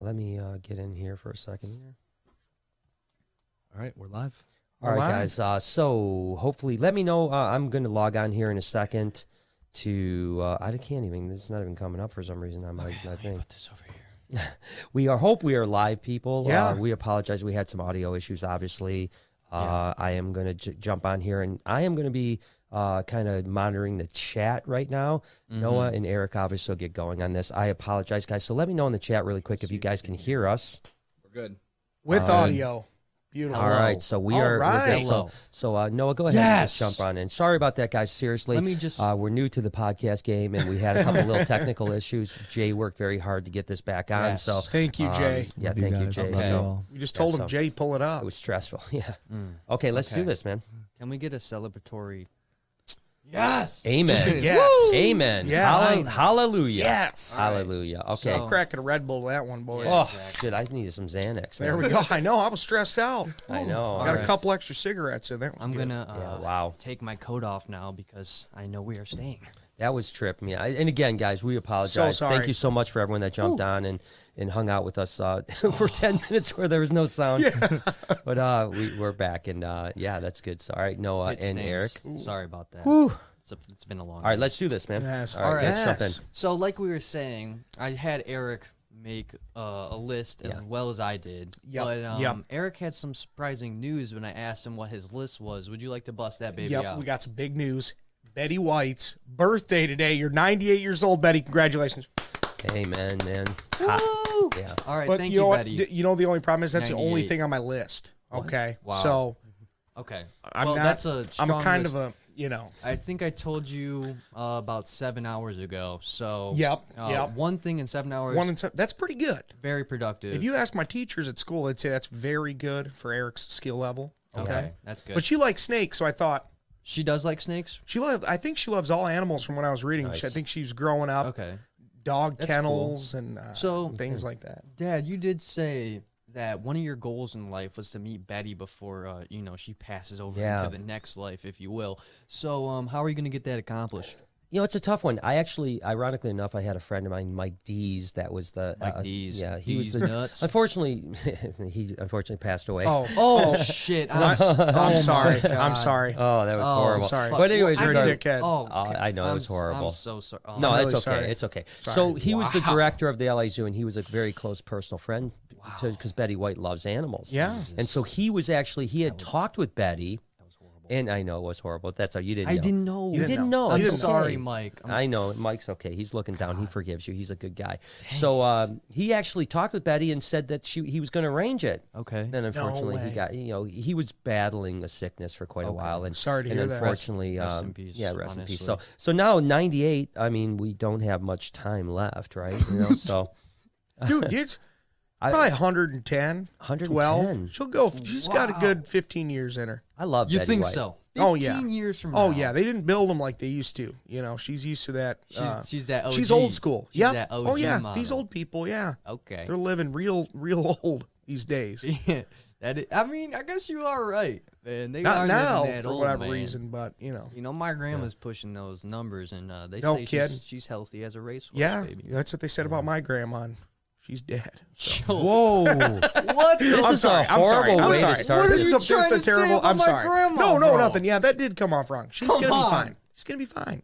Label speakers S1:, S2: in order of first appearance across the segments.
S1: Let me uh, get in here for a second here.
S2: All right, we're live.
S1: All right,
S3: Alright.
S1: guys. Uh, so hopefully, let me know. Uh, I'm going to log on here in a second. To uh, I can't even. This is not even coming up for some reason. on my my thing.
S2: Put this over here.
S1: We are hope we are live, people.
S3: Yeah.
S1: Uh, we apologize. We had some audio issues, obviously. Uh, I am going to j- jump on here, and I am going to be uh, kind of monitoring the chat right now.
S2: uh, um,
S1: Noah and Eric obviously will get going on this. I apologize, guys. So let me know in the chat really quick if you guys can hear us.
S2: We're good.
S3: with
S1: Um,
S3: audio. Beautiful.
S1: All right, so we
S3: All
S1: are we're good.
S3: right.
S1: So, so uh, Noah, go ahead and just
S2: Yes.
S1: jump on in. Sorry about that, guys. Seriously,
S2: Let me just-
S1: uh, we're new to the podcast game, and we had a couple little technical issues. Jay worked very hard to get this back on,
S2: Yes.
S1: so
S3: Thank you,
S1: um,
S3: Jay.
S1: yeah,
S2: Love
S1: thank you,
S2: guys.
S1: Jay.
S2: Love
S3: Okay.
S2: you
S1: So
S2: all.
S3: we just
S1: yeah,
S3: told
S1: so-
S3: him, Jay, pull it up.
S1: it was stressful. Yeah.
S2: Mm.
S1: Okay, let's do
S2: Okay.
S1: this, man.
S4: Can we get a celebratory?
S2: Yes.
S1: Amen.
S3: Just a
S4: Woo!
S3: guess.
S1: Amen.
S3: Yes.
S1: Hallel- hallelujah.
S3: Yes.
S1: Hallelujah. Okay.
S4: So-
S3: Cracking a Red Bull to that one, boys.
S4: Oh. Yeah.
S1: oh, dude, I needed some Xanax. Man.
S3: There we go. I know. I was stressed out.
S1: I know.
S3: Got
S4: Alright.
S3: a couple extra cigarettes in that. was
S4: I'm
S3: good.
S4: gonna
S1: Yeah,
S4: uh,
S1: wow.
S4: take my coat off now because I know we are staying.
S1: That was tripping me. I, and again, guys, we apologize.
S3: sorry.
S1: Thank you so much for everyone that jumped on and, and hung out with us uh, for 10 minutes where there was no sound. but uh, we, we're back. And uh, yeah, that's good. So, all right,
S3: Uh,
S1: Noah
S4: It
S1: and
S4: stings.
S1: Eric.
S4: Sorry about that. It's, a, it's been a long.
S1: All right, let's do this, man.
S3: Yes.
S1: All right, let's
S3: Yes.
S1: jump
S4: So, like we were saying, I had Eric make uh, a list as
S1: Yeah.
S4: well as I did.
S3: Yep,
S4: But um,
S3: yep.
S4: Eric had some surprising news when I asked him what his list was. Would you like to bust that baby
S3: Yep,
S4: out?
S3: we got some big news. Betty White's birthday today. You're 98 years old, Betty. Congratulations.
S1: in. Amen, man.
S3: Ah.
S1: Ha. Yeah.
S4: All right.
S3: But
S4: thank
S3: you
S4: you,
S3: know what?
S4: Betty.
S3: D- You know the only problem is that's the only
S4: 98.
S3: thing on my list. Okay.
S4: Wow.
S3: So
S4: okay.
S3: I'm
S4: well,
S3: not.
S4: that's a. Strong
S3: I'm a kind
S4: list.
S3: of a you know.
S4: I think I told you uh, about seven hours ago. So
S3: Yep,
S4: uh,
S3: yep.
S4: One thing in seven hours,
S3: One and seven. That's pretty good.
S4: very productive.
S3: If you ask my teachers at school, they'd say that's very good for Eric's skill level. Okay.
S4: that's good.
S3: But she likes snakes, so I thought
S4: she does like snakes.
S3: she loved. I think she loves all animals. From what I was reading, She- I think she's growing up
S4: Okay,
S3: dog
S4: That's
S3: kennels and uh,
S4: So-
S3: things like that.
S4: Dad, you did say that one of your goals in life was to meet Betty before uh, you know she passes over
S1: Yeah.
S4: into the next life, if you will. So, um, how are you going to get that accomplished?
S1: You know, it's a tough one. I actually, ironically enough, I had a friend of mine, Mike Dees, that was the
S4: Mike
S1: uh,
S4: Dees.
S1: Yeah, he was
S4: He's
S1: the
S4: nuts.
S1: Unfortunately, he unfortunately passed away.
S3: Oh,
S4: Oh shit! I'm, s- oh
S3: I'm
S4: my
S3: sorry. I'm
S4: God.
S3: sorry.
S1: Oh, that was
S4: Oh,
S1: horrible.
S3: sorry.
S1: But anyways,
S3: Well, I
S1: regardless-
S3: did- dickhead.
S4: Oh,
S1: Uh, I know, it
S4: I'm
S1: was
S4: s-
S1: horrible.
S4: I'm so sorry. Oh,
S1: No,
S3: I'm
S1: it's
S3: really
S1: okay.
S3: sorry.
S1: It's okay.
S3: Sorry.
S1: So he was the
S4: Wow.
S1: director of the LA Zoo, and he was a very close personal friend because Betty White loves animals.
S3: yeah.
S1: And so he was actually he had talked with Betty, and I know it was horrible. That's how you didn't.
S4: I
S1: know.
S4: didn't know.
S1: You didn't know.
S4: I'm
S3: You didn't know.
S4: sorry,
S1: Okay.
S4: Mike. I'm
S1: i know Mike's okay. He's looking down. He forgives you. He's a good guy. so um, he actually talked with Betty and said that she he was going to arrange it.
S4: Okay.
S1: Then unfortunately he
S3: way.
S1: got you know he was battling a sickness for quite a while and
S3: Sorry to
S1: and
S3: hear that.
S1: unfortunately
S4: Rest- rest
S1: um,
S4: in peace,
S1: yeah rest in peace. So
S4: honestly.
S1: so now 98. I mean we don't have much time left, right? You know, so
S3: Dude, it's
S1: I-
S3: probably 110,
S1: 110.
S3: 12. She'll go. She's got a good 15 years in her.
S1: I love
S4: You
S1: Betty
S4: think
S1: White.
S4: so?
S3: Oh, yeah.
S4: 15 years from
S3: Oh
S4: now.
S3: yeah, they didn't build them like they used to. You know, she's used to that.
S4: She's,
S3: uh,
S4: she's that OG.
S3: she's old school.
S4: She's
S3: Yeah.
S4: that OG
S3: Oh yeah,
S4: model.
S3: these old people. Yeah,
S4: Okay.
S3: they're living real, real old these days.
S4: that is, I mean, I guess you are right, man. They
S3: Not
S4: are living
S3: now
S4: that
S3: for
S4: old,
S3: whatever
S4: man.
S3: reason, but you know,
S4: You know, my grandma's pushing those numbers, and uh, they
S3: No
S4: say she's,
S3: kidding.
S4: she's healthy as a racehorse,
S3: yeah, Oh,
S4: baby.
S3: that's what they said about my grandma. and She's dead. So.
S1: Whoa!
S4: what?
S1: This
S3: I'm
S1: is
S3: sorry.
S1: a
S3: I'm sorry.
S1: horrible
S3: I'm
S1: way
S3: sorry.
S1: to start
S4: What are
S3: This
S1: this.
S3: is
S4: you
S3: a-
S4: trying to
S3: that's
S4: say
S3: terrible.
S4: about
S3: I'm
S4: my
S3: sorry.
S4: grandma,
S3: no, no,
S4: bro?
S3: nothing. Yeah, that did come off wrong. She's
S4: Come
S3: gonna
S4: on.
S3: be fine. She's gonna be fine.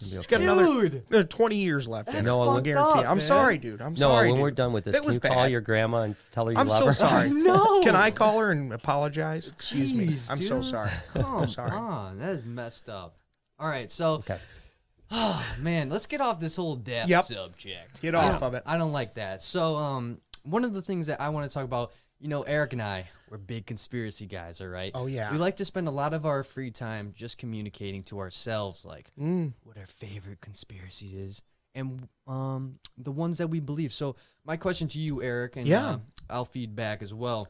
S3: She's got another,
S4: Dude.
S3: another 20 years left. in
S4: That's
S3: her.
S1: No, I
S3: I
S1: fucked
S3: guarantee.
S4: up,
S3: it. I'm
S4: man.
S3: sorry, dude. I'm
S1: No,
S3: sorry.
S1: when we're
S3: dude.
S1: done with this,
S3: That
S1: can
S3: was
S1: you call
S3: bad.
S1: your grandma and tell her you
S3: I'm
S1: love
S3: so
S1: her?
S3: sorry.
S4: No.
S3: Can I call her and apologize? Excuse me.
S4: Jeez,
S3: I'm so
S4: dude.
S3: sorry.
S4: Come
S3: I'm sorry.
S4: on, that is messed up. All right, so
S1: Okay.
S4: man, let's get off this whole death
S3: Yep.
S4: subject.
S3: Get
S4: I
S3: off
S4: don't-
S3: of it.
S4: I don't like that. So, um, one of the things that I want to talk about, you know, Eric and I, we're big conspiracy guys. All right.
S3: Oh, yeah.
S4: We like to spend a lot of our free time just communicating to ourselves, like
S3: Mm.
S4: what our favorite conspiracy is, and um, the ones that we believe. So, my question to you, Eric, and
S3: Yeah.
S4: uh, I'll feed back as well,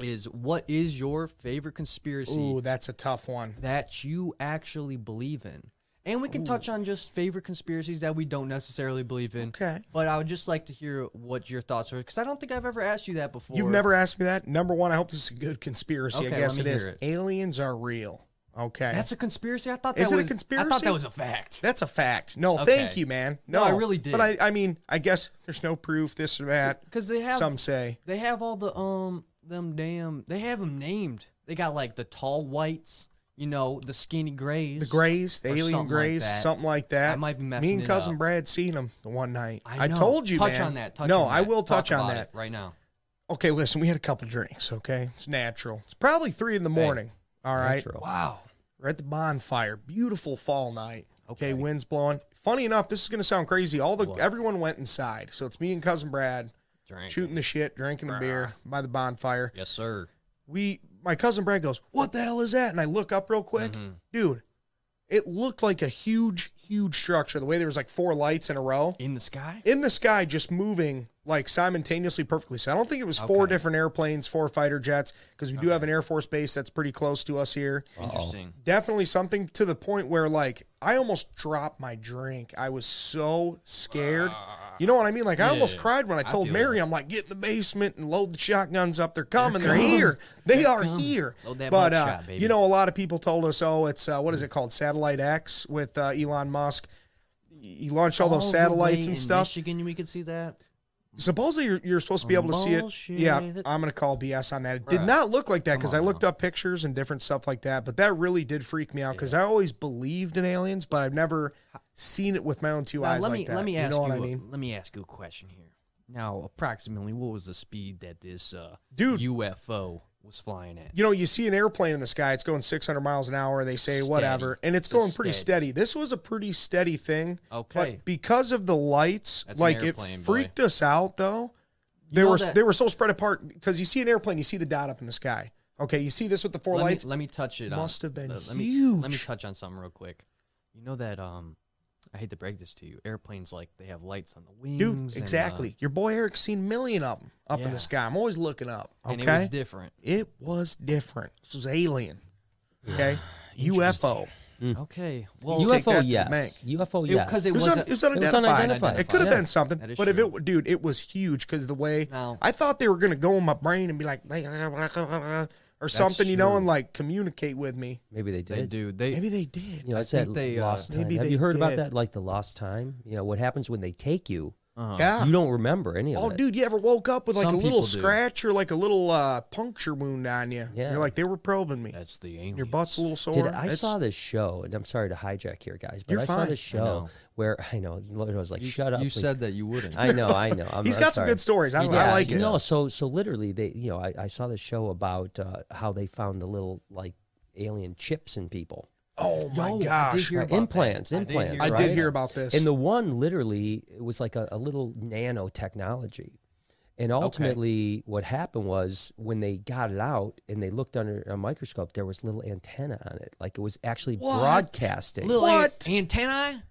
S4: is what is your favorite conspiracy?
S3: Ooh, that's a tough one.
S4: that you actually believe in. And we can touch on just favorite conspiracies that we don't necessarily believe in.
S3: Okay.
S4: But I would just like to hear what your thoughts are because I don't think I've ever asked you that before.
S3: You've never asked me that. Number one, I hope this is a good conspiracy.
S4: Okay,
S3: I guess
S4: let me
S3: it is.
S4: hear it.
S3: Aliens are real. Okay.
S4: That's a conspiracy. I thought that
S3: Is it a
S4: was I thought
S3: conspiracy?
S4: that was a fact.
S3: That's a fact. No,
S4: Okay.
S3: thank you, man. No,
S4: No, I really did.
S3: But I, I mean, I guess there's no proof, this or that.
S4: Because they have
S3: Some say.
S4: they have all the um them damn they have them named. They got like the tall whites, you know, the skinny grays.
S3: The Grays, the
S4: Or
S3: alien
S4: something like
S3: Grays,
S4: that.
S3: something like that.
S4: I might be
S3: Me
S4: messing
S3: and
S4: it
S3: cousin
S4: up.
S3: Brad seen them the one night.
S4: I, know.
S3: told you,
S4: touch
S3: man.
S4: on that. Touch
S3: no,
S4: on
S3: I
S4: that.
S3: will
S4: Talk
S3: touch on
S4: about
S3: that.
S4: it right now.
S3: Okay, listen, we had a couple drinks. Okay, it's natural. It's probably three in the
S4: Hey,
S3: morning. All right,
S1: Natural.
S4: Wow.
S3: we're at the bonfire. Beautiful fall night. Okay,
S4: Okay.
S3: winds blowing. Funny enough, this is gonna sound crazy. All the
S4: What?
S3: everyone went inside, so it's me and cousin Brad
S4: Drink.
S3: shooting the shit, drinking a beer by the bonfire.
S4: Yes, sir.
S3: We, my cousin Brad goes, "What the hell is that?" And I look up real quick,
S4: Mm-hmm.
S3: dude. It looked like a huge, huge structure. The way there was like four lights in a row
S4: In the sky?
S3: in the sky just moving like simultaneously perfectly. So I don't think it was four
S4: Okay.
S3: different airplanes, four fighter jets, because we do have an Air Force base that's pretty close to us here.
S4: Interesting.
S3: Definitely something to the point where like I almost dropped my drink. I was so scared. You know what I mean? Like I almost
S4: Yeah,
S3: cried when I told
S4: feel
S3: Mary, I'm like, get in the basement and load the shotguns up. They're coming. They're, here. They are here.
S4: Load that
S3: but
S4: buckshot,
S3: uh,
S4: baby.
S3: you know, a lot of people told us, oh, it's uh, what is it called? Satellite X with uh, Elon Musk. He launched all those
S4: the
S3: satellites and
S4: way in
S3: stuff.
S4: Michigan, we could see that.
S3: Supposedly, you're, you're supposed to be able to see it.
S4: Bullshit.
S3: Yeah, I'm gonna call BS on that. It did
S4: Bruh.
S3: not look like that because I
S4: on
S3: looked up pictures and different stuff like that. But that really did freak me out because I always believed in aliens, but I've never seen it with my own two
S4: Now,
S3: eyes
S4: let
S3: like
S4: me
S3: that.
S4: let me
S3: you
S4: ask
S3: know
S4: you.
S3: what I
S4: a-
S3: mean?
S4: Let me ask you a question here. Now, approximately, what was the speed that this uh,
S3: Dude.
S4: UFO was flying at?
S3: You know, you see an airplane in the sky; it's going 600 miles an hour. They say
S4: Steady.
S3: whatever, and it's,
S4: It's a
S3: going pretty steady.
S4: steady.
S3: This was a pretty steady thing.
S4: Okay.
S3: but because of the lights,
S4: That's an
S3: like it
S4: airplane, boy.
S3: freaked us out though. They
S4: know
S3: were
S4: that-
S3: they were so spread apart because you see an airplane, you see the dot up in the sky. Okay, you see this with the four
S4: let
S3: lights.
S4: Me, let me touch it.
S3: must
S4: on, uh,
S3: have been
S4: let, let me, let me
S3: huge.
S4: touch on something real quick. You know that um, I hate to break this to you. Airplanes like they have lights on the wings.
S3: Dude,
S4: and, uh,
S3: exactly. Your boy Eric's seen a million of them up in
S4: Yeah.
S3: the sky. I'm always looking up. Okay.
S4: And it was different.
S3: different. This was alien. Okay. UFO.
S4: Okay. Well,
S1: UFO,
S3: take that to the bank.
S1: yes. UFO,
S4: it-
S1: yes.
S4: it
S3: It was, un- it was unidentified.
S1: unidentified.
S3: It could have
S1: Yeah.
S3: been something,
S4: That
S3: but
S4: is
S3: if
S4: true.
S3: it, dude, it was huge because the way
S4: Now-
S3: I thought they were gonna go in my brain and be like, ah, or something, you know,
S1: true.
S3: and like communicate with me.
S1: Maybe they did.
S4: they do. They
S3: Maybe they did.
S1: You know, it's
S4: think
S1: that
S4: they, uh,
S1: lost time.
S3: Maybe
S1: Have
S3: they
S1: you heard about
S3: did.
S1: that? Like the lost time. You know what happens when they take you?
S3: yeah.
S1: You don't remember any of
S3: Ah. Oh,
S1: it.
S3: dude, you ever woke up with like
S4: Some
S3: a little
S4: people do.
S3: scratch or like a little uh, puncture wound on you?
S1: Yeah.
S3: You're like, they were probing me.
S4: That's the aim.
S3: Your butt's a little sore.
S1: Did I
S3: It's-
S1: saw this show? And I'm sorry to hijack here, guys, but
S3: You're
S1: I saw
S3: fine.
S1: this
S4: I
S1: show
S4: know.
S1: where I know Lord was like, "Shut up!"
S4: You
S1: please."
S4: said that you wouldn't.
S1: I know, I know. I'm,
S3: He's
S1: I'm
S3: got some
S1: sorry.
S3: good stories. I,
S4: You
S3: I
S4: did.
S3: like it.
S4: No.
S1: No, so so literally they you know, I, I saw this show about uh, how they found the little like alien chips in people.
S3: Oh my
S4: Yo, I did
S3: gosh.
S4: hear
S1: Uh,
S4: about that.
S1: implants,
S4: I did
S1: implants,
S4: hear
S3: I
S4: about
S3: did
S4: that.
S3: hear about this.
S1: And the one literally it was like a, a little nanotechnology. And ultimately what happened was when they got it out and they looked under a microscope, there was little antenna on it. Like it was actually broadcasting.
S4: Little
S3: What?
S4: an- antennae?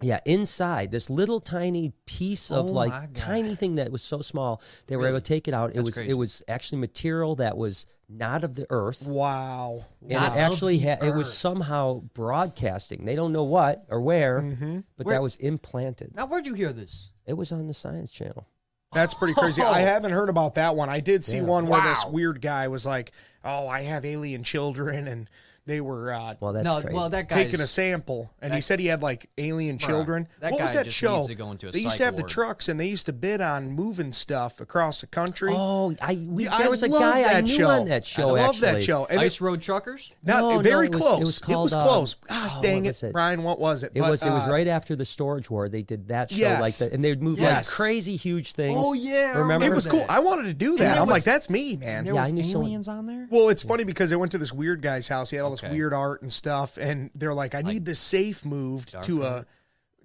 S1: Yeah, inside this little tiny piece of
S4: Oh my
S1: like
S4: God.
S1: tiny thing that was so small, they were able to take it out. It was
S4: crazy.
S1: it was actually material that was not of the earth.
S3: wow.
S1: And
S4: Not
S1: it
S4: of
S1: actually
S4: the
S1: had it was
S4: earth.
S1: somehow broadcasting. They don't know what or where, but
S4: Mm-hmm. Where-
S1: that was implanted.
S4: Now, where'd you hear this?
S1: It was on the science channel.
S3: That's pretty crazy. I haven't heard about that one. I did see
S1: Yeah.
S3: one where this weird guy was like, "Oh, I have alien children," and they were uh,
S1: Well, that's
S4: no,
S1: crazy.
S4: well, that guy
S3: taking a sample, and he
S4: that-
S3: said he had like alien children.
S4: that
S3: what was
S4: guy
S3: that
S4: just
S3: show?
S4: needs to go into a
S3: they used
S4: psych
S3: to have the
S4: ward.
S3: trucks, and they used to bid on moving stuff across the country.
S1: oh, I we,
S3: Yeah, I
S1: there was a
S3: love
S1: guy I
S3: that
S1: knew
S3: show.
S1: on that show.
S3: I love
S1: actually.
S3: that show. And
S4: Ice
S3: it,
S4: Road Truckers?
S3: not
S1: No, no,
S3: very
S1: it was- it
S3: close.
S1: was called, um,
S3: close. Gosh,
S1: oh,
S3: dang
S1: what
S3: it,
S1: was it?
S3: Brian. What was it?
S1: It
S3: But,
S1: was it was
S3: uh,
S1: right after the storage war. They did that show like
S3: Yes.
S1: that, and they would move
S3: Yes.
S1: like crazy huge things.
S4: Oh, yeah, I
S1: remember
S3: It was cool.
S4: that.
S3: I wanted to do that.
S4: there
S3: I'm like,
S4: was-
S3: that's me, man.
S4: There
S1: Yeah, I
S4: was
S1: knew someone-
S4: aliens on there?
S3: Well, it's funny because I went to this weird guy's house. He had all this
S4: Okay.
S3: weird art and stuff, and they're like, "I need this safe moved to a."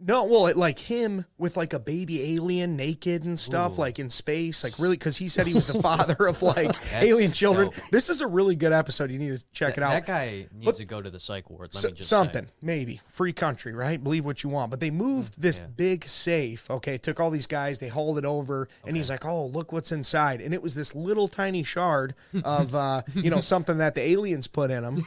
S3: No, well, it, like him with like a baby alien naked and stuff, like in space, like really, because he said he was the father of like alien children.
S4: dope.
S3: This is a really good episode. You need to check it out.
S4: That guy needs to go to the psych ward. Let
S3: So-
S4: me just say.
S3: something maybe free country right believe what you want but they
S4: Mm,
S3: moved this big safe okay took all these guys they hauled it over and he's like oh look what's inside and it was this little tiny shard of uh, you know something that the aliens put in them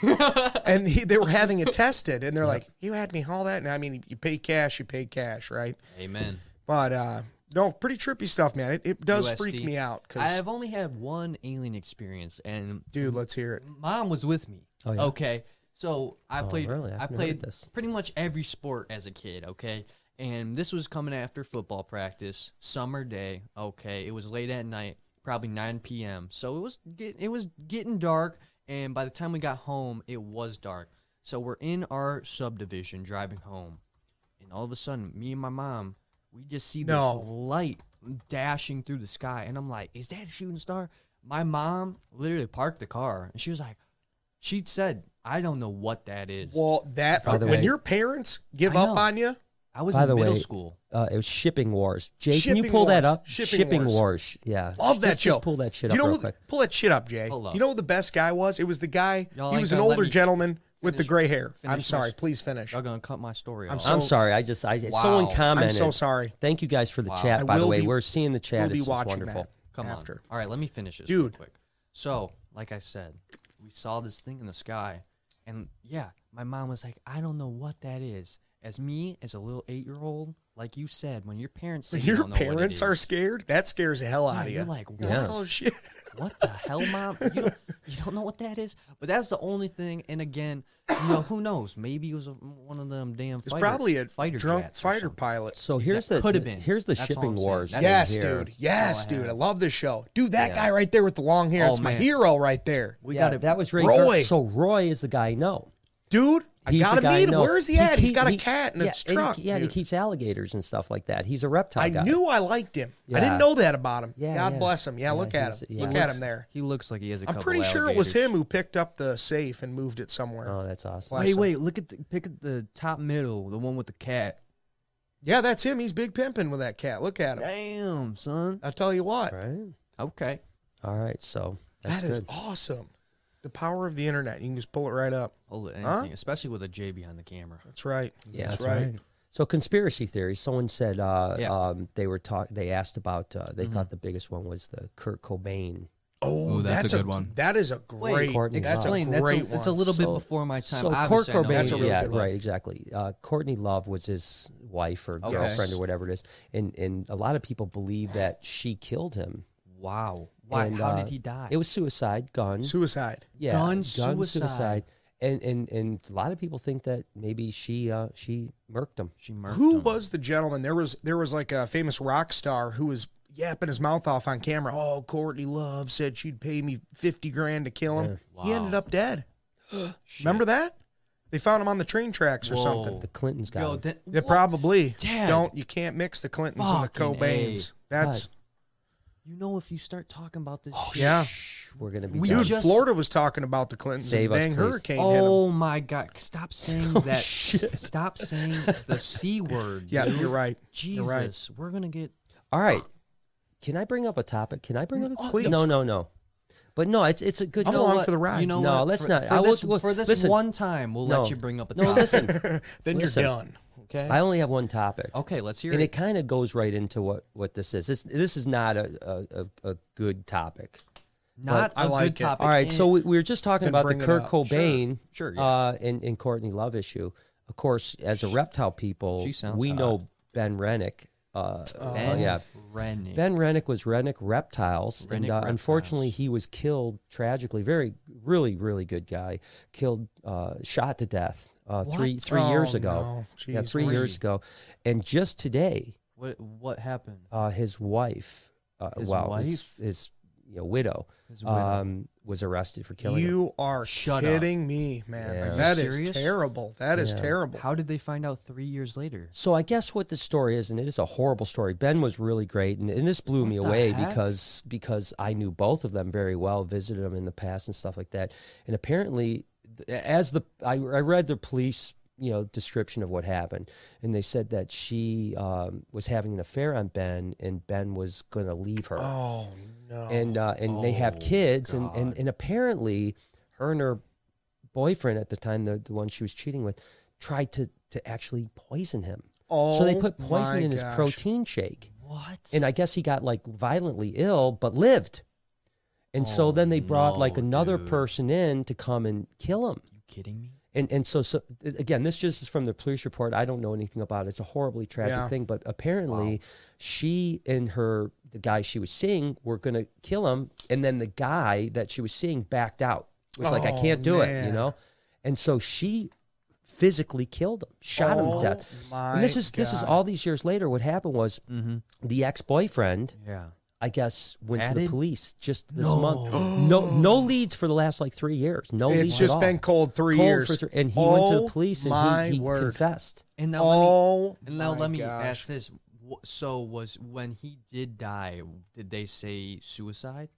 S3: and he, they were having it tested and they're like you had me haul that and i mean you pay cash you pay cash right
S4: Amen.
S3: but uh no pretty trippy stuff man it, it does freak
S4: USD.
S3: me out
S4: I
S3: because
S4: have only had one alien experience, and Mm.
S3: dude let's hear it
S4: mom was with me.
S1: Oh, yeah.
S4: Okay. So I
S1: Oh,
S4: played.
S1: really? I've
S4: I
S1: never heard
S4: played
S1: this.
S4: pretty much every sport as a kid. Okay, and this was coming after football practice, summer day. Okay, it was late at night, probably 9 p.m. So it was get, it was getting dark, and by the time we got home, it was dark. So we're in our subdivision driving home, and all of a sudden, me and my mom, we just see
S3: No.
S4: this light dashing through the sky, and I'm like, "Is that a shooting star?" My mom literally parked the car, and she was like, "She said, I don't know what that is."
S3: Well, that
S1: By the
S3: when
S1: way-
S3: your parents give
S4: I
S3: up
S4: know.
S3: on you,
S4: I was
S1: By
S4: in
S1: the
S4: middle
S1: way,
S4: school.
S1: Uh, it was shipping wars. Jay, can
S3: Shipping
S1: you pull that
S3: Wars.
S1: up?
S3: Shipping Wars.
S1: wars. Yeah,
S3: love that
S1: just,
S3: show.
S1: Just pull that shit
S3: you
S1: up
S3: know
S1: real
S3: what-
S1: quick.
S3: Pull that shit up, Jay.
S4: Pull up.
S3: You know who the best guy was? It was the guy.
S4: Y'all
S3: he
S4: ain't
S3: was an
S4: gonna let
S3: older
S4: me
S3: gentleman with the
S4: finish-
S3: gray hair. I'm
S4: finish my
S3: sorry.
S4: s-
S3: Please finish.
S4: Y'all gonna cut my story off.
S3: so-
S1: I'm sorry. I just I
S4: Wow.
S1: someone
S4: I'm
S3: I'm
S1: commented.
S3: so sorry.
S1: Thank you guys for the
S4: Wow.
S1: chat.
S3: I
S1: By the
S3: will
S1: way,
S3: be-
S1: we'll we're seeing the chat.
S3: We'll be
S1: This is
S3: watching
S1: wonderful.
S3: that.
S4: Come
S3: after.
S4: on. All right, let me finish this real
S3: Dude.
S4: quick. So, like I said, we saw this thing in the sky, and yeah, my mom was like, "I don't know what that is." As me, as a little eight-year-old, like you said, when your parents say
S3: When
S4: you
S3: your
S4: don't know what it
S3: parents are
S4: is,
S3: scared, that scares the hell out
S4: yeah,
S3: of you.
S4: you're like, "What?
S1: Yes.
S3: oh shit.
S4: what the hell, mom? You don't, you don't know what that is? But that's the only thing. And again, you know, who knows? Maybe it was a, one of them damn.
S3: It's
S4: fighter-
S3: probably a
S4: fighter
S3: drunk
S4: jets or
S3: fighter
S4: something.
S3: pilot.
S1: So here's the
S4: could have been.
S1: here's the
S4: That's all I'm
S1: shipping
S4: saying.
S1: wars.
S4: That
S1: in
S3: Yes,
S1: here.
S3: dude. Yes,
S4: That's all I
S3: dude. I
S4: have.
S3: love this show. Dude, that
S4: Yeah.
S3: guy right there with the long hair.
S4: Oh,
S3: It's my
S4: man.
S3: hero right there.
S4: We
S1: yeah,
S4: got
S1: that was Ray.
S3: Roy.
S1: Ger- So Roy is the guy I know.
S3: Dude, I
S1: He's the
S3: gotta
S1: guy
S3: meet him.
S1: know.
S3: Where is he at? He's
S1: keep-
S3: got a
S1: he-
S3: cat in
S1: yeah,
S3: his
S1: and he-
S3: truck.
S1: yeah, and he
S3: dude.
S1: keeps alligators and stuff like that. He's a reptile
S3: I
S1: guy.
S3: knew I liked him. I
S1: Yeah.
S3: didn't know that about him.
S1: Yeah,
S3: God
S1: yeah.
S3: bless him. Yeah,
S1: Yeah,
S3: look at
S1: he's-
S3: him.
S1: yeah.
S3: Look
S1: He
S3: at
S1: looks-
S3: him there.
S4: He looks like he has a
S3: I'm
S4: couple
S3: pretty sure it was
S4: alligators.
S3: him who picked up the safe and moved it somewhere.
S1: Oh, that's awesome.
S3: Bless
S4: Wait,
S3: him.
S4: wait, look at the pick at the top middle, the one with the cat.
S3: Yeah, that's him. He's big pimping with that cat. Look at him.
S4: Damn, son.
S3: I'll tell you what.
S1: Right.
S4: Okay.
S1: All right. So that's
S3: That is
S1: good.
S3: awesome. The power of the internet. You can just pull it right up.
S4: Hold it, anything,
S3: Huh?
S4: especially with a J behind the camera.
S3: That's right.
S1: Yeah,
S3: that's,
S1: that's
S3: right.
S1: So conspiracy theories. Someone said uh,
S4: Yeah.
S1: um, they were talk. They asked about. Uh,
S3: Mm-hmm.
S1: they thought the biggest one was the Kurt Cobain.
S3: Oh,
S2: Ooh,
S3: that's, a good one. That is a great.
S1: Courtney
S3: that's
S1: Love.
S3: a
S4: Explain.
S3: great
S4: that's a,
S3: one.
S4: It's a little bit
S1: So-
S4: before my time.
S1: So Kurt
S4: Obviously, I know
S1: Cobain.
S3: That's a
S4: who
S3: really
S4: he
S1: yeah,
S4: is,
S3: good one.
S1: right. Exactly. Uh, Courtney Love was his wife or
S4: Okay.
S1: girlfriend or whatever it is, and and a lot of people believe that she killed him.
S4: but- Wow. Why?
S1: And,
S4: how
S1: uh,
S4: did he die?
S1: It was suicide, gun.
S3: Suicide.
S1: yeah,
S4: Gun suicide.
S1: suicide. And, and and a lot of people think that maybe she uh, she murked him.
S4: she murdered
S3: Who
S4: him.
S3: was the gentleman? There was there was like a famous rock star who was yapping his mouth off on camera. Oh, Courtney Love said she'd pay me fifty grand to kill him. He
S4: Wow.
S3: ended up dead. Remember that? They found him on the train tracks or something.
S4: Whoa.
S1: The Clintons got
S4: Yo,
S1: him.
S4: that,
S3: They
S4: what?
S3: probably
S4: Dad.
S3: don't. You can't mix the Clintons and the
S4: Fucking
S3: Cobains.
S4: A.
S3: That's
S4: You know, if you start talking about this, Oh, shit-
S3: Oh, yeah.
S1: Shh, we're gonna be
S4: We
S1: done.
S3: Dude,
S4: just-
S3: Florida was talking about the Clintons.
S1: Save
S3: and
S1: us,
S3: dang
S1: please.
S3: hurricane hit 'em.
S4: Oh my God! Stop
S3: Oh,
S4: saying that.
S1: shit.
S4: Stop saying the c word.
S3: Yeah,
S4: dude.
S3: you're right.
S4: Jesus,
S3: right.
S4: we're gonna get
S1: All right. Can I bring up a topic? Can I bring
S4: Oh,
S1: up a topic?
S3: please.
S1: No, no, no. But no, it's it's a good
S3: I'm
S1: no,
S3: along
S1: what-
S3: for the ride.
S4: You know
S1: No,
S4: what?
S1: let's
S4: for,
S1: not.
S4: For
S1: I will-
S4: this,
S1: will-
S4: for this
S1: listen.
S4: one time, we'll
S1: No.
S4: let you bring up a
S1: No,
S4: topic.
S1: listen.
S3: Then
S1: Listen.
S3: you're done. Okay.
S1: I only have one topic.
S4: Okay, let's hear
S1: And
S4: it.
S1: it kind of goes right into what, what this is. This this is not a, a, a, a good topic.
S4: Not
S3: I
S4: a
S3: like
S4: good
S3: it.
S4: topic.
S1: All right,
S4: and-
S1: so we, we were just talking
S3: Then
S1: about the
S3: bring it
S1: Kurt
S3: up.
S1: Cobain
S4: Sure, yeah.
S1: uh, and, and Courtney Love issue. Of course, as a reptile people,
S4: She sounds
S1: we
S4: hot.
S1: know Ben Rennick. Uh, oh,
S4: ben
S1: yeah.
S4: Rennick.
S1: Ben Rennick was Rennick Reptiles, and
S4: Rennick
S1: uh,
S4: Reptiles.
S1: unfortunately, he was killed tragically. Very, really, really good guy, killed, uh, shot to death uh, three
S4: What?
S1: three years
S3: Oh,
S1: ago.
S3: no.
S1: yeah,
S3: Jeez,
S1: three years ago, and just today,
S4: what what happened?
S1: uh, his wife, uh,
S4: His
S1: well, his,
S4: wife?
S1: his you know, widow,
S4: His widow.
S1: um, was arrested for killing him.
S3: You are
S4: Shut up.
S3: kidding me, man.
S1: Yeah. Are you
S3: That is
S4: serious?
S3: terrible. That is
S1: Yeah.
S3: terrible.
S4: How did they find out three years later?
S1: So I guess what the story is, and it is a horrible story. Ben was really great, and, and this blew me
S4: What the
S1: away
S4: heck?
S1: because because I knew both of them very well, visited them in the past and stuff like that. And apparently, th- as the I, I read the police you know description of what happened, and they said that she um, was having an affair on Ben, and Ben was going to leave her
S3: oh no.
S1: and uh, and they have
S4: Oh,
S1: kids and, and
S4: God.
S1: and apparently her and her boyfriend at the time the, the one she was cheating with tried to to actually poison him
S3: oh,
S1: uh, so they put poison
S3: my
S1: in his
S3: gosh.
S1: protein shake
S4: What?
S1: and i guess he got like violently ill but lived and so
S4: Oh,
S1: then they brought like
S4: no,
S1: another
S4: dude.
S1: person in to come and kill him
S4: you kidding me?
S1: and and so, so again, this just is from the police report. I don't know anything about it. It's a horribly tragic
S3: Yeah.
S1: thing, but apparently, she and her the guy she was seeing were gonna kill him, and then the guy that she was seeing backed out. Was like, I
S3: Oh,
S1: can't do it, you
S3: man.
S1: know. And so she physically killed him, shot him
S3: Oh
S1: to death.
S3: my
S1: And this is this is
S3: God. Mm-hmm.
S1: all these years later. What happened was the ex boyfriend,
S4: Yeah.
S1: I guess, went to the
S4: Added?
S1: police just this month. No, no leads for the last like three years. No leads
S3: It's
S1: at
S3: just
S1: all.
S3: been cold three
S1: Cold
S3: years.
S1: for three- and he went to
S3: Oh
S1: the police
S3: my
S1: and he, he
S3: word.
S1: confessed.
S4: And now let me-
S3: Oh,
S4: And now
S3: my
S4: let me
S3: gosh.
S4: ask this: Wh- So was when he did die? Did they say suicide?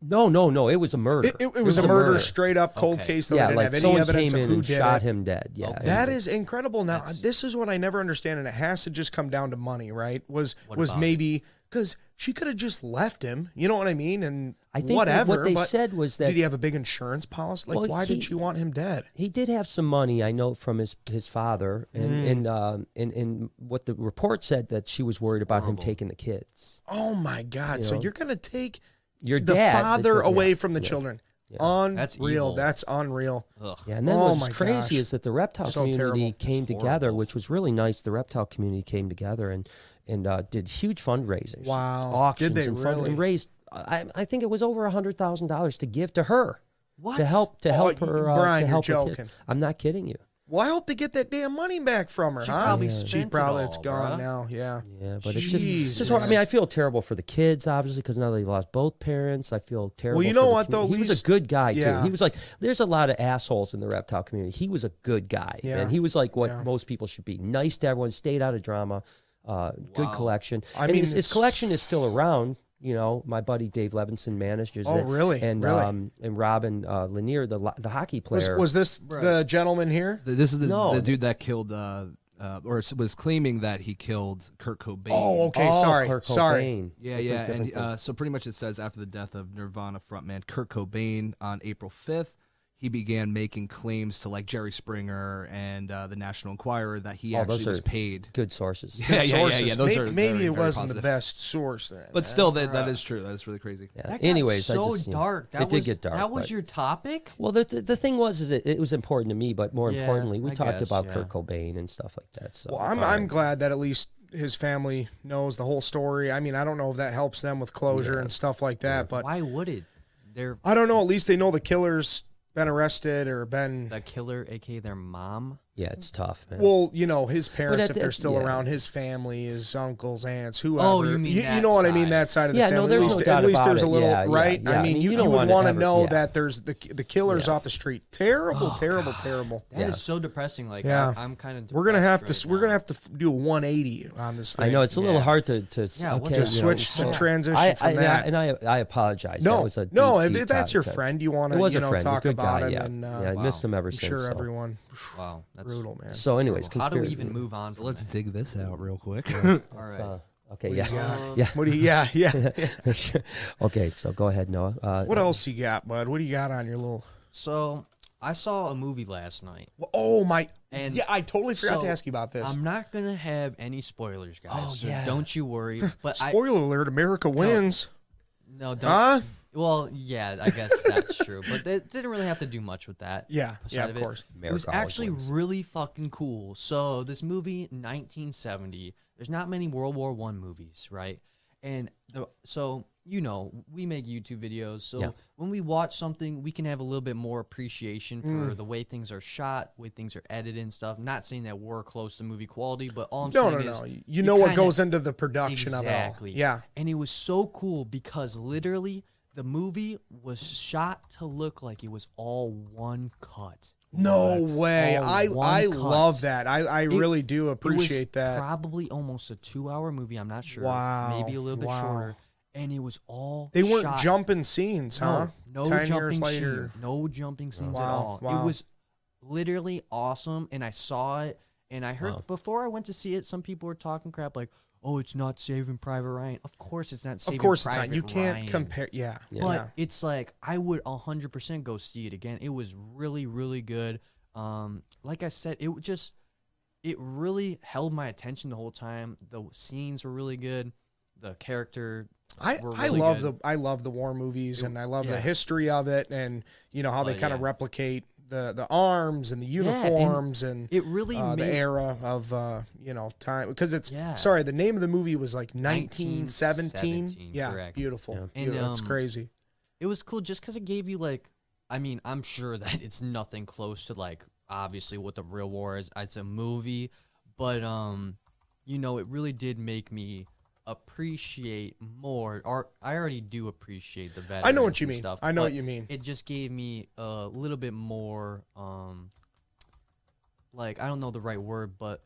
S1: No, no, no. It was a murder.
S3: It, it, it was a murder, straight up cold
S4: Okay.
S3: case. Though
S1: Yeah,
S3: they didn't
S1: like
S3: have any
S1: someone
S3: evidence
S1: came
S3: of
S1: in
S3: who
S1: and
S3: did
S1: shot
S3: it. Oh,
S1: him dead. Yeah,
S4: Okay.
S1: it
S3: That
S1: was-
S3: is incredible. Now,
S4: That's-
S3: this is what I never understand, and it has to just come down to money, right? Was
S4: What
S3: was
S4: about it?
S3: maybe because she could have just left him. You know what I mean? And
S1: I think that
S3: whatever.
S1: what they
S3: but
S1: said was that
S3: did he have a big insurance policy? Like,
S1: Well,
S3: why
S1: he-
S3: did she want him dead?
S1: he did have some money, I know, from his his father, and
S3: Mm.
S1: and, um, and and what the report said that she was worried about him taking the kids.
S3: Oh my God!
S1: You
S3: so
S1: know,
S3: you're gonna take
S1: Your
S3: the
S1: dad, that
S3: father
S1: did- yeah,
S3: away from the
S1: yeah.
S3: children?
S4: That's
S3: Unreal.
S4: evil.
S3: That's, unreal.
S4: Ugh.
S1: Yeah, and then
S3: Oh
S1: what's
S3: my
S1: crazy
S3: gosh.
S1: is that the reptile
S3: So
S1: community
S3: terrible.
S1: came
S4: It's
S1: together,
S4: horrible.
S1: which was really nice. The reptile community came together and and uh, did huge fundraisers,
S3: Wow.
S1: auctions,
S3: Did they
S1: and, fund- and
S3: really?
S1: raised. I, I think it was over a hundred thousand dollars to give to her
S4: What?
S1: to help to
S3: Oh,
S1: help
S3: you-
S1: her. Uh,
S3: Brian,
S1: to
S3: you're
S1: help her kid.
S3: joking.
S1: I'm not kidding you.
S3: Well, I hope they get that damn money back from her.
S4: She
S3: huh?
S4: probably
S3: she
S4: spent it
S3: probably it's
S4: all,
S3: gone
S4: bruh.
S3: now. Yeah.
S1: Yeah, but it's just, it's just
S3: Jesus.
S1: hor- I mean, I feel terrible for the kids, obviously, because now they lost both parents. I feel terrible.
S3: you
S1: for
S3: know
S1: the
S3: what,
S1: community.
S3: though?
S1: he was
S3: Least-
S1: a good guy
S3: Yeah.
S1: too. He was like, there's a lot of assholes in the reptile community. He was a good guy,
S3: Yeah.
S1: and he was like what
S3: Yeah.
S1: most people should be: nice to everyone, stayed out of drama, uh, good
S4: Wow.
S1: collection.
S3: I
S1: and
S3: mean,
S1: his, his
S3: it's-
S1: collection is still around. You know, my buddy Dave Levinson manages
S3: Oh,
S1: it.
S3: really?
S1: And
S3: Really?
S1: um, and Robin uh, Lanier, the lo- the hockey
S3: Was,
S1: player,
S3: was this
S4: Right.
S3: the gentleman here?
S2: Th- This is the,
S1: No.
S2: the dude that killed, uh, uh, or s- was claiming that he killed Kurt Cobain.
S3: Oh, okay.
S1: Oh,
S3: sorry.
S1: Kurt
S3: sorry.
S1: Cobain.
S2: Yeah,
S1: That's a
S2: yeah,
S1: different
S2: and
S1: thing.
S2: uh, so pretty much it says after the death of Nirvana frontman Kurt Cobain on April fifth, he began making claims to like Jerry Springer and uh, the National Enquirer that he
S1: Oh,
S2: actually
S1: those
S2: was
S1: are-
S2: paid.
S1: good sources.
S2: Yeah, yeah, yeah,
S3: sources.
S2: yeah. Those
S3: maybe
S2: are
S3: maybe
S2: very,
S3: it
S2: very
S3: wasn't
S2: positive.
S3: the best source then.
S2: but still, that that is true. That's really crazy.
S1: Yeah.
S4: That got
S1: Anyways,
S4: so
S1: I just, you know,
S4: dark. That
S1: it did
S4: was,
S1: get dark.
S4: That was
S1: but-
S4: your topic.
S1: Well, the, the, the thing was, is it, it was important to me, but more
S4: Yeah,
S1: importantly, we
S4: I
S1: talked
S4: guess,
S1: about
S4: yeah.
S1: Kurt Cobain and stuff like that. So,
S3: Well, I'm
S1: uh,
S3: I'm glad that at least his family knows the whole story. I mean, I don't know if that helps them with closure and stuff like that, but
S4: Why would it? Their
S3: I don't know. At least they know the killer's been arrested or been
S4: the killer, aka their mom.
S1: yeah, it's tough, man.
S3: well, you know, his parents
S1: at
S3: if
S1: the-
S3: they're still
S1: yeah.
S3: around, his family, his uncles, aunts, whoever.
S4: Oh, you mean
S3: you,
S4: that
S3: know what I mean?
S4: side.
S3: That side of the
S1: Yeah, no,
S3: family.
S1: there's
S3: at
S1: no
S3: least,
S1: doubt
S3: at least
S1: about
S3: there's
S1: it.
S3: a little
S1: Yeah, yeah,
S3: right.
S1: yeah.
S3: I mean, you, you, would
S1: want to
S3: want to
S1: ever-
S3: know
S1: yeah. Oh,
S3: that there's the the killer's off the street. Terrible, terrible, terrible.
S4: That is
S1: Yeah.
S4: so depressing. Like
S3: Yeah.
S4: I, am kind of.
S3: We're gonna have to we're gonna have to f- do a 180 on this thing.
S1: I know it's a little
S4: yeah.
S1: hard to to s-
S4: Yeah, what
S1: okay,
S4: the-
S1: you
S3: to
S1: know,
S3: switch
S1: so-
S3: to transition
S1: I,
S3: from
S1: I,
S3: that.
S1: and I and I, I apologize.
S3: no,
S1: that was a deep,
S3: no, if
S1: deep
S3: if that's your
S1: topic.
S3: friend, you want
S1: It
S3: to
S1: was
S3: you
S1: a
S3: know
S1: friend,
S3: talk
S1: a good
S3: about
S1: guy.
S3: him,
S1: yeah,
S3: and uh,
S1: yeah, I missed him ever
S3: I'm
S1: since.
S3: sure
S1: so.
S3: everyone
S4: Wow, that's
S3: brutal man.
S1: So anyways,
S4: How do we
S1: conspiracy-
S4: even move on? From
S2: Let's dig this out real quick.
S4: that? All right.
S1: so- Uh, okay, yeah,
S4: Um,
S1: yeah.
S3: What do you? Yeah, yeah.
S1: Make sure- okay, so go ahead, Noah. Uh,
S3: what else you got, bud? What do you got on your little?
S4: So I saw a movie last night.
S3: Oh my!
S4: And
S3: yeah, I totally forgot
S4: so um,
S3: to ask you about this.
S4: I'm not gonna have any spoilers, guys.
S1: Oh,
S4: so
S1: yeah.
S4: Don't you worry. But I
S3: Spoiler alert: America wins.
S4: no don't.
S3: Huh?
S4: Well, yeah, I guess that's true. But they didn't really have to do much with that.
S3: Yeah,
S4: side
S3: yeah, of
S4: it.
S3: course.
S4: It was
S1: America always
S4: actually
S1: wins.
S4: really fucking cool. So this movie, 1970. There's not many World War One movies, right? And the, so you know, we make YouTube videos. So
S1: Yeah.
S4: when we watch something, we can have a little bit more appreciation
S3: Mm.
S4: for the way things are shot, way things are edited and stuff. Not saying that we're close to movie quality, but all I'm
S3: No, no,
S4: saying is
S3: no. You know what
S4: kinda-
S3: goes into the production
S4: exactly.
S3: of it all. Yeah.
S4: And it was so cool because literally the movie was shot to look like it was all one cut.
S3: No way.
S4: all
S3: I
S4: Oh, one
S3: I
S4: cut.
S3: love that. I I really do
S4: it was
S3: appreciate that.
S4: Probably almost a two-hour movie. I'm not sure.
S3: Wow,
S4: Maybe a little bit
S3: wow.
S4: shorter. And it was all
S3: they weren't
S4: shot-
S3: jumping scenes,
S4: no,
S3: huh?
S4: No,
S3: Ten years
S4: jumping
S3: later.
S4: scene, no jumping scenes at
S3: Wow,
S4: all. It
S3: wow.
S4: was literally awesome, and I saw it. And I heard before I went to see it, some people were talking crap like, "Oh, it's not Saving Private Ryan." Of course, it's not.
S3: Of
S4: Saving
S3: course it's
S4: Private
S3: not. You can't
S4: Ryan.
S3: compare. Yeah.
S1: Yeah.
S4: But
S3: yeah.
S4: it's like I would 100% go see it again. It was really really good. Um like I said it would just it really held my attention the whole time. The scenes were really good. The character
S3: I,
S4: were
S3: I
S4: really
S3: love
S4: good.
S3: the I love the war movies and I love
S4: yeah.
S3: the history of it and you know how they
S4: Oh,
S3: kind of
S4: yeah.
S3: replicate the the arms and the
S4: and
S3: uniforms and,
S4: It really
S3: uh, the
S4: made
S3: era of uh, you know time because it's
S4: Yeah.
S3: sorry the name of the movie was like 1917
S4: 1917,
S3: yeah
S4: correct.
S3: beautiful,
S4: And,
S3: Beautiful. it's
S4: um,
S3: crazy
S4: it was cool just cuz it gave you like I mean, I'm sure that it's nothing close to like obviously what the real war is. It's a movie, but um, you know, it really did make me appreciate more. Or I already do appreciate the veterans.
S3: I know what you
S4: and
S3: mean.
S4: Stuff,
S3: I know
S4: but
S3: what you mean.
S4: It just gave me a little bit more um, like I don't know the right word, but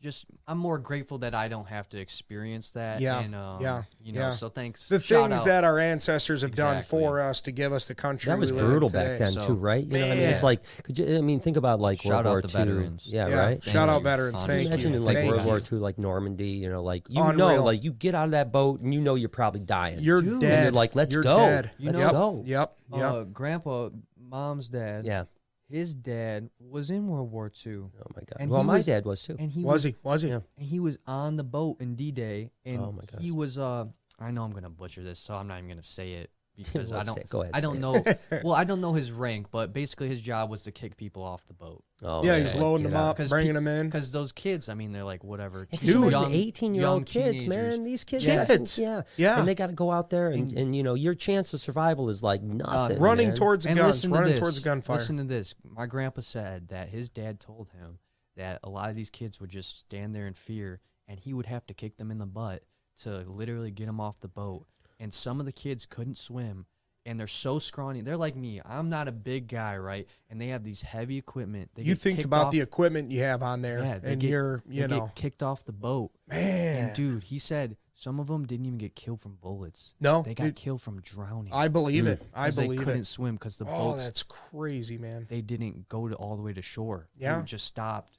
S4: just I'm more grateful that I don't have to experience that.
S3: Yeah,
S4: And, um,
S3: yeah,
S4: You know.
S3: yeah.
S4: So thanks.
S3: The
S4: Shout
S3: things
S4: out.
S3: that our ancestors have done
S4: Exactly.
S3: for us to give us the country.
S1: That was
S3: we live in
S1: brutal
S3: today.
S1: back then
S4: So-
S1: too, right? You know, what I mean,
S3: Man.
S1: it's like, could you? I mean, think about like
S4: Shout
S1: World
S4: out
S1: War
S4: the
S1: II.
S4: veterans.
S1: Yeah,
S3: Yeah.
S1: right.
S4: Thank
S3: Shout out
S4: you.
S3: veterans.
S4: Honestly.
S3: Thank
S1: Imagine
S3: you.
S1: in like
S3: Thank
S1: World
S3: you.
S1: War II, like Normandy, you know, like you know,
S3: Unreal.
S1: like you get out of that boat and you know you're probably dying.
S3: You're
S1: And
S3: dead.
S1: You're like, let's
S3: You're
S1: go.
S3: dead.
S4: You
S1: Let's
S4: know-
S1: go.
S3: Yep. Yep.
S4: Uh, grandpa, mom's dad,
S1: Yeah.
S4: his dad was in World War II,
S1: Oh my god.
S4: And
S1: well,
S4: he
S1: my
S4: was-
S1: dad was too.
S4: and he
S3: was he? Was he?
S1: Yeah.
S4: and he was on the boat in D-Day, and
S1: Oh my gosh.
S4: he was. Uh, I know I'm gonna butcher this, so I'm not even gonna say it because I
S1: Let's
S4: don't.
S1: say it. Go ahead,
S4: I
S1: say
S4: don't
S1: it.
S4: know. well, I don't know his rank, but basically his job was to kick people off the boat
S1: Oh,
S3: yeah,
S1: man,
S3: he was loading
S1: get
S3: them up,
S4: 'Cause
S3: bringing
S4: pe-
S3: them in.
S4: because those kids. I mean, they're like whatever.
S1: Yeah, 'cause
S4: two
S1: you
S4: young-
S1: imagine 18 year
S4: young
S1: old kids,
S4: teenagers.
S1: man. These kids,
S3: Yeah.
S1: have-
S3: Kids.
S1: yeah,
S3: Yeah.
S1: And they got to go out there, and, and you know, your chance of survival is like nothing.
S3: Running
S1: man.
S3: towards the
S4: and
S3: guns.
S4: listen to
S3: Running
S4: this.
S3: towards the gunfire.
S4: Listen to this. My grandpa said that his dad told him that a lot of these kids would just stand there in fear, and he would have to kick them in the butt to literally get them off the boat. And some of the kids couldn't swim, and they're so scrawny. They're like me. I'm not a big guy, right? And they have these heavy equipment. They
S3: you
S4: get
S3: think
S4: kicked
S3: about
S4: off-
S3: the equipment you have on there,
S4: yeah, they
S3: and
S4: get-
S3: you're,
S4: they
S3: you
S4: get
S3: know,
S4: kicked off the boat.
S3: man.
S4: And dude, he said some of them didn't even get killed from bullets.
S3: No,
S4: they got
S3: dude.
S4: killed from drowning.
S3: I believe it. I
S4: 'cause they
S3: believe
S4: couldn't
S3: it.
S4: swim because the
S3: Oh,
S4: boats
S3: that's crazy, man.
S4: they didn't go to all the way to shore.
S3: Yeah.
S4: they were just stopped.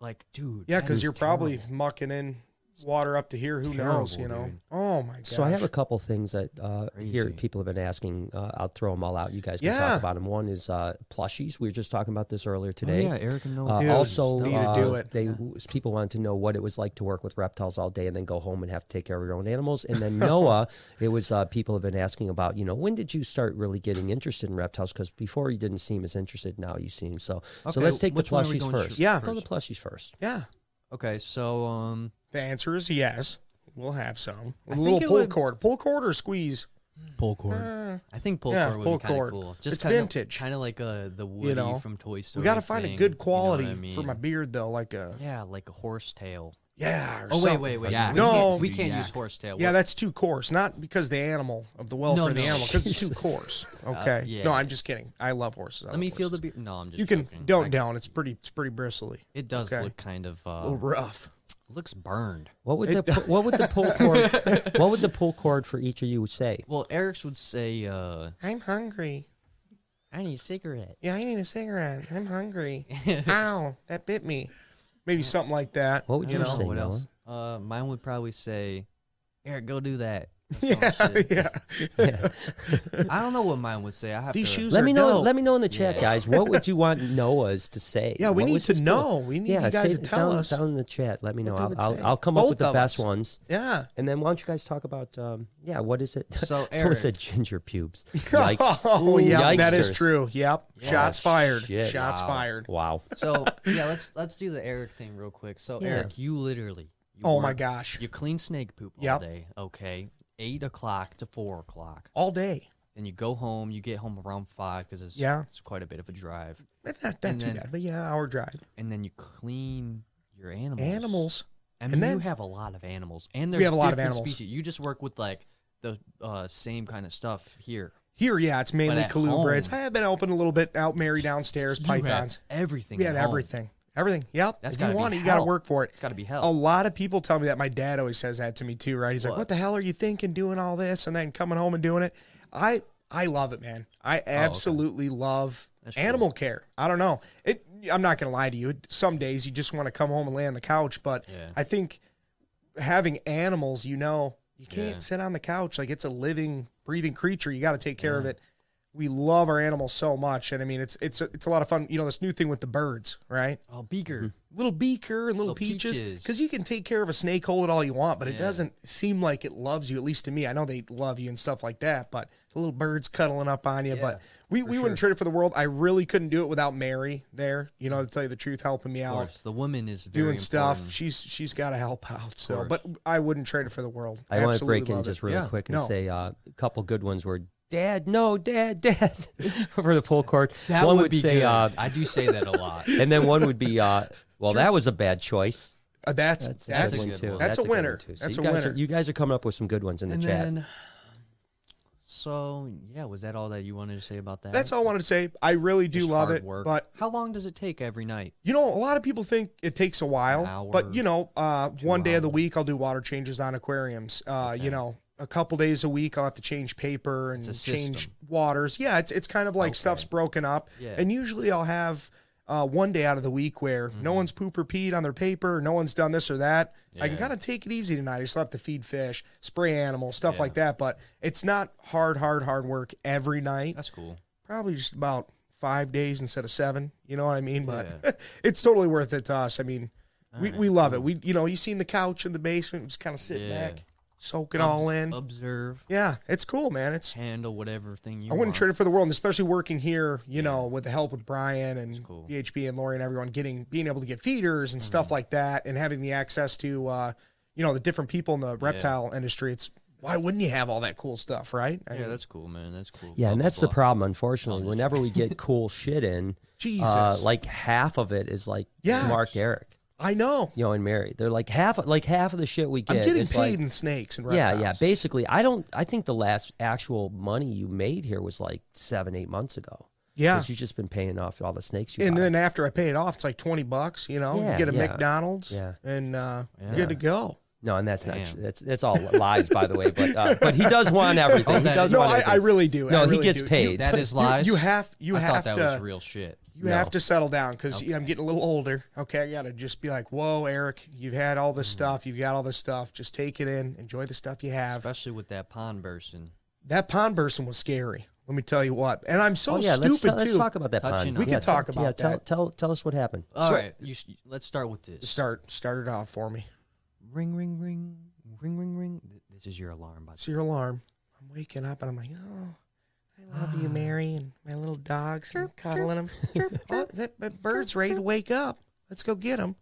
S4: Like, dude.
S3: Yeah,
S4: that
S3: because
S4: is
S3: you're probably
S4: terrible.
S3: mucking in water up to here. Who knows? You
S4: Terrible,
S3: know.
S4: dude.
S3: Oh my god.
S1: So I have a couple things that uh, here
S4: Crazy.
S1: people have been asking. Uh, I'll throw them all out. You guys can
S3: Yeah.
S1: talk about them. One is uh, plushies. We were just talking about this earlier
S4: Oh,
S1: today.
S4: yeah, Eric and Noah.
S1: Uh,
S3: Dude,
S1: also,
S3: need to
S1: uh,
S3: do it.
S1: they people wanted to know what it was like to work with reptiles all day and then go home and have to take care of your own animals. And then Noah, it was uh, people have been asking about. You know, when did you start really getting interested in reptiles? Because before you didn't seem as interested. Now you seem so. so
S4: Okay,
S1: let's take the
S4: which one are we
S1: plushies
S4: going
S1: first.
S4: to
S3: Yeah.
S1: Let's go to
S4: first?
S1: the plushies first.
S3: Yeah.
S4: okay, so um,
S3: The answer is yes. We'll have some.
S4: I
S3: A
S4: think
S3: little
S4: it
S3: pull
S4: would-
S3: cord. Pull cord or squeeze?
S2: Pull cord.
S3: Uh,
S4: I think pull
S3: Yeah,
S4: cord would
S3: pull
S4: be kind
S3: cord.
S4: of cool. Just
S3: It's
S4: kinda,
S3: vintage.
S4: kind of like uh, the Woody
S3: know?
S4: from Toy Story.
S3: we got to find a
S4: thing, you know
S3: good
S4: what
S3: quality
S4: I
S3: for my
S4: mean?
S3: beard, though. Like a.
S4: Yeah, like a horse tail.
S3: Yeah. Or
S4: Oh wait,
S3: something.
S4: wait, wait.
S2: Yeah.
S4: We can't-
S3: No.
S4: we can't
S2: Yeah.
S4: use horse tail.
S3: Yeah,
S4: We're-
S3: that's too coarse. Not because the animal of the welfare of the
S4: no. Uh,
S3: animal, because it's too
S1: Jesus.
S3: coarse. Okay.
S4: yeah.
S3: No, I'm just kidding. I love horses. I
S4: Let
S3: love
S4: me feel the
S3: horses.
S4: beard. No, I'm just.
S3: You can
S4: joking.
S3: don't
S4: I-
S3: down. It's pretty. It's pretty bristly.
S4: It does
S3: Okay.
S4: look kind of
S3: A little
S4: uh,
S3: rough.
S4: looks burned.
S1: What would
S3: It-
S1: the pu- what would the pull cord what would the pull cord for each of you say?
S4: Well, Eric's would say, uh,
S3: I'm hungry.
S4: "I need a cigarette."
S3: Yeah, I need a cigarette. I'm hungry. Ow, that bit me. Maybe something like that.
S1: What would
S4: I
S1: you
S4: don't
S1: say?
S4: know what
S1: Noah?
S4: else. Uh, mine would probably say, "Eric, go do that."
S3: Yeah, yeah.
S4: I don't know what mine would say. I have
S3: These
S4: to,
S3: shoes
S1: Let
S3: are
S1: me know.
S3: dope.
S1: Let me know in the chat,
S4: Yeah.
S1: guys. What would you want Noah's to say?
S3: Yeah, we
S1: What
S3: need
S1: was
S3: to
S1: his pull-
S3: know. We need you guys
S1: say
S3: to
S1: it
S3: tell
S1: down,
S3: us
S1: down in the chat. Let me know.
S3: they
S1: I'll,
S3: would
S1: I'll,
S3: say.
S1: I'll come up
S3: Both
S1: with the
S3: of
S1: best
S3: us.
S1: ones.
S3: Yeah.
S1: And then why don't you guys talk about? Um, yeah, what is it?
S4: So,
S1: Someone said
S4: Eric.
S1: ginger pubes. Yikes.
S3: Oh, yeah, that is
S1: Yikesters.
S3: true. Yep. Shots fired.
S1: shit.
S3: Shots
S4: Wow.
S3: fired.
S1: Wow.
S4: So yeah, let's let's do the Eric thing real quick. So
S1: Yeah.
S4: Eric, you literally. You
S3: Oh my
S4: work-
S3: gosh.
S4: You clean snake poop all
S3: Yep.
S4: day, okay? Eight o'clock to four o'clock.
S3: All day.
S4: Then you go home. You get home around five because it's
S3: Yeah.
S4: it's quite a bit of a drive.
S3: That's not that
S4: And
S3: too
S4: then-
S3: bad, but yeah, hour drive.
S4: And then you clean your animals.
S3: Animals.
S4: I
S3: And
S4: mean,
S3: then-
S4: you have a lot of animals, and
S3: We
S4: there's
S3: have a lot of
S4: different
S3: animals.
S4: Species. You just work with like the uh, same kind of stuff here.
S3: Here, yeah, it's mainly
S4: at
S3: colubrids.
S4: home-
S3: I've been helping a little bit out Mary downstairs,
S4: You have
S3: pythons.
S4: everything.
S3: We
S4: at
S3: have
S4: home.
S3: everything. Everything. Yep.
S4: That's
S3: if you
S4: gotta be
S3: want it, you got to
S4: hell.
S3: work for it.
S4: It's got to be
S3: A
S4: hell.
S3: lot of people tell me that. My dad always says that to me too, right? He's like,
S4: What?
S3: "What the hell are you thinking doing all this and then coming home and doing it?" I I love it, man. I absolutely love
S4: Oh, That's cool.
S3: animal care. I don't know. It I'm not going to lie to you. It, some days you just want to come home and lay on the couch, but
S4: Yeah.
S3: I think having animals, you know, you can't
S4: Yeah.
S3: sit on the couch like it's a living, breathing creature. You got to take care of it. We love our animals so much, and I mean, it's it's a, it's a lot of fun. You know, this new thing with the birds, right?
S4: Oh,
S3: Hmm.
S4: beaker.
S3: little beaker and little,
S4: Little
S3: peaches
S4: peaches.
S3: because you can take care of a snake hole it all you want but it
S4: Yeah.
S3: doesn't seem like it loves you at least to me i know they love you and stuff like that but the little birds cuddling up on you but we, we wouldn't trade it for the world i really couldn't do it without mary there you know to tell you the truth helping me
S4: Of
S3: out
S4: course, the woman is very
S3: doing stuff
S4: important.
S3: she's she's got to help out so
S4: course.
S3: but i wouldn't trade it for the world
S1: I want to
S3: absolutely
S1: break in
S3: love it.
S1: just really
S4: Yeah.
S1: quick and
S3: No.
S1: say uh, a couple good ones were Dad, no, Dad, Dad, over the pull cord.
S4: That
S1: one
S4: would,
S1: would,
S4: be
S1: say,
S4: good.
S1: uh,
S4: I do say that a lot.
S1: and then one would be, uh, well, that was a bad choice.
S3: Uh, that's that's,
S4: that's a
S1: one
S4: good
S1: too.
S4: one.
S3: That's a
S1: good one,
S3: winner.
S1: too.
S3: That's
S1: you
S3: a
S1: guys
S3: winner.
S1: Are, you guys are coming up with some good ones in the
S4: and
S1: chat.
S4: then, so yeah, was that all that you wanted to say about that?
S3: that's all I wanted to say. I really do
S4: Just
S3: love
S4: hard
S3: it,
S4: work.
S3: but
S4: how long does it take every night?
S3: You know, a lot of people think it takes a while,
S4: An hour,
S3: but you know, uh, one day of the week I'll do water changes on aquariums. Uh, You know, a couple days a week I'll have to change paper and
S4: a
S3: change
S4: system.
S3: waters. Yeah, it's it's kind of like stuff's broken up,
S4: Yeah.
S3: and usually I'll have uh, one day out of the week where
S4: Mm-hmm.
S3: no one's poop or peed on their paper, no one's done this or that. I can kind of take it easy tonight. I still have to feed fish, spray animals, stuff like that, but it's not hard, hard, hard work every night
S4: That's cool.
S3: probably just about five days instead of seven. You know what I mean? But it's totally worth it to us. I mean, we, we love it. We you know you seen the couch in the basement, just kind of sit
S4: Yeah.
S3: back, soak it all in.
S4: Observe,
S3: yeah, it's cool, man. It's
S4: handle whatever thing you.
S3: I wouldn't
S4: want.
S3: trade it for the world, and especially working here. You know, with the help with Brian and
S4: cool. Mm-hmm.
S3: BHB and Lori and everyone, getting being able to get feeders and stuff like that, and having the access to uh, you know the different people in the reptile industry. It's why wouldn't you have all that cool stuff, right? I
S4: Yeah,
S3: mean,
S4: that's cool, man. That's cool.
S1: Yeah,
S4: Blah,
S1: and
S4: blah,
S1: that's the
S4: blah.
S1: problem, unfortunately. Whenever we get cool shit in, uh,
S3: Jesus.
S1: like half of it is like
S3: Yeah.
S1: Mark Eric,
S3: I know.
S1: you know, and Mary. They're like half, like half of the shit we get.
S3: I'm getting
S1: is
S3: paid
S1: like,
S3: in snakes and
S1: yeah,
S3: reptiles.
S1: yeah. Basically, I don't. I think the last actual money you made here was like seven, eight months ago.
S3: Yeah.
S1: because you've just been paying off all the snakes. You
S3: And
S1: buy.
S3: then after I pay it off, it's like 20 bucks, you know,
S1: Yeah,
S3: you get a
S1: yeah.
S3: McDonald's
S1: Yeah.
S3: and uh, you're
S4: Yeah.
S3: good to go.
S1: no, and that's
S4: Damn.
S1: not. tr- That's that's all lies, by the way. But uh, but he does want everything. he
S4: that
S1: does
S4: is-
S3: Oh, No,
S1: want
S3: I,
S1: everything.
S3: I really do.
S1: No,
S3: I
S1: he
S3: really
S1: gets
S3: do.
S1: paid.
S3: You-
S4: That is
S3: You,
S4: lies.
S3: you have, you
S4: I
S3: have
S4: thought that
S3: to,
S4: was real shit.
S3: you have to settle down because I'm getting a little older. Okay. I got to just be like, whoa, Eric, you've had all
S1: Mm.
S3: this stuff. You've got all this stuff. Just take it in. Enjoy the stuff you have.
S4: Especially with that pond bursting.
S3: That pond person was scary. Let me tell you what. And I'm so
S1: Oh yeah,
S3: stupid
S1: let's, tell-
S3: too.
S1: let's talk about that.
S4: Touching
S1: Pond.
S4: on We
S1: yeah,
S3: could talk
S1: tell- yeah,
S3: about
S1: tell,
S3: that.
S1: Tell tell us what happened.
S4: All
S3: So-
S4: right, you s let's start with this.
S3: Start, start it off for me.
S4: Ring, ring, ring, ring, ring, ring. Th- This is your alarm, by the
S3: It's your alarm. I'm waking up and I'm like, oh, I love you, Mary, and my little dogs. and cuddling them. oh, that, that bird's ready to wake up. Let's go get them.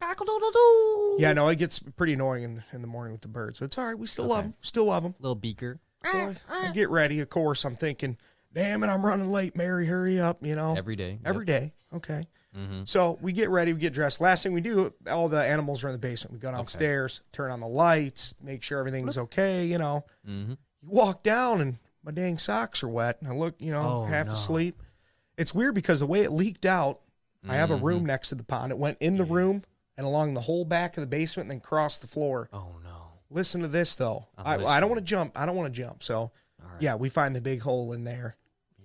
S3: Yeah, no, it gets pretty annoying in, in the morning with the birds, but it's all right. We still love 'em. love them. Still love them.
S4: Little beaker.
S3: So I, I get ready. Of course, I'm thinking, damn it, I'm running late. Mary, hurry up. You know,
S4: Every day.
S3: Oh, Every day, Okay.
S4: Mm-hmm.
S3: So we get ready, we get dressed. Last thing we do, all the animals are in the basement. We go downstairs, turn on the lights, make sure everything's okay, you know.
S4: Mm-hmm.
S3: You walk down and my dang socks are wet. And I look, you know,
S4: Oh,
S3: half
S4: no.
S3: asleep. It's weird because the way it leaked out, I have a
S4: Mm-hmm.
S3: room next to the pond. It went in the room and along the whole back of the basement and then crossed the floor.
S4: Oh no.
S3: Listen to this though. I, I don't want to jump. I don't want to jump. So, yeah, we find the big hole in there.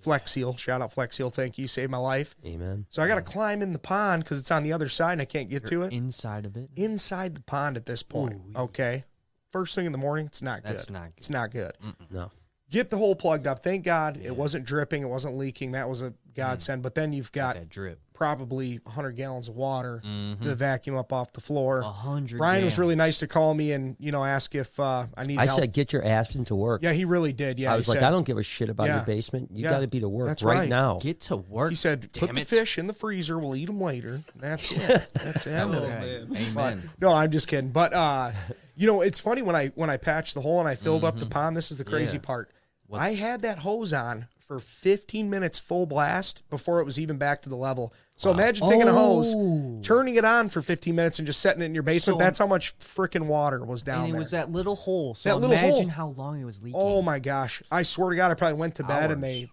S3: Flex Seal, shout out Flex Seal. Thank you, saved my life.
S1: Amen.
S3: So I got to climb in the pond because it's on the other side and I can't get to it.
S4: Inside of it.
S3: Inside the pond at this point. Okay. First thing in the morning, it's not good.
S4: That's not good. Mm.
S3: It's not good.
S1: No.
S3: Get the hole plugged up. Thank God it wasn't dripping. It wasn't leaking. That was a
S4: Mm-hmm.
S3: godsend. But then you've got
S4: That drip.
S3: probably 100 gallons of water to vacuum up off the floor.
S4: Mm-hmm. A hundred.
S3: Brian was
S4: gallons.
S3: really nice to call me and, you know, ask if uh, I need
S1: I
S3: help.
S1: said get your ass into work.
S3: yeah, he really did. Yeah.
S1: I
S3: he
S1: was like,
S3: said-
S1: I don't give a shit about
S3: Yeah.
S1: your basement. You
S3: Yeah.
S1: got to be to work
S3: That's
S1: right,
S3: right.
S1: now.
S4: get to work.
S3: He said,
S4: Damn
S3: put the
S4: it.
S3: fish in the freezer. We'll eat them later. That's it. That's it.
S4: Oh, Okay. Amen.
S3: No, I'm just kidding. But uh, you know, it's funny when I when I patched the hole and I filled up
S4: Mm-hmm.
S3: the pond. This is the crazy part. I had that hose on for 15 minutes full blast before it was even back to the level. So imagine taking a
S4: Oh.
S3: hose, turning it on for 15 minutes, and just setting it in your basement.
S4: So-
S3: That's how much freaking water was down
S4: And it
S3: there.
S4: was that little hole. So
S3: That little
S4: imagine
S3: hole.
S4: how long it was leaking.
S3: oh my gosh! I swear to God, I probably went to bed and
S4: Hours.
S3: they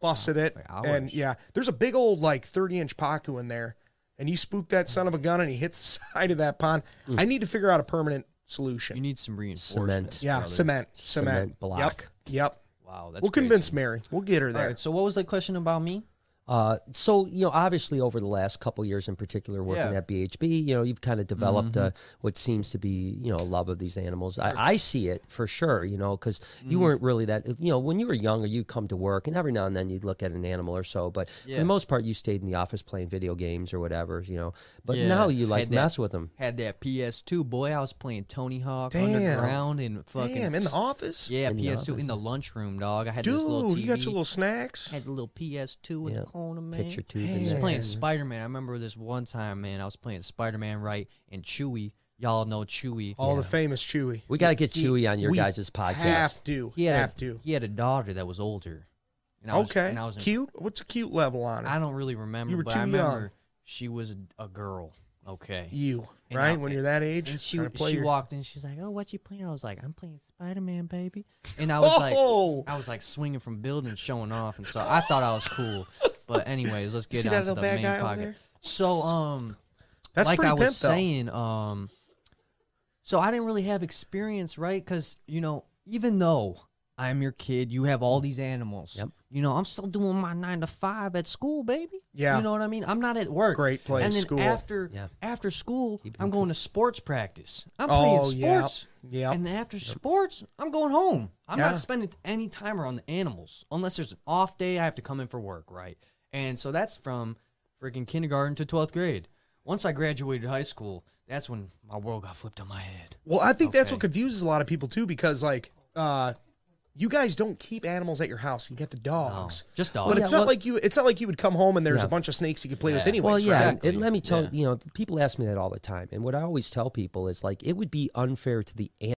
S3: busted it.
S4: Like
S3: And
S4: hours.
S3: yeah, there's a big old like 30 inch paku in there, and you spook that son of a gun, and he hits the side of that pond. I need to figure out a permanent solution.
S4: Mm. You need some reinforcement.
S1: Cement.
S3: Yeah,
S4: brother.
S3: cement, cement,
S1: Cement block.
S3: Yep, yep.
S4: Wow. That's
S3: we'll
S4: crazy.
S3: convince Mary. We'll get her
S4: All
S3: there.
S4: right. So what was the question about me?
S1: Uh, so you know, obviously, over the last couple years in particular, working
S4: Yeah.
S1: at BHB, you know, you've kind of developed uh what seems to be you know a love of these animals. I, I see it for sure, you know, because you
S3: Mm-hmm.
S1: weren't really that. You know, when you were younger, you would come to work, and every now and then you'd look at an animal or so, but for
S4: Yeah.
S1: the most part, you stayed in the office playing video games or whatever, you know. But
S4: Yeah,
S1: now you like
S4: had that-
S1: mess with them.
S4: Had that PS2, boy. I was playing Tony Hawk
S3: Damn.
S4: underground and fucking.
S3: Damn, in the office,
S4: Yeah,
S1: In the
S4: PS2 in the lunchroom, dog. I had this little
S3: dude.
S4: TV.
S3: You got your little snacks.
S4: had the little PS2 in
S1: Yeah,
S4: the corner, man.
S1: picture tube
S4: I
S1: in
S4: was
S1: there.
S4: playing Spider Man. I remember this one time, man. I was playing Spider Man, right? And Chewy, y'all know Chewy.
S3: All the famous Chewy.
S1: We got to get
S4: He-
S1: Chewy on your
S3: We
S1: guys' podcast.
S3: Have to.
S4: he had
S3: have
S4: a,
S3: to.
S4: He had a daughter that was older, And I was,
S3: okay.
S4: And I was in-
S3: cute. What's a cute level on it?
S4: I don't really remember,
S3: You were
S4: but
S3: too
S4: I
S3: young.
S4: remember she was a, a girl. Okay.
S3: you
S4: And
S3: right
S4: I-
S3: when you're that age.
S4: And she
S3: trying to play
S4: she
S3: your-
S4: walked in. She's like, "Oh, what you playing?" I was like, "I'm playing Spider Man, baby." And I was
S3: Oh!
S4: like, I was like swinging from buildings, showing off, and so I thought I was cool. But anyways, let's get
S3: see
S4: on
S3: that
S4: to
S3: little
S4: the
S3: bad
S4: main
S3: guy over
S4: pocket.
S3: there?
S4: So, um,
S3: That's
S4: like
S3: pretty
S4: I was
S3: pimp, though.
S4: saying, um, so I didn't really have experience, right? Because you know, even though I'm your kid, you have all these animals.
S1: Yep.
S4: You know, I'm still doing my nine to five at school, baby.
S3: Yeah.
S4: You know what I mean? I'm not at work.
S3: Great place,
S4: And then
S3: school.
S4: after
S1: Yeah.
S4: after school,
S1: Keep it
S4: I'm going to sports practice. I'm
S3: Oh,
S4: playing
S3: yep.
S4: sports.
S3: Yep.
S4: And then after sports, I'm going home. I'm
S3: Yeah.
S4: not spending any time around the animals unless there's an off day. I have to come in for work, right? And so that's from freaking kindergarten to 12th grade. Once I graduated high school, that's when my world got flipped on my head.
S3: Well, I think that's what
S4: Okay.
S3: confuses a lot of people too, because like, uh, you guys don't keep animals at your house. You get the dogs.
S4: Just dogs.
S3: But it's
S1: Yeah,
S3: not
S1: well-
S3: like you. It's not like you would come home and there's
S1: Yeah.
S3: a bunch of snakes you could play with
S4: Yeah.
S3: anyways.
S1: Well, yeah,
S3: right?
S1: and- and let me tell
S4: Yeah.
S1: you know, people ask me that all the time, and what I always tell people is like it would be unfair to the an-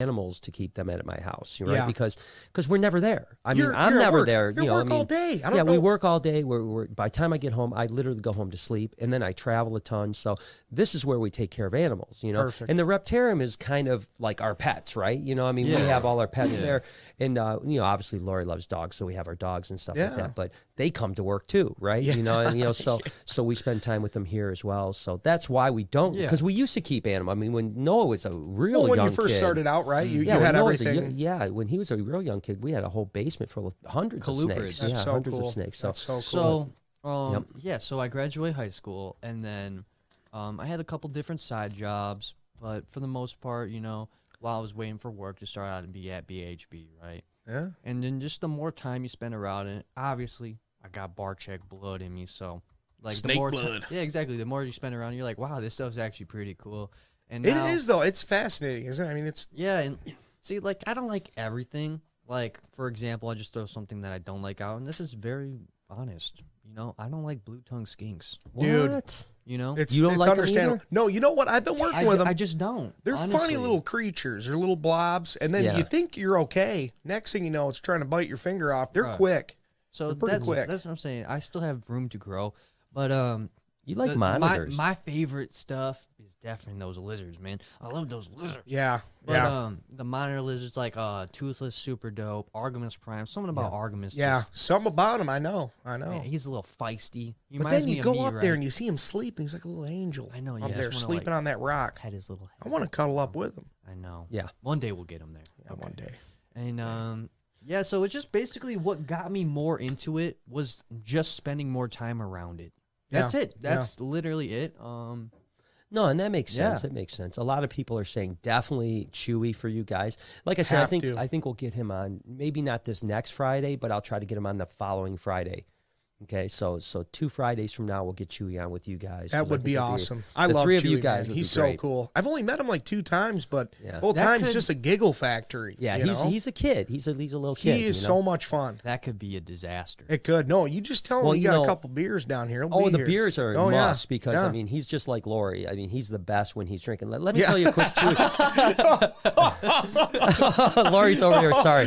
S1: animals to keep them at my house, you know, right?
S3: Yeah.
S1: Because because we're never there. I mean,
S3: You're-
S1: I'm
S3: you're at
S1: never
S3: work.
S1: there.
S3: You're
S1: you know,
S3: work
S1: I mean,
S3: all day. I don't
S1: yeah, we
S3: know.
S1: work all day. We're, we're by the time I get home, I literally go home to sleep, and then I travel a ton. So this is where we take care of animals, you know.
S3: Perfect.
S1: And the reptarium is kind of like our pets, right? You know, I mean, we
S4: Yeah.
S1: have all our pets
S4: Yeah.
S1: there, and uh, you know, obviously Lori loves dogs, so we have our dogs and stuff
S3: Yeah.
S1: like that. But they come to work too, right? You know, and you know, so so we spend time with them here as well. So that's why we don't
S4: Yeah.
S1: because we used to keep animals. I mean, when Noah was a real
S3: Well, when
S1: young
S3: you first
S1: kid-
S3: started out, right? You,
S1: yeah,
S3: you
S1: when
S3: had
S1: Noah was a
S3: everything.
S1: yo- yeah, when he was a real young kid, we had a whole basement full of hundreds
S4: Colubrids.
S1: of snakes.
S3: That's
S1: yeah,
S3: so
S1: hundreds
S3: cool.
S1: of snakes. So,
S3: That's so Oh, cool.
S4: So, um,
S1: Yep.
S4: yeah, so I graduate high school, and then um, I had a couple different side jobs, but for the most part, you know, while I was waiting for work to start out and be at BHB, right?
S3: yeah.
S4: And then just the more time you spend around it, obviously, I got bar check blood in me, so like
S2: Snake
S4: the more ti-
S2: blood.
S4: yeah, exactly. The more you spend around, you're like, wow, this stuff's actually pretty cool. And
S3: It
S4: now-
S3: is though. It's fascinating, isn't it? I mean, it's
S4: yeah, and see, like I don't like everything. Like for example, I just throw something that I don't like out, and this is very honest. You know, I don't like blue tongue skinks.
S3: Dude.
S1: What?
S4: You know,
S3: it's
S1: You don't
S3: it's
S1: like 'em
S3: understandable.
S1: either?
S3: No, you know what? I've been working
S4: I,
S3: with
S4: ju-
S3: them.
S4: I just don't.
S3: They're funny
S4: honestly.
S3: little creatures. They're little blobs, and then
S1: Yeah.
S3: you think you're okay. Next thing you know, it's trying to bite your finger off. They're
S4: Right.
S3: quick.
S4: So
S3: they're pretty
S4: that's
S3: quick.
S4: that's what I'm saying. I still have room to grow, but um,
S1: You like
S4: the- my-
S1: monitors?
S4: My, favorite stuff is definitely those lizards, man. I love those lizards.
S3: Yeah,
S4: But
S3: yeah,
S4: um, the monitor lizards like uh, toothless, super dope, Argamas prime. Something about Argamas.
S3: yeah.
S4: just-
S3: Something about them, I know, I know.
S4: man, he's a little feisty. He
S3: but
S4: reminds
S3: then
S4: me
S3: you
S4: of
S3: go
S4: me,
S3: up
S4: right?
S3: there and you see him sleeping. He's like a little angel.
S4: I know, you
S3: Up
S4: just
S3: there
S4: wanna,
S3: sleeping
S4: like,
S3: on that rock.
S4: had his little head.
S3: I want to cuddle up with him
S4: I know.
S1: Yeah.
S4: One day we'll get him there.
S3: yeah, one day.
S4: And um yeah, so it's just basically what got me more into it was just spending more time around it.
S3: Yeah,
S4: That's it.
S3: yeah.
S4: That's literally it. Um
S1: No, and that makes sense.
S4: Yeah.
S1: That makes sense. A lot of people are saying definitely Chewy for you guys. Like I said, I
S3: Have
S1: think
S3: to.
S1: I think we'll get him on maybe not this next Friday, but I'll try to get him on the following Friday. Okay, so so two Fridays from now we'll get Chewy on with you guys. 'cause
S3: That
S1: I
S3: would
S1: think
S3: be
S1: it'd
S3: awesome. I
S1: the
S3: love
S1: three of you
S3: Chewie,
S1: guys. would
S3: man.
S1: be
S3: He's so
S1: great.
S3: cool. I've only met him like two times, but
S1: Yeah.
S3: both
S4: That
S3: times
S4: could-
S3: just a giggle factory.
S1: Yeah,
S3: you
S1: he's
S3: know?
S1: he's a kid. He's a he's a little
S3: he
S1: kid.
S3: is
S1: you know?
S3: so much fun.
S4: that could be a disaster.
S3: It could. No, you just tell him
S1: Well,
S3: you,
S1: you
S3: got a
S1: know-
S3: couple beers down here. He'll
S1: Oh,
S3: be
S1: and the
S3: here.
S1: beers are a
S3: Oh, yeah.
S1: must because
S3: Yeah.
S1: I mean he's just like Lori. I mean he's the best when he's drinking. Let, let me tell you a quick. Chewy. Lori's over here. Sorry.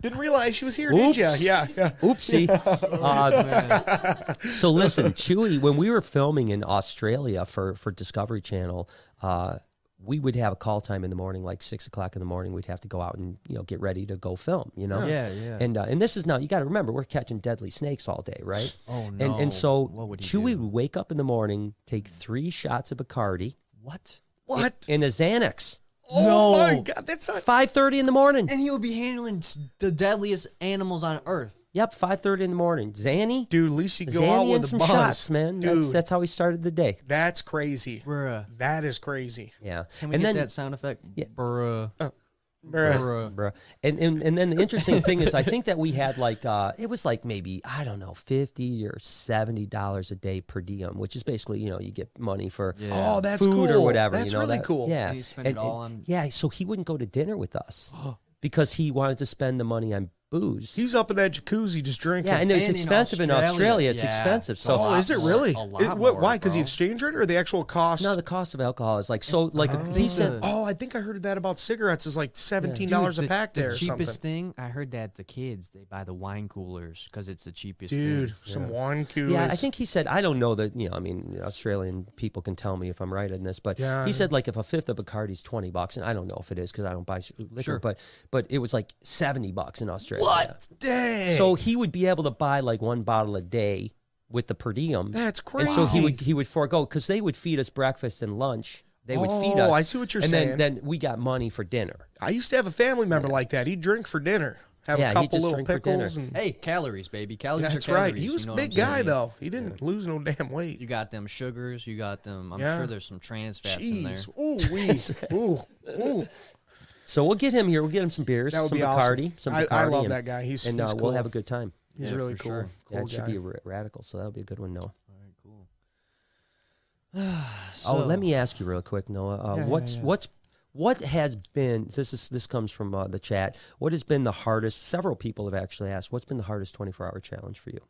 S3: Didn't realize she was here,
S1: Oops.
S3: did you? Yeah, yeah.
S1: Oopsie. Uh, so listen, Chewy, when we were filming in Australia for for Discovery Channel, uh, we would have a call time in the morning, like six o'clock in the morning. We'd have to go out and you know get ready to go film. You know.
S4: Yeah, yeah.
S1: And uh, and this is now you got to remember we're catching deadly snakes all day, right?
S4: Oh,
S1: And
S4: no.
S1: and so
S4: What would he
S1: Chewy
S4: do?
S1: would wake up in the morning, take three shots of Bacardi
S4: What?
S3: What?
S1: and a Xanax.
S3: oh
S4: No.
S3: my god, that's not
S1: Five thirty in the morning.
S4: And he would be handling s- the deadliest animals on earth.
S1: Yep, five thirty in the morning. Zanny,
S3: dude. At least you go
S1: Zanny
S3: out with
S1: and
S3: the
S1: some
S3: buzz,
S1: shots, man. That's
S3: Dude, that's,
S1: that's how he started the day.
S3: crazy.
S4: Bruh.
S3: That is crazy.
S1: Yeah,
S4: Can we
S1: and
S4: get
S1: then
S4: that sound effect? Bruh.
S3: Bruh.
S4: Bruh.
S1: Bruh. And, and and then the interesting thing is, I think that we had like uh, it was like maybe I don't know fifty or seventy dollars a day per diem, which is basically you know you get money for
S4: Yeah.
S3: Oh, that's
S1: food
S3: cool.
S1: or whatever.
S3: That's
S1: you know,
S3: really
S1: that-
S3: cool.
S1: Yeah,
S4: And you spend it all on-
S1: yeah. So he wouldn't go to dinner with us because he wanted to spend the money on booze.
S3: He was up in that jacuzzi just drinking.
S1: yeah, and it's
S4: And in
S1: expensive in Australia.
S4: Australia,
S1: It's
S4: yeah. Uh,
S1: expensive.
S4: It's a
S1: So
S3: oh,
S4: lot
S3: is it
S4: more-
S3: really?
S4: a lot
S3: It- what-
S4: more,
S3: why? Because the
S4: bro.
S3: exchange rate or the actual cost?
S1: no, the cost of alcohol is like so. Like he said,
S3: oh, I think I heard that about cigarettes is like seventeen
S4: Dude,
S3: dollars
S4: the-
S3: a pack
S4: the
S3: there or something.
S4: cheapest thing I heard that the kids they buy the wine coolers because it's the cheapest.
S3: Dude,
S4: thing.
S3: some wine coolers.
S1: yeah, I think he said. I don't know that. You know, I mean, Australian people can tell me if I'm right in this, but
S3: Yeah, I
S1: he said like if a fifth of Bacardi's twenty bucks, and I don't know if it is because I don't buy s- liquor,
S4: Sure.
S1: but but it was like seventy bucks in Australia.
S3: What? Dang.
S1: So he would be able to buy like one bottle a day with the per diem.
S3: that's
S1: And
S3: crazy.
S1: so he would he would forego because they would feed us breakfast and lunch. They would feed
S3: Oh,
S1: us.
S3: I see what you're
S1: and
S3: saying.
S1: then then we got money for dinner.
S3: I used to have a family member like that. He'd drink for dinner, have
S1: Yeah,
S3: a
S1: he'd
S3: couple
S1: just
S3: little
S1: drink for dinner.
S3: pickles, and
S4: Hey, calories, baby, calories are
S3: that's
S4: calories.
S3: right. He was a
S4: you know what I'm
S3: big guy
S4: saying?
S3: though. He didn't lose no damn weight.
S4: You got them sugars. You got them. I'm
S3: Yeah.
S4: sure there's some trans fats in there.
S3: Jeez, ooh wee, ooh, ooh.
S1: So we'll get him here. We'll get him some beers,
S3: That would
S1: some
S3: be
S1: Bacardi,
S3: awesome.
S1: some
S3: I- I
S1: Bacardi.
S3: love
S1: and,
S3: that guy. He's-
S1: and
S3: he's
S1: uh,
S3: cool.
S1: we'll have a good time.
S3: He's
S4: Yeah,
S3: really
S4: for
S3: cool.
S4: sure.
S3: Cool
S1: that should
S3: guy.
S1: be a ra- radical. So that would be a good one, Noah.
S4: All right, cool.
S1: oh, let
S4: So-
S1: me ask you real quick, Noah. Uh, what's what's what has been this is this comes from uh, the chat. What has been the hardest? Several people have actually asked. What's been the hardest twenty four hour challenge for you,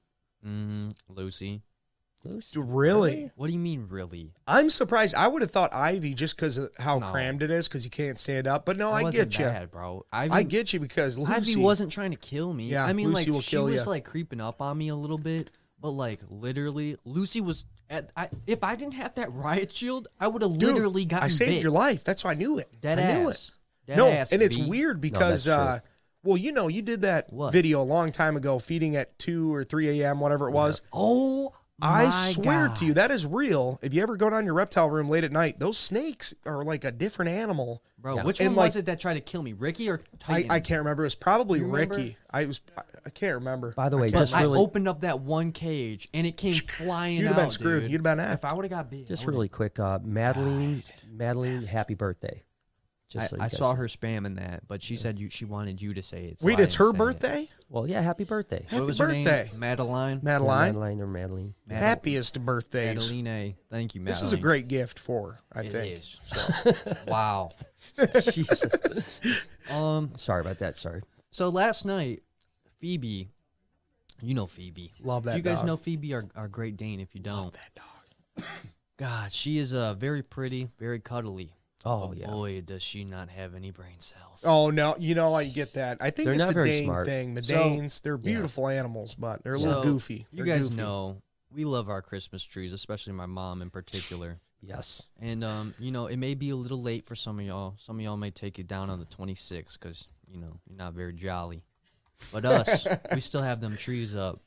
S4: Mm, Lucy,
S1: Lucy?
S3: Dude, really?
S4: what do you mean, really?
S3: I'm surprised. I would have thought Ivy just because of how
S4: No.
S3: crammed it is because you can't stand up. But no,
S4: That
S3: I
S4: wasn't
S3: get you.
S4: bad, bro. Ivy,
S3: I get you because Lucy.
S4: Ivy wasn't trying to kill me.
S3: Yeah,
S4: I mean,
S3: Lucy
S4: like
S3: will
S4: she
S3: kill
S4: was
S3: ya.
S4: like creeping up on me a little bit, but like literally, Lucy was. At, I, if I didn't have that riot shield, I would have
S3: Dude,
S4: literally gotten
S3: I saved
S4: bit.
S3: your life. That's why I knew it.
S4: Dead
S3: I knew
S4: ass.
S3: it.
S4: Dead
S3: no,
S4: ass,
S3: and it's
S4: B.
S3: weird because,
S1: that's true.
S3: uh, well, you know, you did that
S4: What?
S3: video a long time ago, feeding at two or three a.m., whatever it was.
S4: Oh,
S3: I
S4: my
S3: swear
S4: God.
S3: to you, that is real. If you ever go down your reptile room late at night, those snakes are like a different animal.
S4: bro. Which
S3: And,
S4: one was
S3: like-
S4: it that tried to kill me, Ricky or
S3: I,
S4: Titan?
S3: I can't remember. It was probably
S4: remember?
S3: Ricky. I was. I, I can't remember.
S1: By the way,
S3: I can't
S1: just
S4: I
S3: remember.
S1: really-
S4: opened up that one cage and it came flying
S3: you'd
S4: out.
S3: have been screwed.
S4: dude.
S3: You'd have been
S4: If
S3: effed.
S4: I would have got bit, I
S1: Just
S4: would've-
S1: really quick, uh, Madeline. Madeline, happy birthday. Just so you
S4: I, I
S1: guys-
S4: saw her spamming that, but she said you, she wanted you to say it. so
S3: Wait,
S4: I
S3: it's
S4: didn't
S3: her
S4: say it.
S3: birthday.
S1: Well, yeah, happy birthday.
S3: Happy
S4: What was her
S3: birthday.
S4: name? Madeline.
S1: Yeah,
S3: Madeline.
S1: Madeline or Madeline.
S4: Madel-
S3: Happiest birthdays.
S4: Madeline. Thank you,
S3: This
S4: Madeline.
S3: is a great gift for her, I
S4: It
S3: think.
S4: is. So, wow.
S1: Jesus.
S4: Um.
S1: Sorry about that. Sorry.
S4: So last night, Phoebe, you know Phoebe.
S3: Love that
S4: You guys
S3: dog.
S4: know Phoebe, our, our Great Dane. If you don't, that dog. God, she is uh, very pretty, very cuddly.
S1: Oh,
S4: But
S1: yeah.
S4: Boy, does she not have any brain cells.
S3: Oh no, you know I get that. I think
S1: They're
S3: it's
S1: not
S3: a
S1: very
S3: Dane
S1: smart.
S3: thing. The
S4: So-
S3: Danes, they're beautiful animals, but they're a little
S4: So,
S3: goofy.
S4: You
S3: They're
S4: guys
S3: goofy.
S4: know we love our Christmas trees, especially my mom in particular.
S1: Yes.
S4: And um, you know, it may be a little late for some of y'all. Some of y'all may take it down on the 26th because you know you're not very jolly. But us, we still have them trees up.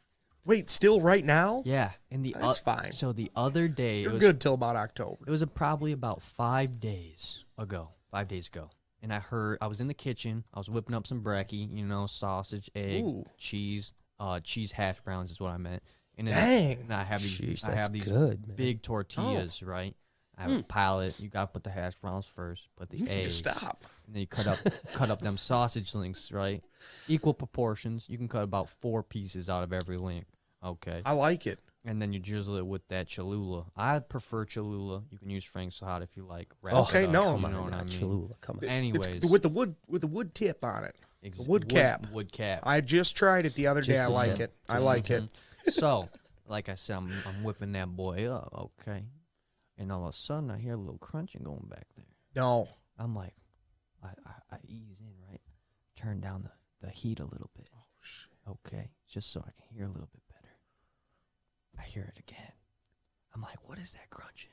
S3: Wait, still right now?
S4: Yeah, and the
S3: That's fine.
S4: So the other day,
S3: You're
S4: it was,
S3: good till about October.
S4: It was a, probably about five days ago. Five days ago. And I heard I was in the kitchen. I was whipping up some brekkie, you know, sausage, egg,
S3: Ooh.
S4: cheese, uh, cheese hash browns is what I meant. And then
S3: Dang.
S4: and I have these,
S1: Jeez,
S4: I
S1: that's
S4: have these
S1: good, man.
S4: big tortillas,
S3: Oh.
S4: right? I have a pilot. You gotta put the hash browns first. Put the
S3: Mm. You need to
S4: eggs.
S3: stop.
S4: And then you cut up, cut up them sausage links, right? Equal proportions. You can cut about four pieces out of every link. Okay
S3: I like it.
S4: and then you drizzle it with that Cholula. I prefer Cholula. You can use Frank's hot if you like. Wrap
S3: Okay,
S4: it up,
S3: no,
S4: Oh, you
S3: come
S4: know
S3: on,
S4: what I
S1: Not
S4: mean.
S1: Cholula. Come on.
S3: It's
S4: Anyways,
S3: with the wood with the wood tip on it.
S4: ex-
S3: the wood cap.
S4: Wood cap.
S3: I just tried it the other
S1: Just
S3: day. I
S1: the
S3: like
S1: tip.
S3: it. I like it.
S4: mm-hmm. so, like I said, I'm, I'm whipping that boy up, okay? And all of a sudden, I hear a little crunching going back there.
S3: No.
S4: I'm like, I, I, I ease in, right? Turn down the, the heat a little bit. Oh, shit. Okay, just so I can hear a little bit better. I hear it again. I'm like, what is that crunching?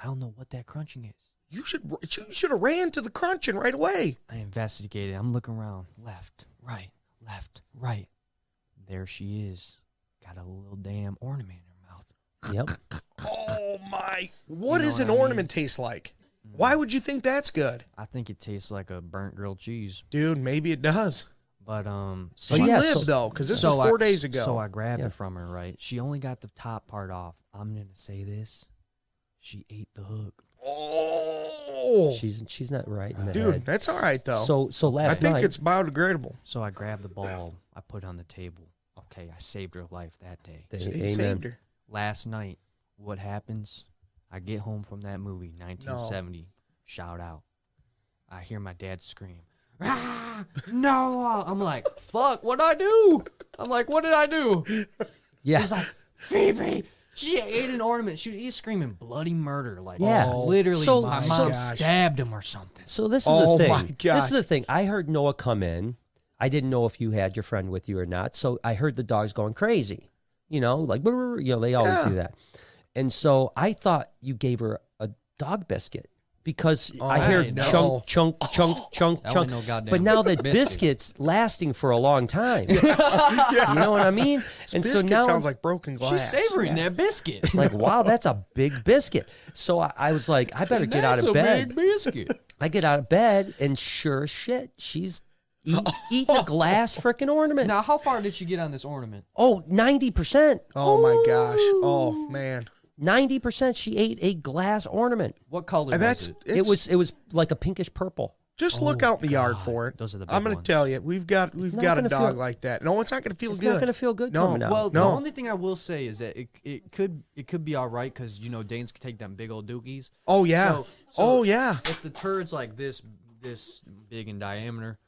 S4: I don't know what that crunching is.
S3: You should you should have ran to the crunching right away.
S4: I investigated. I'm looking around. Left, right, left, right. There she is. Got a little damn ornament in her mouth.
S1: Yep.
S3: Oh my. What
S4: know
S3: does
S4: what
S3: an
S4: I mean?
S3: ornament taste like? Why would you think that's good?
S4: I think it tastes like a burnt grilled cheese.
S3: Dude, maybe it does.
S4: But um so
S3: She
S1: yeah,
S3: lived
S1: so-
S3: though, because this
S4: so
S3: was four
S4: I-
S3: days ago.
S4: So I grabbed
S1: Yeah.
S4: it from her, right? She only got the top part off. I'm gonna say this. She ate the hook.
S3: oh,
S1: She's she's not right in the
S3: dude,
S1: head.
S3: that's all right though.
S1: So so
S3: I
S1: last
S3: think
S1: night.
S3: it's biodegradable.
S4: So I grabbed the ball, I put it on the table. Okay, I saved her life that day.
S1: They-
S3: He
S1: amen.
S3: saved her.
S4: Last night, what happens? I get home from that movie, 1970. Shout out. I hear my dad scream, "Ah, Noah. I'm like, fuck, what did I do? I'm like, what did I do?
S1: Yeah.
S4: He's like, Phoebe, she ate an ornament. She, he's screaming bloody murder. Like,
S1: Yeah.
S4: yeah. literally,
S1: So-
S4: my
S1: so-
S4: mom
S3: gosh.
S4: stabbed him or something.
S1: So this is
S3: Oh,
S1: the thing.
S3: my
S1: This
S3: God.
S1: is the thing. I heard Noah come in. I didn't know if you had your friend with you or not. So I heard the dogs going crazy. You know, like "Brr, brr," you know, they always do that. And so I thought you gave her a dog biscuit because
S3: Oh,
S1: I hear
S4: no.
S1: chunk, chunk, chunk, chunk,
S4: That
S1: chunk.
S4: wasn't no goddamn
S1: but now the
S4: biscuit.
S1: biscuit's lasting for a long time. You know what I mean? And so
S3: Biscuit
S1: now
S3: sounds like broken glass.
S4: She's savoring that biscuit.
S1: like, wow, that's a big biscuit. So I, I was like, I better get out
S4: That's
S1: of
S4: a
S1: bed.
S4: big biscuit.
S1: I get out of bed and sure as shit, she's eat, eating a glass freaking ornament.
S4: Now, how far did she get on this ornament?
S1: Oh, 90%.
S3: Oh my gosh. Oh man.
S1: 90% she ate a glass ornament.
S4: What color
S3: And Uh, that's
S4: was it?
S1: It
S3: it's-
S1: was oh it was like a pinkish purple.
S3: Just look out in the yard for it.
S4: Those are the
S3: I'm
S4: big
S3: going to
S4: ones.
S3: tell you, we've got we've
S1: not
S3: got a
S1: gonna
S3: dog
S1: feel-
S3: like that. No, it's not going to feel
S1: It's
S3: good.
S1: not gonna feel good
S3: No.
S1: coming out.
S4: Well,
S3: no.
S4: the only thing I will say is that it it could it could be all right because you know Danes can take them big old dookies.
S3: Oh yeah.
S4: So- so
S3: oh yeah.
S4: If the turd's like this this big in diameter,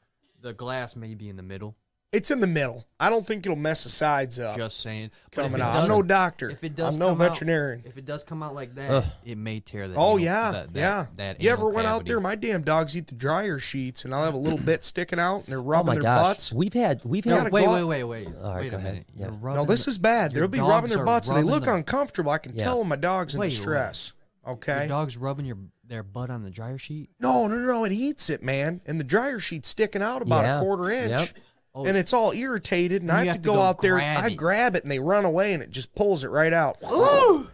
S4: the glass may be in the middle.
S3: It's in the middle. I don't think it'll mess the sides up.
S4: Just saying. But if
S3: Uh, coming
S4: it
S3: out. I'm
S4: does-
S3: no doctor.
S4: If it does,
S3: I'm no
S4: come out-
S3: veterinarian.
S4: if it does come out like that,
S1: Ugh.
S4: it may tear the.
S3: Oh
S4: anal-
S3: yeah,
S4: that- that-
S3: yeah.
S4: That
S3: you
S4: anal
S3: ever went out
S4: cavity.
S3: there? My damn dogs eat the dryer sheets, and I'll have a little bit sticking out, and they're
S1: oh
S3: rubbing
S1: my
S3: their
S1: gosh.
S3: butts.
S1: We've had we've
S4: No,
S1: had
S3: gotta
S4: wait,
S3: go
S4: wait,
S3: out-
S4: wait, wait, wait.
S1: All right,
S4: wait
S1: go
S4: a
S1: ahead.
S4: minute.
S1: Yeah.
S4: You're
S3: No,
S4: rubbing
S3: this
S4: the-
S3: is bad.
S4: your
S3: They'll be
S4: dogs
S3: rubbing their
S4: are
S3: butts, and they
S4: rubbing
S3: look
S4: the-
S3: uncomfortable. I can
S1: Yeah.
S3: tell when my dog's in
S4: Wait, wait.
S3: distress. Okay.
S4: Your dog's rubbing your their butt on the dryer sheet.
S3: No, no, no, no, it eats it, man. And the dryer sheet's sticking out about
S1: Yeah.
S3: a quarter inch.
S1: Yep.
S4: Oh.
S3: And it's all irritated, and,
S4: And
S3: I
S4: you
S3: have to go, out there.
S4: grab
S3: I
S4: it.
S3: grab it, and they run away, and it just pulls it right out.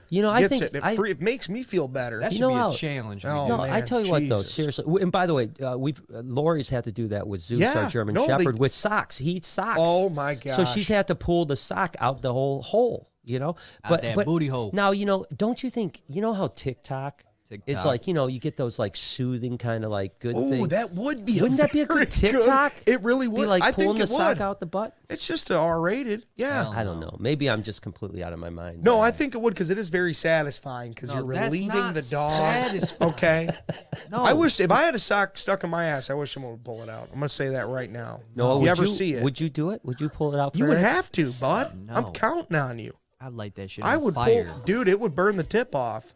S1: you know, I
S3: Gets
S1: think
S3: it. It,
S1: I,
S3: free, it makes me feel better.
S4: That should
S1: know
S4: be
S1: how-
S4: a challenge. we
S3: No.
S4: do
S1: no,
S4: that.
S1: I tell you what though,
S3: Jesus.
S1: seriously. w- And by the way, uh, we've uh, Lori's had to do that with Zeus,
S3: Yeah,
S1: our German
S3: no, they-
S1: Shepherd, with socks. He eats socks.
S3: Oh, my
S1: So she's
S3: gosh.
S1: had to pull the sock out the whole hole. You know, but
S4: that
S1: but
S4: booty hole.
S1: Now you know. Don't you think you know how TikTok? It's
S4: TikTok.
S1: like you know you get those like soothing kind of like good
S3: Oh,
S1: things.
S3: that would be.
S1: Wouldn't
S3: a
S1: that be a
S3: very
S1: good TikTok?
S3: It really would.
S1: Be like
S3: I
S1: pulling
S3: think
S1: the
S3: it
S1: sock
S3: would.
S1: out Oh. the butt.
S3: It's just a R-rated. Yeah.
S4: Well,
S1: I don't know. Maybe I'm just completely out of my mind.
S3: No, I think it would because it is very satisfying because
S4: No,
S3: you're
S4: that's
S3: relieving
S4: not
S3: the dog.
S4: satisfying.
S3: Okay.
S4: No,
S3: I wish if I had a sock stuck in my ass, I wish someone would pull it out. I'm gonna say that right now.
S1: No,
S3: you
S1: would
S3: ever
S1: you
S3: see it?
S1: Would you do it? Would you Oh, pull it out? For
S3: you would
S1: her?
S3: have to, bud.
S4: No.
S3: I'm counting on you.
S4: I'd light that shit.
S3: I
S4: on
S3: would
S4: fire.
S3: pull, dude. It would burn the tip off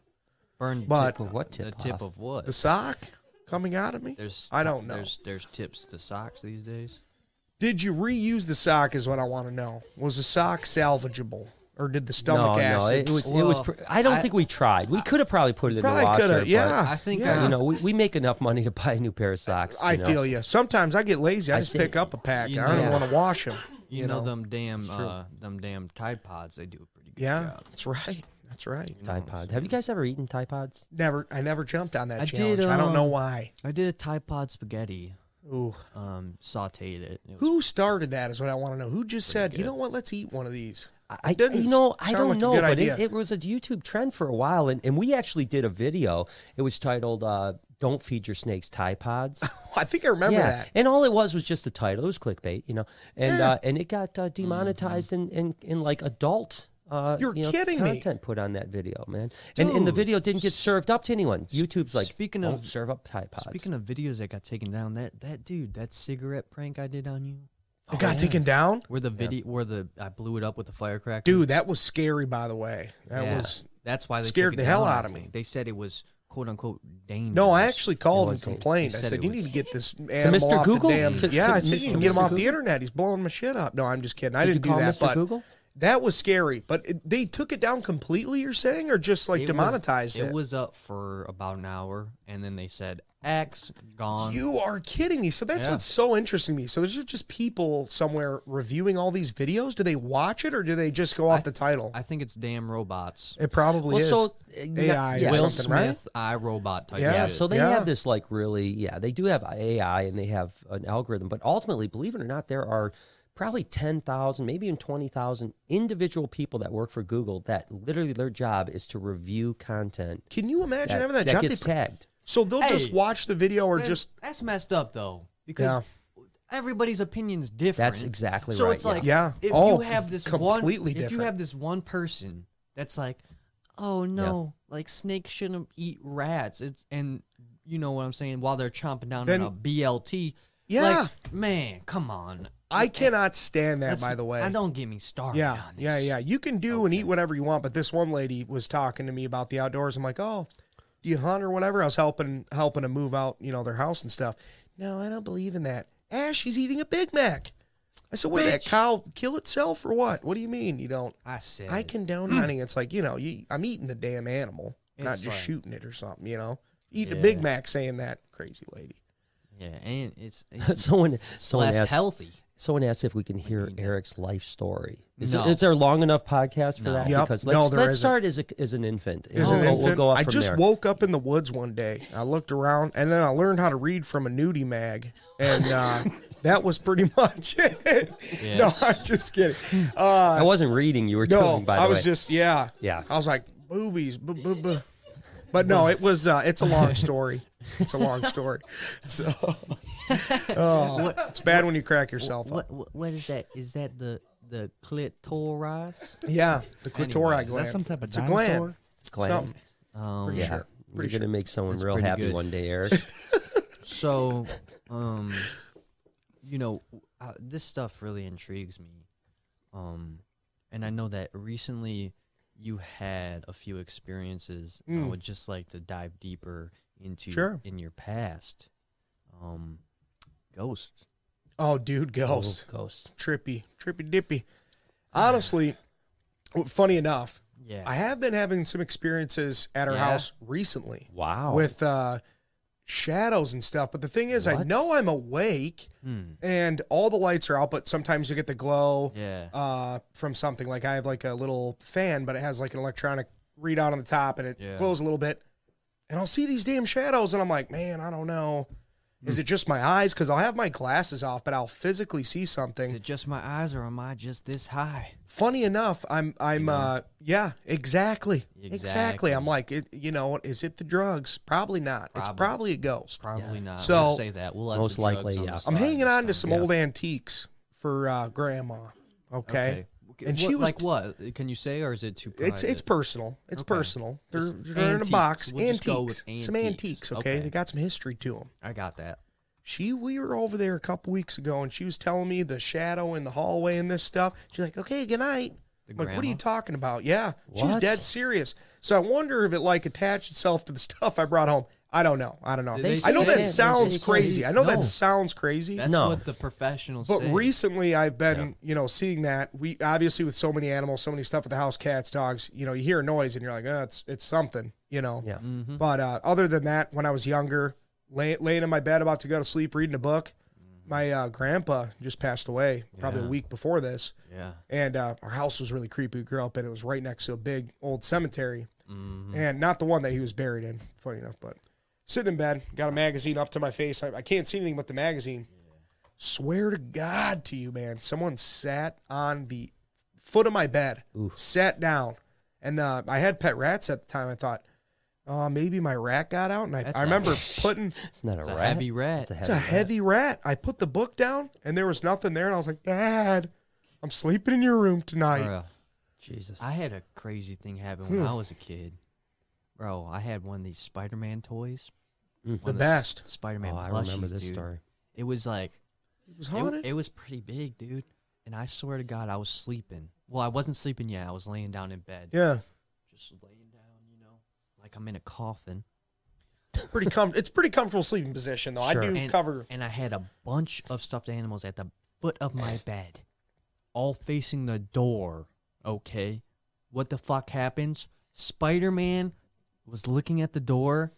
S4: burn.
S3: but-
S4: tip of
S1: What
S4: The
S1: tip off?
S4: tip of what?
S3: the sock coming out of me.
S4: There's
S3: I don't know.
S4: There's there's tips to socks these days.
S3: Did you reuse the sock? Is what I want to know. Was the sock salvageable, or did the
S1: No,
S3: stomach
S1: no. It,
S3: acid?
S1: was. it was.
S4: Well,
S1: Pr- I don't
S4: I-
S1: think we tried. We could have probably put it in the
S3: probably
S1: washer.
S3: could have.
S1: but,
S3: Yeah,
S4: I think,
S3: yeah.
S1: You know, we, we make enough money to buy a new pair of socks.
S3: I
S1: you know?
S3: feel you. Sometimes I get lazy. I,
S1: I
S3: just
S1: see.
S3: pick up a pack.
S4: You
S3: and I don't
S1: know-
S3: want to wash them.
S4: You, know, them damn uh, them damn Tide Pods. They do a pretty good
S3: Yeah,
S4: job.
S3: that's right. That's right.
S1: Tide Pod. Have you guys ever eaten Tide Pods?
S3: Never, I never jumped on that
S4: I did,
S3: challenge. I don't know
S4: um,
S3: why.
S4: I did a Tide Pod spaghetti.
S3: Ooh,
S4: Um, sautéed it. It was
S3: who started that is what I want to know. Who just said, you know what? Let's eat one of these.
S1: I- I,
S3: doesn't
S1: you know, I
S3: sound
S1: don't
S3: like a
S1: know,
S3: good
S1: but
S3: idea.
S1: it, it was a YouTube trend for a while, and, and we actually did a video. It was titled uh, "Don't Feed Your Snakes Tide Pods."
S3: Oh, I think I remember
S1: yeah,
S3: that.
S1: and all it was was just the title. It was clickbait, you know, and uh, and it got uh, demonetized and in, in, like adult. Uh,
S3: Mm-hmm. You're
S1: you know,
S3: kidding me.
S1: content put on that video, man, and and the
S4: Dude.
S1: video didn't get served up to anyone. YouTube's like,
S4: speaking
S1: don't
S4: of-
S1: serve up Tide Pods.
S4: Speaking of videos that got taken down, that that dude, that cigarette prank I did on you,
S1: Oh,
S3: It got taken down,
S4: where the video, where the I blew it up with the firecracker,
S3: dude. That was scary. By the way, that
S4: Yeah.
S3: was.
S4: that's why they took
S3: scared
S4: it
S3: the hell
S4: down, I
S3: out of me.
S4: think. They said it was quote unquote dangerous.
S3: No, I actually called and
S1: was- they
S3: complained. I
S4: said
S3: said,
S4: Mm, it
S3: "You
S4: was-
S3: need to get this animal
S1: Mr.
S3: off
S1: Google?
S3: the damn."
S1: To-
S3: yeah,
S1: to-
S3: I said
S1: to
S3: you need to get him
S1: Mr.
S3: off the
S1: Google?
S3: internet. He's blowing my shit up. No, I'm just kidding. I
S1: Did you
S3: didn't do
S1: call
S3: that.
S1: Mr.
S3: But
S1: Google?
S3: that was scary. But it, they took it down completely. You're saying, or just like
S4: It was-
S3: demonetized
S4: It was up for about an hour, and then they said X gone.
S3: You are kidding me. So that's
S4: Yeah.
S3: what's so interesting to me. So there's just people somewhere reviewing all these videos. Do they watch it or do they just go off the title?
S4: I think it's damn robots.
S3: it probably
S1: well,
S3: is.
S1: so uh, no-
S3: AI
S1: yeah.
S3: or
S4: Will
S3: something, right?
S4: Smith, I robot type.
S3: Yeah,
S1: Yeah,
S4: shit.
S1: so they
S3: Yeah.
S1: have this like really, yeah, they do have AI and they have an algorithm, but ultimately, believe it or not, there are probably 10,000, maybe even 20,000 individual people that work for Google that literally their job is to review content
S3: Can you imagine
S1: that,
S3: having that,
S1: that
S3: job?
S1: gets
S3: They-
S1: tagged.
S3: so they'll just
S4: Hey.
S3: watch the video or
S4: That-
S3: just
S4: that's messed up though because everybody's opinion's different.
S1: exactly
S4: so
S1: right,
S4: it's like
S3: yeah. Yeah.
S4: if
S3: Oh,
S4: you have this
S3: completely
S4: one, if you
S3: different.
S4: have this one person that's like, oh no, like snakes shouldn't eat rats. It's and you know what I'm saying. While they're chomping down
S3: Then-
S4: on a BLT,
S3: Yeah.
S4: Like, man, come on.
S3: I cannot stand that,
S4: That's-
S3: by the way.
S4: I don't get me started.
S3: Yeah,
S4: on this.
S3: yeah, yeah. You can do and eat whatever you want, but this one lady was talking to me about the outdoors. I'm like, oh, do you hunt or whatever? I was helping helping to move out, you know, their house and stuff. No, I don't believe in that. Ash, she's eating a Big Mac. I said, what did that
S4: Bitch.
S3: cow kill itself or what? What do you mean you don't?
S4: I said.
S3: I
S4: it.
S3: condone hunting. It's like you know, you, I'm eating the damn animal, not
S4: Hmm. It's
S3: just
S4: like-
S3: shooting it or something. You know, eating a
S4: Yeah.
S3: Big Mac, saying that crazy lady.
S4: Yeah, and it's, it's
S1: someone someone
S4: less
S1: asked
S4: healthy.
S1: someone asked if we can hear
S4: mean,
S1: Eric's life story. Is,
S4: No.
S1: it, is there a long enough podcast for
S4: No.
S1: that?
S3: Yep.
S1: Because
S3: No,
S1: let's,
S3: there
S1: let's
S3: isn't.
S1: start as, a, as an infant. and Oh,
S3: As
S1: we'll,
S3: an
S1: go-
S3: infant,
S1: we'll go up
S3: I
S1: from
S3: just
S1: there.
S3: woke up in the woods one day. I looked around, and then I learned how to read from a nudie mag, and uh, that was pretty much it. No,
S4: Yes.
S3: I'm just kidding.
S1: I
S3: Uh,
S1: wasn't reading. You were
S3: no,
S1: talking, by the
S3: I was
S1: way.
S3: just yeah,
S1: Yeah.
S3: I was like boobies, bu- bu- bu. but no, it was. Uh, it's a long story. It's a long story. So, oh, it's bad when you crack yourself up.
S4: What, what what is that? Is that the the clitoris?
S3: Yeah, the clitoris
S5: Is
S4: Anyway,
S5: that
S3: gland.
S5: some type of
S3: It's a gland.
S5: dinosaur?
S1: Glenn.
S3: something.
S4: Um,
S1: Yeah.
S3: Sure.
S1: We're
S3: Pretty
S1: gonna make someone real
S4: pretty
S1: happy
S4: good.
S1: one day, Eric.
S4: So, um, you know, uh, this stuff really intrigues me. Um, and I know that recently you had a few experiences. I
S3: Mm.
S4: would just like to dive deeper into
S3: Sure.
S4: in your past. Um, ghost.
S3: Oh, dude, ghost.
S1: Oh, ghost.
S3: trippy, trippy dippy. Honestly, w- funny enough,
S4: Yeah.
S3: I have been having some experiences at our
S4: Yeah? Oh.
S3: house recently
S1: Wow.
S3: with uh, shadows and stuff. But the thing is, I
S1: What?
S3: know I'm awake
S4: Hmm.
S3: and all the lights are out, but sometimes you get the glow
S4: Yeah.
S3: uh, from something. Like I have like a little fan, but it has like an electronic readout on the top and it
S4: Yeah.
S3: glows a little bit. And I'll see these damn shadows and I'm like, man, I don't know. Is
S4: Hmm.
S3: it just my eyes? Because I'll have my glasses off, but I'll physically see something
S4: Is it just my eyes, or am I just this high?
S3: funny enough i'm i'm uh yeah exactly exactly,
S4: Exactly.
S3: i'm like it, you know what is it the drugs probably not it's
S4: Probably.
S3: probably a ghost
S4: Probably not.
S3: So-
S4: we'll say that. We'll let
S1: Most
S4: the drugs
S1: likely,
S4: on the
S1: yeah. I'm
S3: i'm
S4: side
S3: hanging
S4: this
S3: on to
S4: time.
S3: some
S1: Yeah.
S3: old antiques for uh grandma okay,
S4: Okay.
S3: And she
S4: What-
S3: was
S4: like,
S3: t-
S4: what can you say, or is it too? Private?
S3: it's it's personal it's
S4: Okay.
S3: personal they're,
S4: It's
S3: they're in a box
S4: antiques. We'll just
S3: antiques.
S4: go with
S3: some
S4: antiques.
S3: antiques okay?
S4: Okay.
S3: they got some history to them
S4: I got that.
S3: she we were over there a couple weeks ago and she was telling me the shadow in the hallway and this stuff she's like okay good night
S4: The
S3: I'm like what are you
S4: grandma?
S3: talking about yeah she was
S1: What?
S3: dead serious so i wonder if it like attached itself to the stuff i brought home i don't know i don't know
S4: Did they
S3: i know
S4: say
S3: that
S4: it?
S3: sounds
S4: Did they say-
S3: crazy i know
S1: No.
S3: that sounds crazy
S4: That's
S1: No.
S4: what the professionals
S3: but
S4: say.
S3: recently i've been you know seeing that we obviously with so many animals so many stuff at the house cats dogs you know you hear a noise and you're like oh it's it's something you know
S1: Yeah.
S4: Mhm.
S3: but uh, other than that, when I was younger, lay, laying in my bed about to go to sleep reading a book, my uh, grandpa just passed away probably
S4: Yeah.
S3: a week before this.
S4: yeah,
S3: And uh, our house was really creepy. We grew up in it was right next to a big old cemetery,
S4: Mhm.
S3: and not the one that he was buried in. Funny enough, but sitting in bed, got a magazine up to my face. I, I can't see anything but the magazine. Swear to God to you, man, someone sat on the foot of my bed, sat down, and uh, I had pet rats at the time. I thought, oh, maybe my rat got out, and I,
S4: That's
S3: I
S4: not
S3: remember
S4: good.
S3: putting
S1: It's not a
S4: it's
S1: rat.
S4: a heavy rat.
S1: It's a
S3: it's a
S1: heavy.
S3: heavy rat. I put the book down, and there was nothing there, and I was like, Dad, I'm sleeping in your room tonight.
S4: Bruh,
S1: Jesus.
S4: I had a crazy thing happen
S1: Hmm.
S4: when I was a kid, bro. I had one of these Spider-Man toys.
S1: Mm.
S4: One of
S3: best.
S4: S- Spider-Man.
S1: oh, I remember
S4: plushies,
S1: this
S4: dude.
S1: story.
S4: It was like
S3: It was
S4: It-
S3: haunted.
S4: It, was pretty big, dude. And I swear to God, I was sleeping. Well, I wasn't sleeping yet. I was laying down in bed,
S3: yeah,
S4: just laying down, you know, like I'm in a coffin.
S3: pretty com- It's pretty comfortable sleeping position though.
S1: Sure.
S3: I do
S4: And,
S3: cover.
S4: and I had a bunch of stuffed animals at the foot of my bed, all facing the door. Okay, what the fuck happens? Spider Man was looking at the door,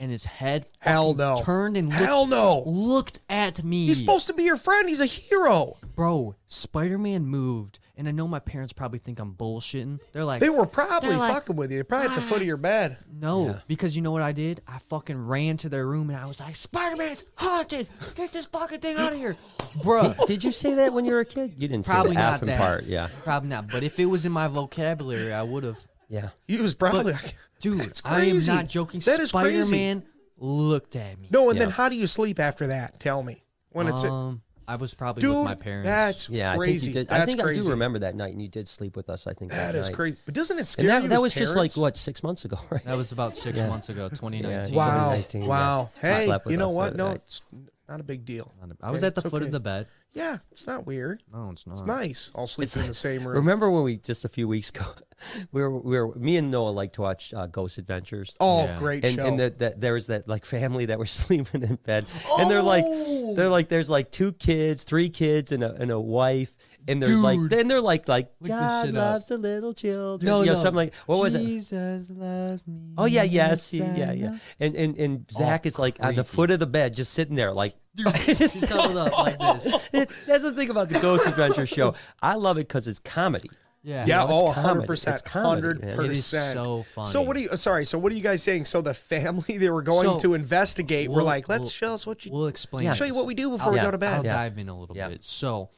S4: and his head
S3: Hell
S4: fucking
S3: no.
S4: turned and looked,
S3: Hell no.
S4: looked at me.
S3: He's supposed to be your friend. He's a hero.
S4: Bro, Spider Man moved, and I know my parents probably think I'm bullshitting. They're like,
S3: They were probably
S4: They're like,
S3: fucking with you. They're probably at the foot of your bed.
S4: no, because you know what I did? I fucking ran to their room and I was like, Spider Man's haunted! Get this fucking thing out of here! Bro,
S1: Did you say that when you were a kid? You didn't
S4: probably
S1: say the
S4: not
S1: effing
S4: that.
S1: part. Yeah.
S4: Probably not. But if it was in my vocabulary, I would have.
S1: Yeah.
S3: He was probably.
S4: Dude, I am
S3: crazy.
S4: not joking.
S3: That is crazy.
S4: Spider Man looked at me.
S3: no, and then
S1: Yeah.
S3: how do you sleep after that? Tell me when it's. A,
S4: Um, I was probably
S3: dude,
S4: with my parents.
S3: that's
S1: Yeah.
S3: crazy.
S1: I think you did.
S3: That's
S1: I think
S3: crazy.
S1: I do remember that night, and you did sleep with us. I think that,
S3: That is
S1: night.
S3: crazy. But doesn't it scare
S1: And that,
S3: you?
S1: that
S3: as
S1: was just like
S3: parents?
S1: what six months ago, right?
S4: That was about six months ago, 2019.
S1: Yeah,
S3: Wow.
S1: 2019, yeah.
S3: Wow.
S1: He
S3: Hey,
S1: slept with
S3: you know
S1: us
S3: what?
S1: that
S3: No,
S1: night.
S3: it's, Not a big deal.
S4: I was
S3: Okay,
S4: at the
S3: it's
S4: foot
S3: okay.
S4: of the bed.
S3: Yeah, it's not weird.
S4: No, it's not.
S3: It's nice. All sleeping in the same room.
S1: Remember when we just a few weeks ago, we were, we were me and Noah like to watch uh, Ghost Adventures.
S3: Oh,
S4: Yeah.
S3: great
S1: and,
S3: show.
S1: and the, the, there was that like family that were sleeping in bed, and they're like,
S4: Oh!
S1: they're like, there's like two kids, three kids, and a and a wife, and they're like,
S4: Dude.
S1: then they're like, like
S4: Look this
S1: God
S4: shit up.
S1: loves the little children,
S4: No,
S1: you know,
S4: no.
S1: something like what was it?
S4: Jesus loves me.
S1: Oh yeah, yes, he- yeah, yeah, and and and Zach is like on the
S4: creepy.
S1: foot of the bed, just sitting there, like.
S4: He's cuddled up like this.
S1: That's the thing about the Ghost Adventure show. I love it because it's comedy.
S4: Yeah.
S3: yeah,
S1: you know, it's
S3: oh,
S1: comedy.
S3: 100%.
S1: It's comedy, man.
S4: It
S3: 100%.
S4: is so funny.
S3: So what are you? uh, Sorry. So what are you guys saying? So the family they were going
S4: So,
S3: to investigate were
S4: we'll-
S3: like, "Let's
S4: we'll-
S3: show us what you
S4: We'll explain.
S1: Yeah.
S3: show you
S4: this.
S3: what we do before
S1: Yeah.
S3: we go to bed."
S4: I'll
S1: Yeah.
S4: dive in a little
S1: Yeah.
S4: bit. So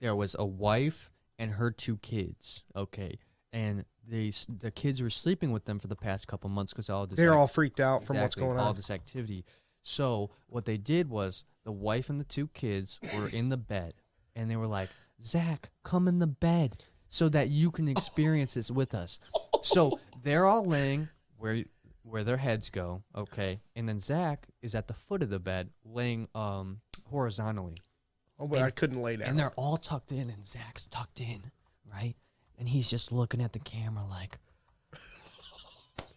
S4: there was a wife and her two kids. Okay, and they s- the kids were sleeping with them for the past couple months because all this
S3: They're
S4: ac-
S3: all freaked out from what's
S4: exactly,
S3: going
S4: All
S3: on.
S4: this activity. So what they did was the wife and the two kids were in the bed, and they were like, "Zach, come in the bed so that you can experience this with us." So they're all laying where where their heads go, okay, and then Zach is at the foot of the bed, laying um horizontally.
S3: Oh, but I couldn't lay down.
S4: And they're all tucked in, and Zach's tucked in, right? And he's just looking at the camera like,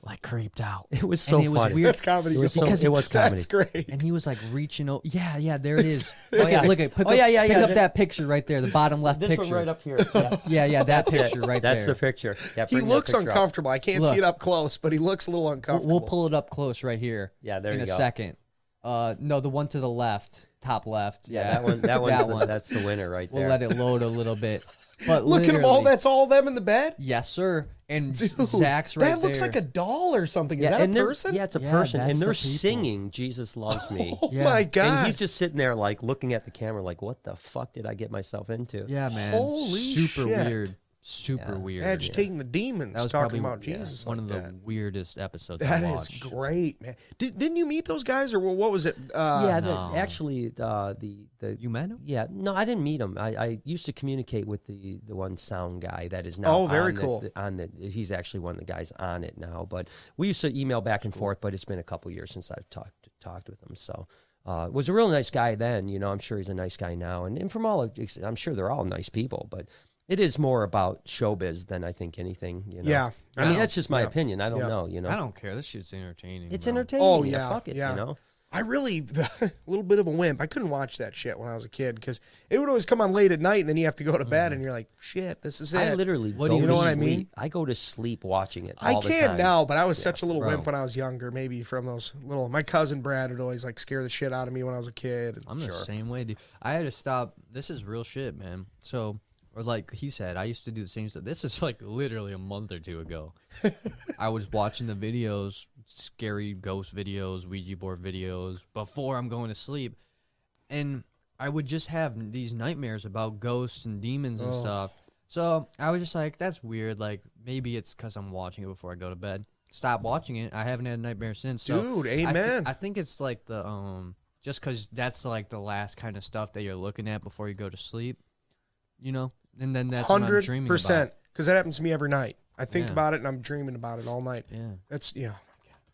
S4: like creeped out.
S1: It was
S4: And
S1: so
S4: it was
S1: funny.
S4: weird
S3: That's comedy.
S1: It was, so,
S4: Because
S1: it was comedy.
S3: That's great.
S4: And he was like reaching out. Yeah, yeah, there it is. Look
S1: yeah.
S4: at, look at, pick
S1: Oh,
S4: up,
S1: yeah, yeah,
S4: pick
S1: yeah.
S4: up that picture right there, the bottom left
S1: This
S4: picture.
S1: one right up here. Yeah.
S4: Yeah, yeah, that picture right
S1: That's
S4: there.
S1: the picture. Yeah,
S3: He
S1: bring that
S3: looks
S1: picture up.
S3: uncomfortable. I can't
S4: Look.
S3: see it up close, but he looks a little
S4: We'll-
S3: uncomfortable.
S4: we'll pull it up close right here.
S1: Yeah, there
S4: in
S1: you
S4: a
S1: go.
S4: second. Uh, no, the one to the left, top left.
S1: Yeah, that one. That one's
S4: that
S1: the,
S4: one.
S1: That's the winner right
S4: we'll
S1: there.
S4: let it load a little bit. But
S3: Look at them all.
S4: literally-
S3: That's all them in the bed.
S4: Yes, sir. And
S3: Dude,
S4: Zach's right
S3: that looks
S4: there.
S3: like a doll or something. Is
S1: yeah,
S3: that
S1: and
S3: a
S1: they're-
S3: person?
S1: Yeah, it's a
S4: Yeah,
S1: person, and
S4: that's the
S1: they're
S4: people.
S1: singing "Jesus Loves Me,"
S3: Oh
S4: Yeah.
S3: my
S4: And
S3: god.
S1: and he's just sitting there like looking at the camera, like, "What the fuck did I get myself into?"
S4: Yeah, man.
S3: Holy
S4: Super
S3: shit.
S4: weird. Super weird.
S3: agitating the demons.
S4: That was
S3: talking
S4: probably
S3: about
S4: yeah,
S3: Jesus.
S4: one
S3: like
S4: of the
S3: that.
S4: weirdest episodes
S3: That
S4: I
S3: is
S4: watched.
S3: great, man. Did, didn't you meet those guys, or wha- what was it? Uh,
S1: yeah.
S4: Oh, no.
S1: The, actually, uh, the the
S4: You met him?
S1: yeah, no, I didn't meet him. I, I used to communicate with the the one sound guy that is now.
S3: Oh, very
S1: on the-
S3: cool.
S1: The, on the he's actually one of the guys on it now. But we used to email back and forth. But it's been a couple years since I've talked talked with him. So. Uh, was a real nice guy then, you know. I'm sure he's a nice guy now, and, and from all, of- I'm sure they're all nice people. But it is more about showbiz than I think anything, you know.
S3: Yeah.
S1: I mean
S4: Yeah.
S1: that's just my opinion. I don't
S3: Yeah.
S1: know, you know.
S4: I don't care. This shit's entertaining.
S1: it's
S4: bro.
S1: entertaining.
S3: Oh,
S1: yeah,
S3: yeah,
S1: fuck it,
S3: yeah.
S1: you know.
S3: I really a little bit of a wimp. I couldn't watch that shit when I was a kid because it would always come on late at night, and then you have to go to bed, and you're like, "Shit, this is it."
S1: I literally
S4: What do
S1: go
S4: you
S1: to
S4: know what I
S1: sleep.
S3: mean?
S1: I go to sleep watching it.
S3: I
S1: all the
S3: can
S1: time.
S3: now, but I was such a little
S4: Bro.
S3: wimp when I was younger. Maybe from those little. My cousin Brad would always like scare the shit out of me when I was a kid. and-
S4: I'm the same way, dude. I had to stop. This is real shit, man. So, or like he said, I used to do the same stuff. This is like literally a month or two ago. I was watching the videos, scary ghost videos, Ouija board videos, before I'm going to sleep. And I would just have these nightmares about ghosts and demons
S3: Oh.
S4: and stuff. So I was just like, that's weird. Like, maybe it's because I'm watching it before I go to bed. Stop watching it. I haven't had a nightmare since. So
S3: Dude,
S4: I thi-
S3: amen.
S4: I think it's like the um just because that's like the last kind of stuff that you're looking at before you go to sleep, you know. And then that's what I'm
S3: hundred
S4: dreaming
S3: percent
S4: about.
S3: because that happens to me every night. I think
S4: Yeah.
S3: about it and I'm dreaming about it all night.
S4: Yeah,
S3: That's yeah.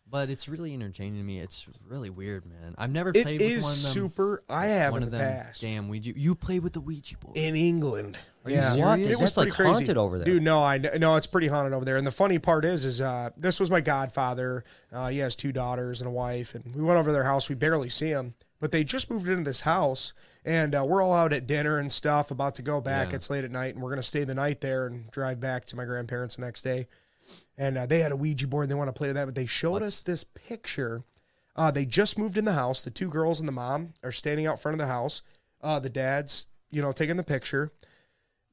S4: but it's really entertaining to me. It's really weird, man. I've never
S3: It
S4: played with
S3: is
S4: one of them.
S3: super. I have
S4: one
S3: in
S4: of
S3: the
S4: them.
S3: past
S4: Damn Ouija. You played with the Ouija board.
S3: in England.
S4: Are you serious?
S1: What?
S4: It
S1: That's
S4: was
S1: like
S3: pretty crazy.
S1: haunted over there.
S3: Dude, no, I kn- no, it's pretty haunted over there. And the funny part is, is uh, this was my godfather. Uh, he has two daughters and a wife, and we went over to their house. We barely see him, but they just moved into this house, and uh, we're all out at dinner and stuff, about to go back.
S4: Yeah.
S3: It's late at night, and we're gonna stay the night there and drive back to my grandparents the next day. And uh, they had a Ouija board. and They want to play with that, but they showed us this picture. Uh, they just moved in the house. The two girls and the mom are standing out front of the house. Uh, the dad's, you know, taking the picture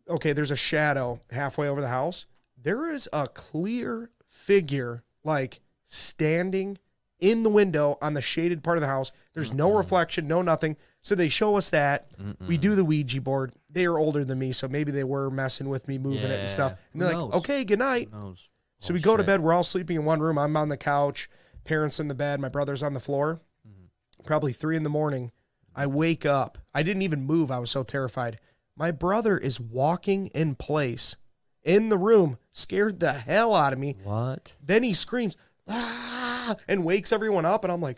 S3: okay, there's a shadow halfway over the house. There is a clear figure like standing in the window on the shaded part of the house. There's no reflection, no nothing. So they show us that. We do the Ouija board. They are older than me, so maybe they were messing with me, moving it and stuff.
S4: Yeah.
S3: And they're
S4: Who
S3: like,
S4: knows?
S3: okay, good night.
S4: Who knows?
S3: So
S4: Oh,
S3: we go to
S4: shit.
S3: bed. We're all sleeping in one room. I'm on the couch, parents in the bed, my brother's on the floor.
S4: Mm-hmm.
S3: Probably three in the morning. I wake up. I didn't even move. I was so terrified. My brother is walking in place in the room, scared the hell out of me.
S1: What?
S3: Then he screams, ah, and wakes everyone up. And I'm like,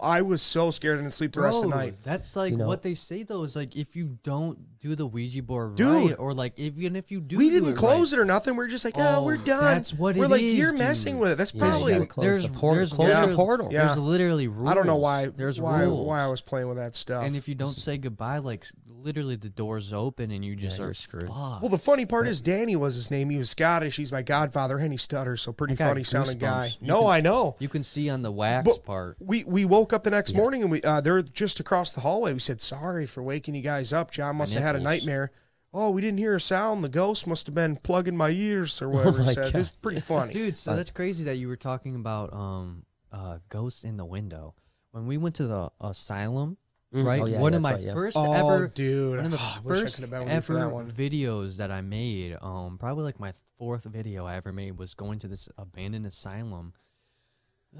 S3: I was so scared I didn't sleep the rest of the
S4: Bro,
S3: night.
S4: That's like
S1: know?
S4: what they say though is like if you don't do the Ouija board
S3: Dude.
S4: right, or like even if you do,
S3: We
S4: do
S3: didn't
S4: it
S3: close
S4: right,
S3: it or nothing. We were just like, oh,
S4: Oh,
S3: we're done.
S4: that's what
S3: we're
S4: it
S3: like.
S4: is,
S3: you're
S4: dude.
S3: messing with it. That's
S1: Yeah, you
S3: probably.
S1: gotta close
S4: there's-
S1: the portal.
S4: there's
S1: close
S3: literally-
S1: the portal.
S3: Yeah.
S4: There's literally rules.
S3: I don't know why.
S4: There's
S3: why
S4: rules.
S3: why I was playing with that stuff.
S4: And if you don't say goodbye, like s- literally the doors open and you just
S1: you're
S4: are
S1: screwed.
S4: fucked.
S3: well, the funny part is Danny was his name. He was Scottish. He's my godfather, and he stutters, so pretty
S4: I got
S3: funny sounding guy.
S4: goosebumps. You
S3: No,
S4: can-
S3: I know.
S4: you can see on the wax
S3: But-
S4: part.
S3: we we woke up the next morning and we uh, they're just across the hallway. We said sorry for waking you guys up. John must have had a
S4: nipples.
S3: nightmare. Oh, we didn't hear a sound. The ghost must have been plugging my ears or whatever he
S1: my
S3: said.
S1: God.
S3: It's pretty funny.
S4: Oh Dude, so that's crazy that you were talking about um uh ghosts in the window. When we went to the asylum,
S3: Mm.
S4: right?
S1: Oh, yeah,
S4: one
S1: that's
S4: of my
S1: right, yeah.
S4: first
S3: oh,
S4: ever
S3: dude, Oh,
S4: one of the
S3: I wish I
S4: first
S3: could have been with you for
S4: ever
S3: that one.
S4: videos that I made, um, probably like my fourth video I ever made was going to this abandoned asylum,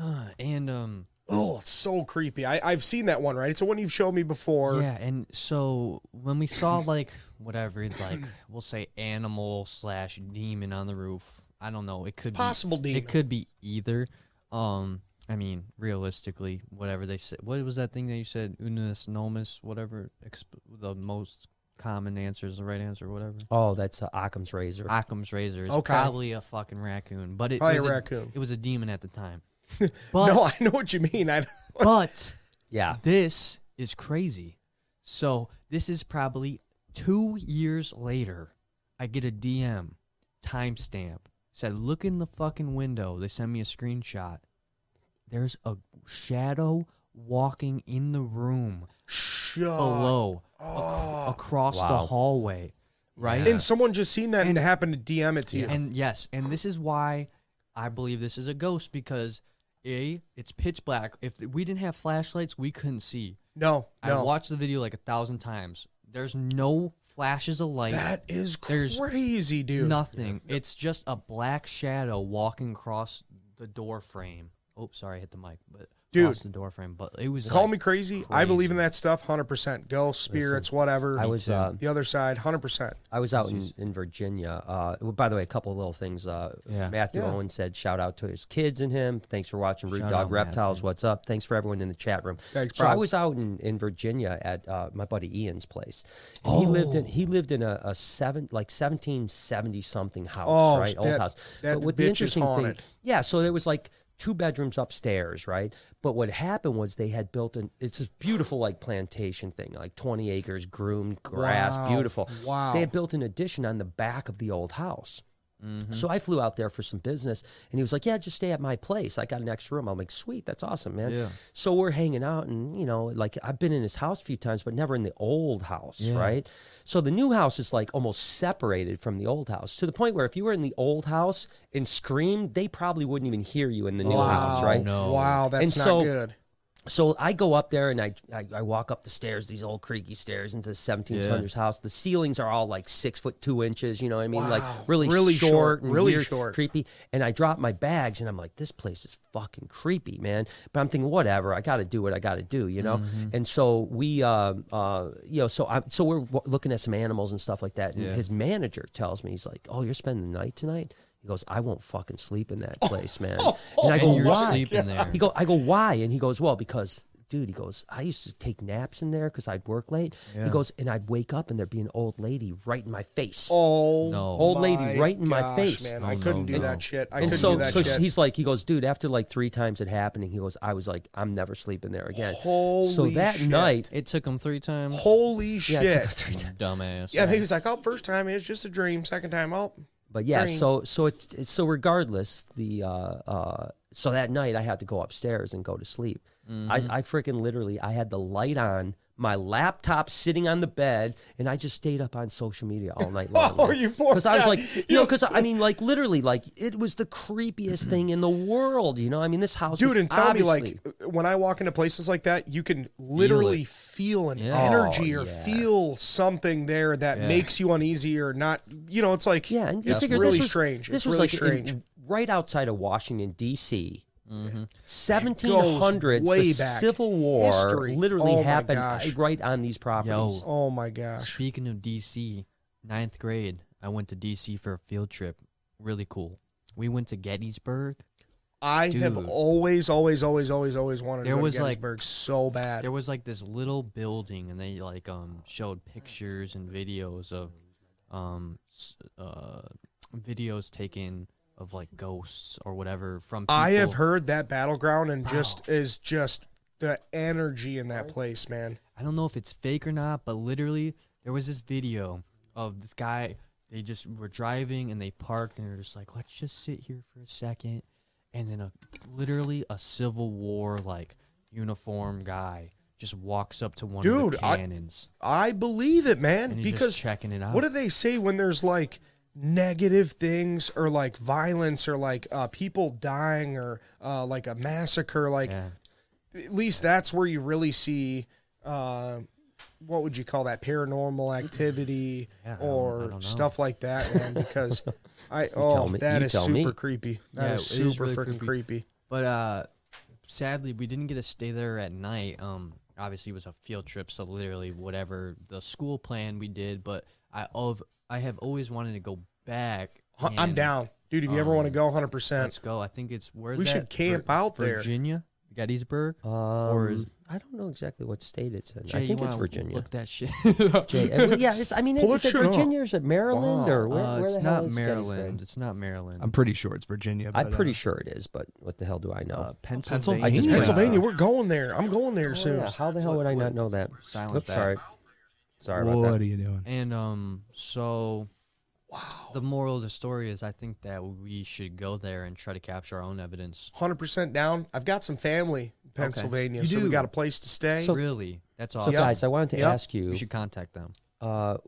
S4: uh, and um,
S3: Oh, it's so creepy. I, I've seen that one, right? It's the one you've showed me before.
S4: yeah, and so when we saw like whatever, like we'll say animal slash demon on the roof, I don't know, it could
S3: Possible
S4: be,
S3: demon.
S4: it could be either, um. I mean, realistically, whatever they said. What was that thing that you said? Unus nomus, whatever. Exp- the most common answer is the right answer, whatever.
S1: Oh, that's uh, Occam's razor.
S4: Occam's razor is
S3: Okay.
S4: probably a fucking raccoon, but it
S3: Probably
S4: was
S3: a
S4: a-
S3: raccoon.
S4: it was a demon at the time. But
S3: no, I know what you mean. I
S4: but
S1: yeah.
S4: this is crazy. So this is probably two years later. I get a DM timestamp said, "Look in the fucking window." They send me a screenshot. There's a shadow walking in the room
S3: shut.
S4: below, ac- across the
S1: Wow.
S4: hallway. Right?
S3: And someone just seen that and, happened to DM it to you.
S4: And yes, and this is why I believe this is a ghost because a it's pitch black. If we didn't have flashlights, we couldn't see.
S3: no,
S4: I
S3: no,
S4: watched the video like a thousand times. There's no flashes of light.
S3: that is
S4: There's
S3: crazy, dude.
S4: nothing. It's just a black shadow walking across the door frame. Oh, sorry, I hit the mic, but
S3: Dude.
S4: across the door frame. But it was
S3: Call
S4: like,
S3: me crazy. I believe in that stuff 100%. Ghosts, spirits, whatever.
S1: I was uh,
S3: the other side 100%.
S1: I was out in, in Virginia. Uh, well, by the way, a couple of little things. Uh,
S4: Yeah.
S1: Matthew
S3: Yeah.
S1: Owen said, "Shout out to his kids and him. Thanks for watching Root
S4: Shout
S1: Dog
S4: out,
S1: Reptiles.
S4: Matthew.
S1: What's up? Thanks for everyone in the chat room."
S3: Thanks,
S1: so
S3: bro.
S1: I was out in, in Virginia at uh, my buddy Ian's place. And
S4: Oh.
S1: He lived in he lived in a, a seven like seventeen seventy something house,
S3: Oh,
S1: right? Old
S3: that-
S1: house.
S3: that
S1: but what
S3: bitch
S1: the
S3: is
S1: interesting
S3: haunted.
S1: thing, yeah. So there was like two bedrooms upstairs, right? But what happened was they had built an it's a beautiful like plantation thing, like twenty acres, groomed grass,
S3: Wow.
S1: beautiful.
S3: Wow.
S1: They had built an addition on the back of the old house. So I flew out there for some business, and he was like, "Yeah, just stay at my place. I got an extra room." I'm like, "Sweet, that's awesome, man."
S4: Yeah.
S1: So we're hanging out, and you know, like I've been in his house a few times, but never in the old house, right? So the new house is like almost separated from the old house to the point where if you were in the old house and screamed, they probably wouldn't even hear you in the new house, right?
S4: No.
S3: Wow, that's
S1: And
S3: not
S1: so-
S3: good.
S1: so I go up there and I, I I walk up the stairs, these old creaky stairs into the 1700s house. The ceilings are all like six foot two inches, you know what I mean? Like really,
S3: Really
S1: short,
S3: short,
S1: and
S3: really
S1: weird,
S3: short.
S1: creepy. And I drop my bags and I'm like, this place is fucking creepy, man. But I'm thinking, whatever, I got to do what I got to do, you know.
S3: Mm-hmm.
S1: And so we, um, uh, you know, so I'm so we're w- looking at some animals and stuff like that. And his manager tells me, he's like, oh, you're spending the night tonight. He goes, I won't fucking sleep in that place, man.
S3: Oh,
S1: And I
S4: And
S1: go,
S4: you're
S1: why?
S4: sleeping there.
S1: He go, I go, why? And he goes, well, because, dude, he goes, I used to take naps in there because I'd work late. He goes, and I'd wake up and there'd be an old lady right in my face.
S3: Oh,
S4: No.
S1: Old lady
S3: my
S1: right in my
S3: gosh,
S1: face.
S3: Man, I
S4: Oh,
S3: couldn't
S4: no,
S3: do
S4: no.
S3: that shit. I
S1: and
S3: couldn't
S1: so,
S3: do that
S1: so
S3: shit.
S1: he's like, he goes, dude, after like three times it happening, he goes, I was like, I'm never sleeping there again. so
S3: Holy
S1: that
S3: shit.
S1: night,
S4: It took him three times.
S3: Holy
S1: yeah,
S3: shit.
S1: it took us three times.
S4: Dumbass.
S3: yeah, he was like, oh, first time it was just a dream. Second time, oh,
S1: But yeah,
S3: Green.
S1: so so it's it's so regardless the uh, uh, so that night I had to go upstairs and go to sleep.
S3: Mm-hmm.
S1: I, I freaking literally I had the light on, my laptop sitting on the bed, and I just stayed up on social media all night long.
S3: Oh, you poor
S1: Because I was
S3: guy.
S1: like, you know, because I mean, like literally, like it was the creepiest thing in the world. You know, I mean, this house, was
S3: dude, and tell
S1: obviously,
S3: me, like, uh, when I walk into places like that, you can literally feel, an
S4: Yeah.
S3: energy
S1: Oh,
S3: or
S1: yeah.
S3: feel something there that
S4: Yeah.
S3: makes you uneasy or not. You know, it's like,
S1: yeah, and you
S3: it's
S1: figure
S3: really
S1: this was,
S3: strange.
S1: This
S3: it's
S1: was
S3: really
S1: like in-
S3: strange.
S1: right outside of Washington D.C.
S3: goes
S1: 1700s,
S3: way
S1: the
S3: back.
S1: Civil War
S3: History.
S1: literally
S3: Oh my
S1: happened
S3: gosh.
S1: right on these properties.
S4: Yo.
S3: oh my gosh.
S4: Speaking of DC, ninth grade, I went to DC for a field trip. Really cool. We went to Gettysburg.
S3: I have
S4: Dude.
S3: always, always, always, always, always wanted
S4: There
S3: to go
S4: was,
S3: to
S4: like-
S3: Gettysburg so bad.
S4: There was like this little building, and they like um showed pictures and videos of um s- uh videos taken of like ghosts or whatever from. People.
S3: I have heard that battleground and just is just the energy in that place, man.
S4: I don't know if it's fake or not, but literally there was this video of this guy. They just were driving and they parked and they're just like, let's just sit here for a second. And then a literally a Civil War like uniform guy just walks up to one of the
S3: Dude, I-
S4: cannons
S3: I believe it, man,
S4: and he's
S3: because
S4: just checking it out.
S3: What do they say when there's like negative things or like violence or like uh, people dying or uh, like a massacre? Like
S4: Yeah.
S3: at least that's where you really see uh, what would you call that paranormal activity
S4: Yeah, I don't- I
S3: or
S4: don't know.
S3: stuff like that, man. Because I
S1: tell
S3: oh
S1: me-
S3: that
S1: you
S3: is
S1: tell me.
S3: super creepy. That
S4: Yeah,
S3: is
S4: it is
S3: super
S4: really
S3: freaking
S4: creepy.
S3: creepy.
S4: But uh, sadly, we didn't get to stay there at night. Um, obviously, it was a field trip, so literally whatever the school plan we did. But I of I have always wanted to go back.
S3: Hu- I'm
S4: and
S3: down, dude. If you
S4: Oh,
S3: ever want to go, hundred percent.
S4: Let's go. I think it's where's
S3: We should
S4: that?
S3: camp
S4: Vir-
S3: out there.
S4: Virginia, Gettysburg.
S1: Um,
S4: Or is-
S1: I don't know exactly what state it's in.
S4: Jay,
S1: I
S4: you
S1: think it's
S4: wanna
S1: Virginia.
S4: Look that shit.
S1: Jay, uh, well, yeah, it's, I mean,
S3: Pull
S1: is
S3: that
S1: it
S3: shit up.
S1: Virginia or is it Maryland
S3: Wow.
S1: or where,
S4: Uh,
S1: where
S4: it's
S1: the hell
S4: not
S1: is
S4: Maryland.
S1: Gettysburg?
S4: It's not Maryland.
S2: I'm pretty sure it's Virginia.
S1: I'm
S2: but, uh,
S1: pretty sure it is, but what the hell do I know? Oh,
S4: uh, Pennsylvania.
S2: Pennsylvania.
S1: I just-
S3: Pennsylvania, we're going there. I'm going there
S1: Oh,
S3: soon.
S1: yeah, How the hell would I not know that?
S4: Silence
S1: Oops,
S4: that.
S1: sorry. Sorry about
S2: What
S1: that.
S2: are you doing?
S4: And um, so wow. The moral of the story is, I think that we should go there and try to capture our own evidence.
S3: Hundred percent down. I've got some family in Pennsylvania,
S2: You
S3: so we
S2: do.
S3: got a place to stay.
S4: really, that's
S1: So,
S4: awesome.
S1: guys, I wanted to
S3: Yep.
S1: ask you.
S4: we should contact them.
S1: uh, a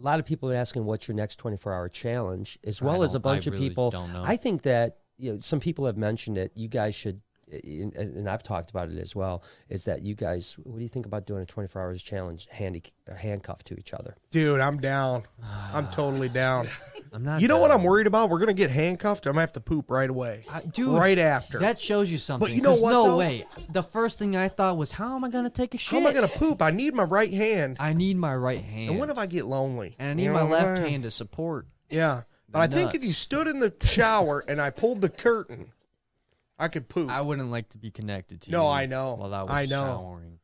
S1: lot of people are asking what's your next 24 hour challenge, as
S4: I
S1: well as
S4: don't-
S1: a bunch
S4: I
S1: of
S4: really
S1: people.
S4: don't know.
S1: I think that you know, some people have mentioned it. You guys should, and and I've talked about it as well. Is that you guys? What do you think about doing a 24 hours challenge, handy uh, handcuffed to each other?
S3: Dude, I'm down. I'm totally down.
S4: I'm Ah. not.
S3: You know what
S4: down.
S3: I'm worried about? We're gonna get handcuffed. I'm gonna have to poop right away,
S4: I- dude,
S3: right after.
S4: That shows you something.
S3: you know
S4: 'cause
S3: what,
S4: No
S3: though?
S4: way. The first thing I thought was, how am I gonna take a shit?
S3: How am I gonna poop? I need my right hand.
S4: I need my right hand.
S3: And what if I get lonely?
S4: And I need
S3: You
S4: my
S3: know what I'm
S4: left
S3: saying?
S4: hand to support.
S3: Yeah, but I think if
S4: nuts.
S3: you stood in the shower and I pulled the curtain, I could poop.
S4: I wouldn't like to be connected to
S3: No,
S4: you.
S3: I know.
S4: While I was
S3: I know.
S4: showering.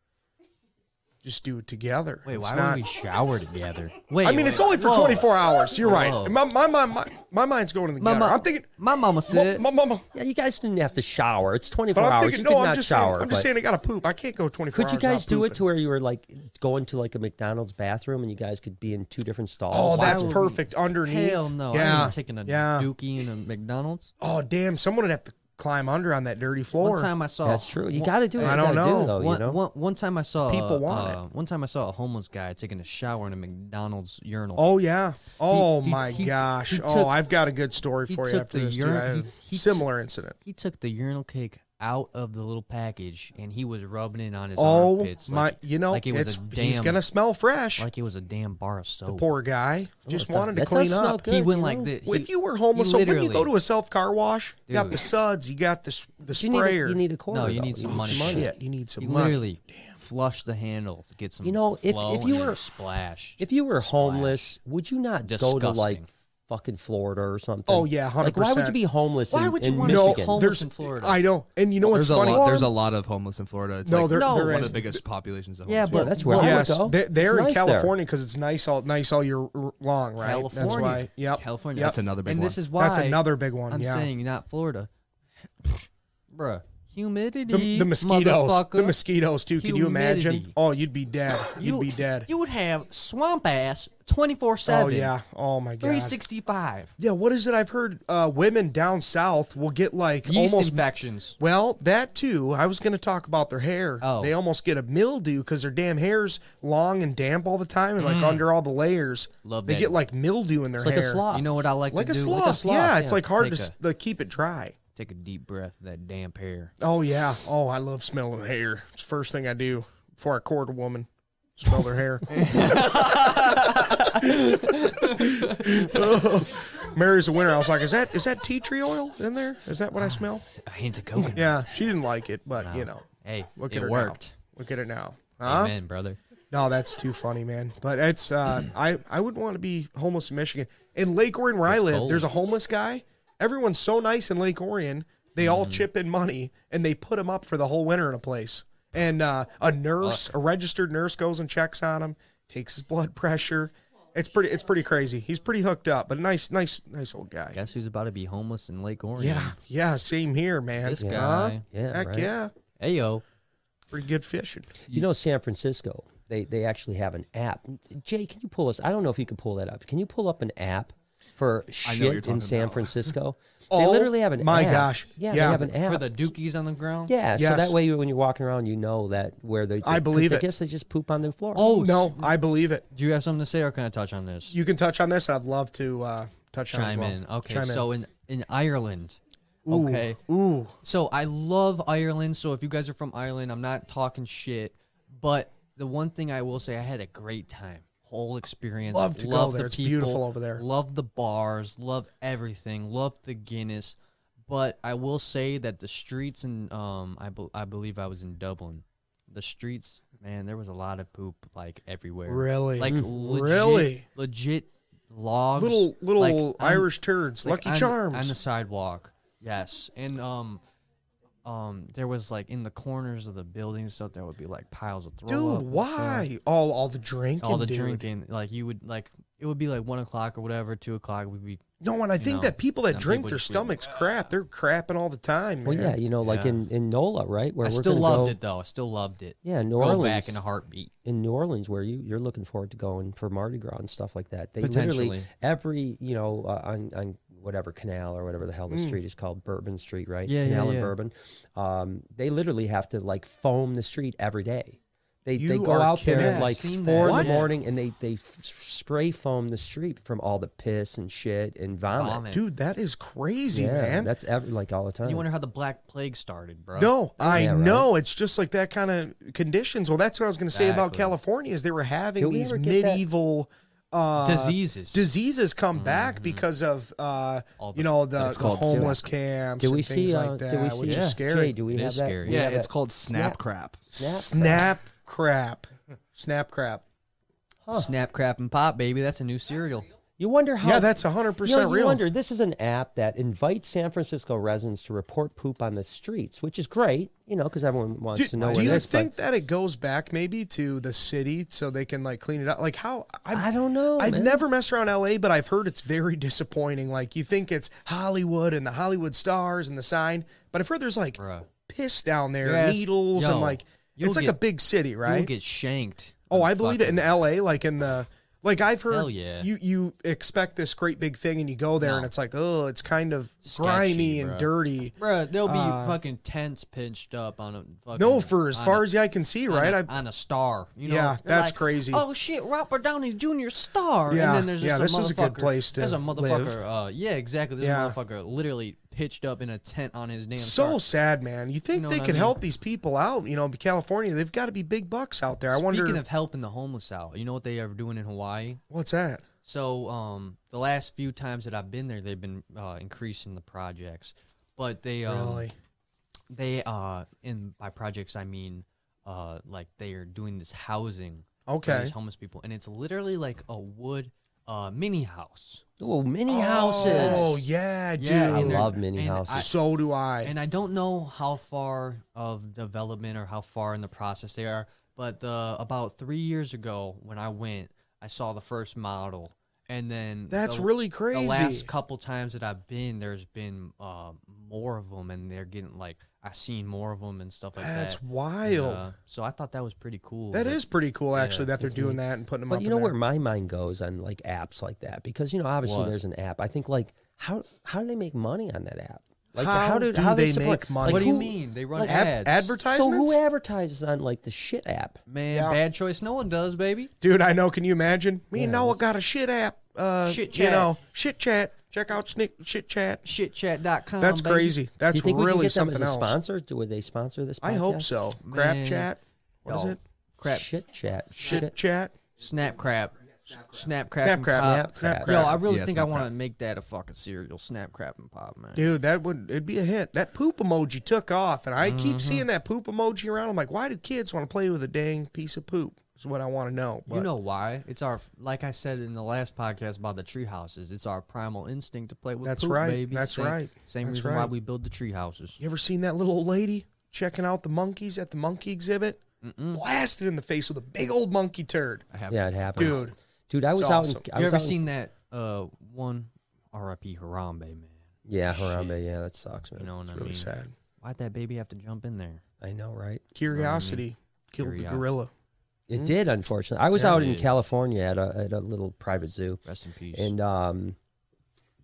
S3: Just do it together.
S4: Wait,
S3: It's
S4: why
S3: not-
S4: would we shower together? Wait.
S3: I mean, it's
S4: wait,
S3: only for
S4: whoa.
S3: 24 hours. You're
S4: Whoa.
S3: right. My my my my, my mind's going to the
S4: My
S3: gutter.
S4: mo-
S3: I'm thinking.
S4: My mama said.
S3: My, my, my,
S1: Yeah, you guys didn't have to shower. It's 24
S3: but I'm
S1: hours.
S3: thinking,
S1: you could
S3: no, I'm
S1: not
S3: just
S1: shower.
S3: saying, I'm
S1: but-
S3: just saying I gotta poop. I can't go 24
S1: could
S3: hours.
S1: you guys
S3: without
S1: do it
S3: pooping.
S1: to where you were like going to like a McDonald's bathroom and you guys could be in two different stalls?
S3: Oh, that's
S4: would we-
S3: perfect. Underneath.
S4: Hell no! I'm
S3: Yeah.
S4: not taking a
S3: yeah.
S4: dookie and a McDonald's.
S3: Oh damn! Someone would have to climb under on that dirty floor.
S4: One time I saw
S1: That's true. You
S4: one-
S1: got to do it.
S3: I don't know.
S1: though,
S4: one,
S1: you know?
S4: one- one time I saw
S3: People
S4: uh,
S3: want it.
S4: uh, One time I saw a homeless guy taking a shower in a McDonald's urinal.
S3: oh yeah. Oh
S4: He- he-
S3: my
S4: he-
S3: gosh.
S4: he
S3: oh,
S4: took-
S3: I've got a good story
S4: he
S3: for you
S4: took
S3: after
S4: the
S3: this. dude.
S4: urine-
S3: I had a
S4: he- he
S3: similar incident.
S4: He took the urinal cake out of the little package and he was rubbing it on his
S3: Oh
S4: armpits.
S3: my!
S4: like,
S3: you know,
S4: like it was
S3: it's
S4: a
S3: he's
S4: damn-
S3: gonna smell fresh.
S4: like oh. it was a damn bar of soap.
S3: Poor guy. Just
S1: That-
S3: wanted to
S1: that
S3: clean
S1: does smell
S3: up.
S1: good,
S4: he went
S1: you
S4: like
S1: know?
S4: this.
S3: if you were homeless, so wouldn't you go to a self car wash? You got
S4: Dude.
S3: the suds. You got the s- the
S1: You need, a,
S3: sprayer.
S1: you need a quarter.
S4: you
S1: though.
S4: need some
S3: Oh,
S4: money.
S3: Shit, you need some
S4: he
S3: money.
S4: literally flushed the handle to get some.
S1: You know, if- if
S4: flow
S1: you
S4: and then
S1: were-
S4: splash,
S1: If you were homeless, would you not go to like
S4: Disgusting.
S1: fucking Florida or something?
S3: Oh, yeah,
S1: Like, why would
S3: 100%.
S1: you be homeless?
S4: Why
S1: in,
S4: would you
S1: in
S4: wanna be
S1: Michigan?
S4: homeless?
S3: there's
S4: in Florida.
S3: I know, and you know what's
S2: There's a
S3: funny?
S2: lot. There's a lot of homeless in Florida. It's
S3: no,
S2: like
S3: there,
S4: No,
S3: there
S2: one of
S3: is.
S2: the biggest populations of
S4: Yeah,
S2: homeless.
S1: but that's where I would
S3: yes,
S1: go.
S3: they,
S1: It's
S3: they're in
S1: nice there.
S3: California because it's nice all nice all year r- long, right?
S4: California,
S3: That's why. Yep.
S4: California.
S3: Yep.
S2: That's another big
S4: and
S2: one.
S4: this is why
S3: That's another big one.
S4: I'm
S3: yeah.
S4: saying not Florida, bruh. Humidity.
S3: the, the mosquitoes. The
S4: motherfucker.
S3: mosquitoes too. Can you imagine?
S4: Humidity.
S3: Oh, you'd be dead. You'd
S4: You-
S3: be dead.
S4: You would have swamp ass 24 7.
S3: oh yeah. Oh my god.
S4: 365.
S3: Yeah. What is it? I've heard uh, women down south will get like
S4: Yeast
S3: almost
S4: infections.
S3: Well, that too. I was going to talk about their hair.
S4: Oh.
S3: They almost get a mildew because their damn hair's long and damp all the time, and like under all the layers,
S4: Mm. Love
S3: they
S4: that.
S3: get like mildew in their
S1: It's like
S3: hair.
S1: a sloth.
S4: You know what I like
S3: Like
S4: to
S3: a
S4: do?
S3: sloth.
S4: Like a sloth.
S3: Yeah, it's like hard
S4: take
S3: to s
S4: A,
S3: to keep it dry.
S4: take a deep breath of that damp hair.
S3: Oh yeah. Oh, I love smelling hair. It's the first thing I do before I court a woman. Smell their hair. Mary's a winner. I was like, is that is that tea tree oil in there? Is that what I smell?
S4: A hint of coconut.
S3: Yeah, she didn't like it, but you know.
S4: Hey,
S3: Look
S4: it
S3: at her
S4: worked.
S3: now. Look at her now. Huh?
S4: Amen, brother.
S3: No, that's too funny, man. But it's uh, I I wouldn't want to be homeless in Michigan. In Lake Orion, where I live,
S4: cold.
S3: there's a homeless guy Everyone's so nice in Lake Orion. They all
S4: Mm-hmm.
S3: chip in money and they put them up for the whole winter in a place. And uh, a nurse, a registered nurse, goes and checks on him, takes his blood pressure. It's pretty. It's pretty crazy. He's pretty hooked up, but a nice, nice, nice old guy.
S4: Guess who's about to be homeless in Lake Orion?
S3: Yeah, yeah, same here, man.
S4: This
S3: Huh?
S4: guy.
S1: Yeah,
S3: Heck
S1: right.
S3: yeah.
S4: Hey yo.
S3: Pretty good fishing.
S1: You know, San Francisco, they they actually have an app. Jay, can you pull us? I don't know if you can pull that up. Can you pull up an app for
S2: know what you're
S1: shit
S2: talking
S1: in San
S2: about.
S1: Francisco? they
S3: Oh,
S1: literally have an
S3: my
S1: app.
S3: gosh.
S1: Yeah,
S3: Yeah.
S1: they have an app.
S4: For the dookies on the ground?
S1: yeah, so
S3: Yes.
S1: that way you- when you're walking around, you know that where they.
S3: I
S1: 'cause
S3: believe
S1: I
S3: it.
S1: guess they just poop on their floor.
S4: Oh
S3: No, I believe it.
S4: Do you have something to say or can I touch on this?
S3: You can touch on this, and I'd love to uh, touch on it as
S4: Chime
S3: well.
S4: in. Okay,
S3: Chime in.
S4: so in. in Ireland.
S3: Ooh,
S4: Okay.
S3: Ooh,
S4: So I love Ireland. So if you guys are from Ireland, I'm not talking shit. But the one thing I will say, I had a great time. Whole experience.
S3: Love to go
S4: Love the
S3: there. It's
S4: people,
S3: beautiful over there.
S4: Love the bars. Love everything. Love the Guinness. But I will say that the streets in um I, bel I believe I was in Dublin. The streets, man, there was a lot of poop like everywhere.
S3: Really?
S4: Like
S3: Mm.
S4: legit,
S3: Really?
S4: legit logs.
S3: little little
S4: like, on-
S3: Irish turds,
S4: like,
S3: Lucky
S4: on-
S3: Charms.
S4: on the sidewalk. Yes, and um, um, there was like in the corners of the buildings stuff. There would be like piles of throw. up
S3: dude,
S4: and stuff.
S3: why? Oh, all the drinking.
S4: All the
S3: dude.
S4: drinking, like you would like it would be like one o'clock or whatever, two o'clock. We'd be
S3: No, and I think
S4: know,
S3: that people that
S4: some
S3: drink
S4: people
S3: their
S4: just be
S3: stomachs crap. They're crapping all the time.
S1: well,
S3: man.
S1: yeah, you know, like
S4: Yeah.
S1: in in NOLA, right? Where
S4: I
S1: we're
S4: still
S1: gonna
S4: loved
S1: go,
S4: it though. I still loved it.
S1: Yeah, New
S4: Go
S1: Orleans.
S4: back in a heartbeat.
S1: in New Orleans where you you're looking forward to going for Mardi Gras and stuff like that. They
S4: Potentially.
S1: literally every you know uh, on on whatever canal or whatever the hell the street is called Bourbon Street, right?
S4: Hmm. Yeah, yeah,
S1: canal
S4: yeah.
S1: and Bourbon. Um, they literally have to like foam the street every day. They, they
S3: You
S1: go
S3: are
S1: out
S3: kidding.
S1: there
S3: Yeah,
S1: at
S3: I've
S1: like
S4: seen
S1: four
S4: that.
S1: in the
S4: What?
S1: morning and they they f- spray foam the street from all the piss and shit and vomit.
S4: Vomit.
S3: dude, that is crazy,
S1: Yeah,
S3: man.
S1: that's every like all the time.
S4: You wonder how the Black Plague started, bro.
S3: No, I
S1: Yeah, right.
S3: know. It's just like that kind of conditions. Well, that's what I was going to say about
S4: Exactly.
S3: California is they were having
S1: Did we
S3: these
S1: ever get that-
S3: medieval uh,
S4: diseases.
S3: diseases come
S1: Mm-hmm.
S3: back because of uh,
S4: All
S3: you
S4: the-
S3: know the,
S2: it's
S3: the
S2: called
S3: homeless camps
S1: do we
S3: and things
S1: see? Uh,
S3: like that,
S1: do we see?
S3: which
S1: yeah.
S3: is
S1: Jay,
S3: scary.
S1: do we
S4: It
S1: have
S4: is
S1: that?
S4: scary.
S1: we
S2: Yeah,
S1: have
S2: it's
S1: that-
S2: called snap
S1: snap-
S2: crap.
S3: Snap crap, snap crap.
S4: Snap, crap, and pop, baby. That's a new cereal.
S1: You wonder how
S3: Yeah, that's hundred
S1: You know,
S3: percent
S1: you
S3: real.
S1: wonder, this is an app that invites San Francisco residents to report poop on the streets, which is great, you know, because everyone wants
S3: do,
S1: to know
S3: do
S1: what
S3: you
S1: it is. but
S3: think that it goes back maybe to the city so they can like clean it up? Like how I've,
S1: I don't know,
S3: I've
S1: man.
S3: never messed around LA, but I've heard it's very disappointing. Like you think it's Hollywood and the Hollywood stars and the sign, but I've heard there's like
S4: Bruh.
S3: piss down there,
S4: Yes.
S3: needles,
S4: Yo,
S3: and like
S4: you'll
S3: it's like
S4: get-
S3: a big city,
S4: You'll
S3: right?
S4: get shanked.
S3: oh,
S4: on
S3: I believe it in
S4: fucking-
S3: LA, like in the like I've heard.
S4: Hell yeah.
S3: You you expect this great big thing and you go there
S4: No.
S3: and it's like oh, it's kind of
S4: Sketchy,
S3: grimy and
S4: bruh.
S3: dirty.
S4: Bruh, they'll be fucking tents pinched up on a fucking.
S3: Uh, No, for as
S4: on
S3: far
S4: a-
S3: as I can see, right?
S4: on a,
S3: I've
S4: on a star. You know,
S3: Yeah,
S4: They're
S3: that's
S4: like,
S3: crazy.
S4: Oh shit, Robert Downey Jr. star.
S3: Yeah,
S4: and then there's just
S3: yeah,
S4: a
S3: this
S4: motherfucker,
S3: is a good place to
S4: There's a motherfucker. Uh, yeah, exactly. There's
S3: Yeah.
S4: a motherfucker literally pitched up in a tent on his damn.
S3: so
S4: car.
S3: sad, man. You think
S4: know
S3: they
S4: what I
S3: could
S4: mean?
S3: help these people out? You know, California, they've got to be big bucks out there. I wonder
S4: Speaking of helping the homeless out, you know what they are doing in Hawaii?
S3: what's that.
S4: So um, the last few times that I've been there, they've been uh, increasing the projects, but they um,
S3: Really,
S4: they uh, and by projects I mean uh, like they are doing this housing. For
S3: Okay.
S4: these homeless people, and it's literally like a wood uh, mini house.
S1: Oh, mini houses.
S3: Oh yeah, dude.
S4: Yeah,
S1: I
S4: and they're-
S1: love mini
S4: and
S1: houses.
S3: so do I.
S4: And I don't know how far of development or how far in the process they are, but the, about three years ago when I went, I saw the first model, and then
S3: That's
S4: the-
S3: really crazy.
S4: The last couple times that I've been, there's been uh, more of them, and they're getting like I've seen more of them and stuff like
S3: That's
S4: that. And,
S3: wild.
S4: uh, so I thought that was pretty cool.
S3: that is pretty cool, actually, that they're
S1: it's
S3: doing
S1: neat.
S3: that and putting them up.
S1: but you
S3: in
S1: know
S3: there.
S1: where my mind goes on like apps like that because you know obviously
S4: What?
S1: there's an app. I think like how how do they make money on that app? Like
S3: How
S1: do,
S3: do
S1: how
S3: they
S1: support,
S3: make money?
S1: like,
S4: what do you
S1: who-
S4: mean? They run
S1: like,
S3: Ad-
S4: ads.
S1: So
S3: advertisements?
S1: who advertises on like the shit app?
S4: Man,
S3: Yeah.
S4: bad choice. No one does, baby.
S3: Dude, I know. Can you imagine? Me and
S1: Yeah,
S3: Noah
S1: that's-
S3: got a shit app. Uh,
S4: Shit
S3: You
S4: chat.
S3: know, shit chat. Check out snick, shit chat.
S4: Shitchat.com.
S3: That's
S4: baby.
S3: crazy. That's
S1: do you think
S3: really
S1: we can get them
S3: something
S1: as a
S3: else.
S1: sponsor? Do would they sponsor this?
S3: I hope
S1: podcast?
S3: so. Crap
S4: Man.
S3: chat. What is
S4: Yo,
S3: it?
S4: Crap.
S1: Shit chat.
S3: Shit chat.
S4: Snap crap. Snap crap.
S3: Snap
S4: and
S3: crap.
S4: pop.
S3: Snap
S4: Yo,
S3: crap.
S4: I really
S2: Yeah,
S4: think I
S2: snap
S4: want to make that a fucking cereal. Snap crap and pop, man.
S3: Dude, that would it'd be a hit. That poop emoji
S4: Mm-hmm.
S3: took off, and I keep seeing that poop emoji around. I'm like, why do kids want to play with a dang piece of poop? Is what I want to know. But
S4: You know why? It's our like I said in the last podcast about the tree houses. It's our primal instinct to play with.
S3: That's
S4: poop,
S3: right.
S4: Baby.
S3: That's
S4: same,
S3: right.
S4: Same
S3: That's
S4: reason why
S3: right.
S4: we build the tree houses.
S3: you ever seen that little old lady checking out the monkeys at the monkey exhibit? Blasted in the face with a big old monkey turd.
S2: I have
S1: Yeah, it
S2: to-
S1: happens.
S3: Dude.
S1: Dude, I was
S3: It's
S1: out.
S3: awesome.
S1: In, I
S4: you
S1: was
S4: ever
S1: out in-
S4: seen that uh one R.I.P. Harambe man?
S1: yeah, Harambe. Yeah, that sucks, man.
S4: You know what I
S3: Really
S4: mean?
S3: sad.
S4: Why'd that baby have to jump in there?
S1: I know, right?
S3: Curiosity killed the
S4: Curiosity.
S3: gorilla. Hmm?
S1: It did, unfortunately. I was
S4: Yeah,
S1: out in
S4: dude.
S1: California at a at a little private zoo,
S4: Rest in peace.
S1: and um,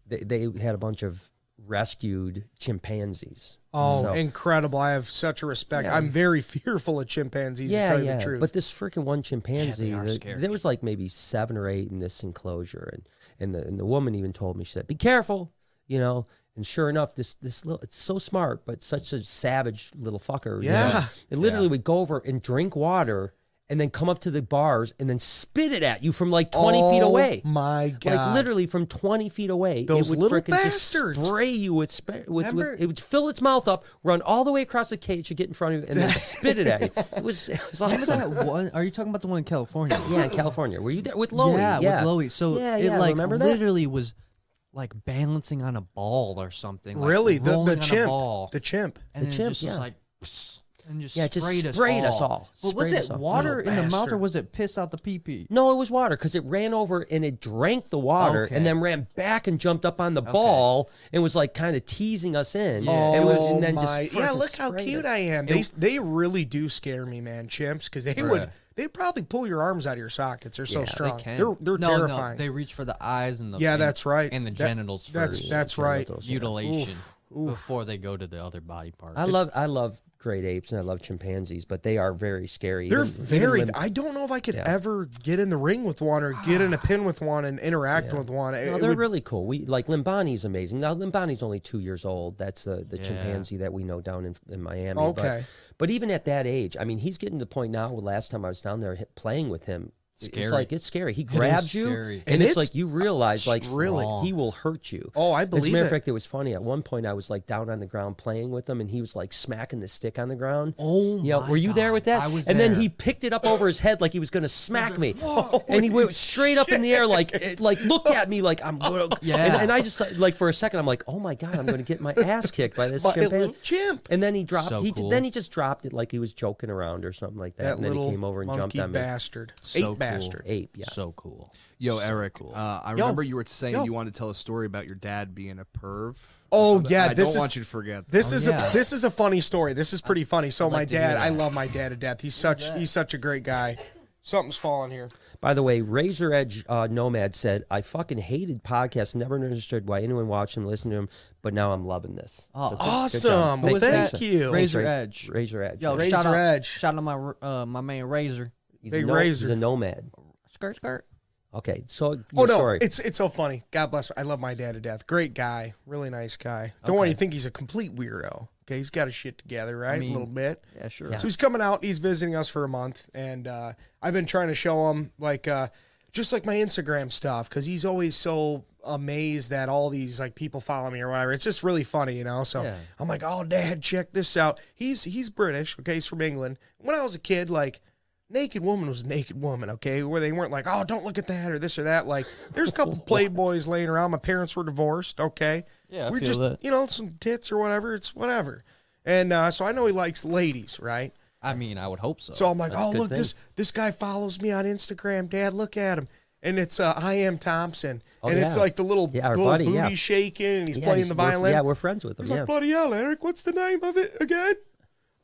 S1: they they had a bunch of rescued chimpanzees.
S3: Oh,
S1: So-
S3: incredible! I have such a respect.
S1: Yeah.
S3: I'm very fearful of chimpanzees. to
S1: yeah,
S3: tell you
S1: yeah.
S3: the truth.
S1: But this freaking one chimpanzee,
S4: are
S1: the-
S4: scary.
S1: there was like maybe seven or eight in this enclosure, and and the and the woman even told me she said, "Be careful," you know. And sure enough, this this little it's so smart, but such a savage little fucker. you know.
S3: Yeah.
S1: it literally would go over and drink water, and then come up to the bars and then spit it at you from like twenty feet
S3: Oh
S1: away.
S3: My God!
S1: Like literally from twenty feet away,
S3: Those
S1: it would
S3: little
S1: frickin'
S3: bastards.
S1: just spray you with, spa- with,
S4: Remember-
S1: with it would fill its mouth up, run all the way across the cage to get in front of you, and then spit it at you. It was, it was
S4: Remember
S1: awesome.
S4: that one? Are you talking about the one in California?
S1: Yeah, in California. Were you there with Loey?
S4: Yeah, with Loey. So
S1: Yeah,
S4: it
S1: yeah,
S4: like
S1: remember that?
S4: literally was like balancing on a ball or something. like,
S3: really the
S4: rolling
S3: the
S4: on a
S3: chimp,
S4: ball.
S3: the chimp.
S4: and
S1: The
S4: then it
S1: chimp,
S4: just was
S1: yeah.
S4: like pss, and just
S1: Yeah, it just
S4: sprayed,
S1: sprayed us
S4: us all.
S1: all.
S4: But was
S1: Sprayed
S4: it
S1: us all.
S4: water
S3: Little
S4: in the mouth or
S3: bastard.
S4: was it piss out the pee pee?
S1: No, it was water because it ran over and it drank the water
S4: Okay.
S1: and then ran back and jumped up on the ball and was like kind of teasing us in. and, was, and then
S3: Oh my-
S1: just
S3: yeah,
S1: frickin'
S3: look how
S1: sprayed
S3: cute
S1: us.
S3: I am. They they really do scare me, man, chimps, because they would they'd probably pull your arms out of your sockets. They're so strong.
S4: They can.
S3: are they're
S4: no,
S3: terrifying.
S4: No, they reach for the eyes and the
S3: yeah,
S4: and-
S3: that's right.
S4: and the
S3: That-
S4: genitals
S3: That's
S4: for
S3: that's right.
S1: Genitals, yeah.
S4: mutilation before they go to the other body part.
S1: I love I love great apes and I love chimpanzees, but they are very scary.
S3: They're
S1: Even- even
S3: very.
S1: when-
S3: I don't know if I could ever get in the ring with one or get in a pin with one and interact with one. It-
S1: No,
S3: it
S1: they're
S3: would-
S1: really cool. We like Limbani's amazing. Now Limbani's only two years old. That's the, the
S4: Yeah.
S1: chimpanzee that we know down in, in Miami.
S3: Okay.
S1: But, but even at that age, I mean, he's getting to the point now. where Last time I was down there hit, playing with him,
S4: Scary.
S1: it's like it's scary. He grabs you,
S4: scary.
S1: and,
S3: And
S1: it's,
S3: it's
S1: like you realize, like
S3: really-
S1: he will hurt you.
S3: Oh, I
S1: As a
S3: believe
S1: matter of
S3: it.
S1: fact, it was funny. At one point, I was like down on the ground playing with him, and he was like smacking the stick on the ground.
S4: Oh
S1: yeah,
S4: my
S1: were you there
S4: God.
S1: with that?
S4: I was
S1: and then
S4: there.
S1: he picked it up over his head like he was going to smack me, and he went straight up in the air like it- like looked at me like
S3: Oh,
S1: I'm going.
S4: Yeah.
S1: and, and I just like- like for a second I'm like, oh my god, I'm going to get my ass kicked by this
S3: By a
S1: chimpanzee.
S3: little chimp.
S1: And then he dropped.
S4: So
S1: he
S4: cool.
S1: then he just dropped it like he was joking around or something like that.
S3: that
S1: and then he
S3: little
S1: came over and jumped
S3: monkey
S1: on me. Oh,
S3: bastard,
S4: So
S3: ape
S4: cool.
S3: bastard.
S1: Ape, yeah.
S4: So cool.
S2: Yo, Eric, uh, I
S3: Yo.
S2: remember you were saying
S3: Yo.
S2: you wanted to tell a story about your dad being a perv.
S3: Oh,
S2: Something-
S3: yeah,
S2: I
S3: this
S2: don't
S3: is-
S2: want you to forget.
S3: This
S4: Oh,
S3: is
S4: yeah.
S3: a this is a funny story. This is pretty funny. So my
S4: to hear
S3: dad, I
S4: that.
S3: love my dad to death. He's such he's such a great guy. Something's falling here.
S1: By the way, Razor Edge uh, Nomad said, "I fucking hated podcasts. Never understood why anyone watched them, listened to them, but now I'm loving this.
S4: Oh,
S1: good- good
S3: awesome.
S1: job.
S3: Well,
S1: Thanks,
S3: thank
S1: Razor.
S3: you.
S4: Razor
S1: Ra-
S4: Edge.
S1: Razor Edge.
S4: Yo,
S1: yeah.
S4: shout
S3: Razor
S4: out,
S3: Edge.
S4: Shout out my uh, my man Razor.
S1: he's,
S3: big
S1: a no-
S3: Razor.
S1: he's a nomad.
S4: Skirt skirt.
S1: Okay, so
S3: Oh
S1: your
S3: no,
S1: story.
S3: it's it's so funny. God bless. I love my dad to death. Great guy, really nice guy. Don't want you to think he's a complete weirdo. Okay, he's got his shit together, right?
S4: mean-
S3: a little bit.
S4: Yeah, sure.
S3: So he's coming out. He's visiting us for a month, and uh, I've been trying to show him like uh, just like my Instagram stuff because he's always so amazed that all these like people follow me or whatever. It's just really funny, you know. So
S4: Yeah.
S3: I'm like, oh, Dad, check this out. He's he's British. Okay, he's from England. When I was a kid, like. Naked woman was naked woman, okay? Where they weren't like, oh, don't look at that or this or that. Like, there's a couple playboys laying around. My parents were divorced, okay?
S4: Yeah, I
S3: we're
S4: feel
S3: just,
S4: that.
S3: you know, some tits or whatever. It's whatever. And uh, so I know he likes ladies, right?
S4: I mean, I would hope so.
S3: So I'm like,
S1: a
S3: oh
S1: good
S3: look,
S1: thing.
S3: this this guy follows me on Instagram, Dad. Look at him, and it's uh, I am Thompson, and it's
S1: Oh, yeah.
S3: like the little,
S1: Yeah, our
S3: little
S1: buddy,
S3: booty
S1: yeah.
S3: shaking, and he's
S1: Yeah,
S3: playing
S1: he's-
S3: the
S1: we're-
S3: violin.
S1: Yeah, we're friends with him.
S3: he's
S1: Yeah.
S3: like, bloody hell, Eric, what's the name of it again?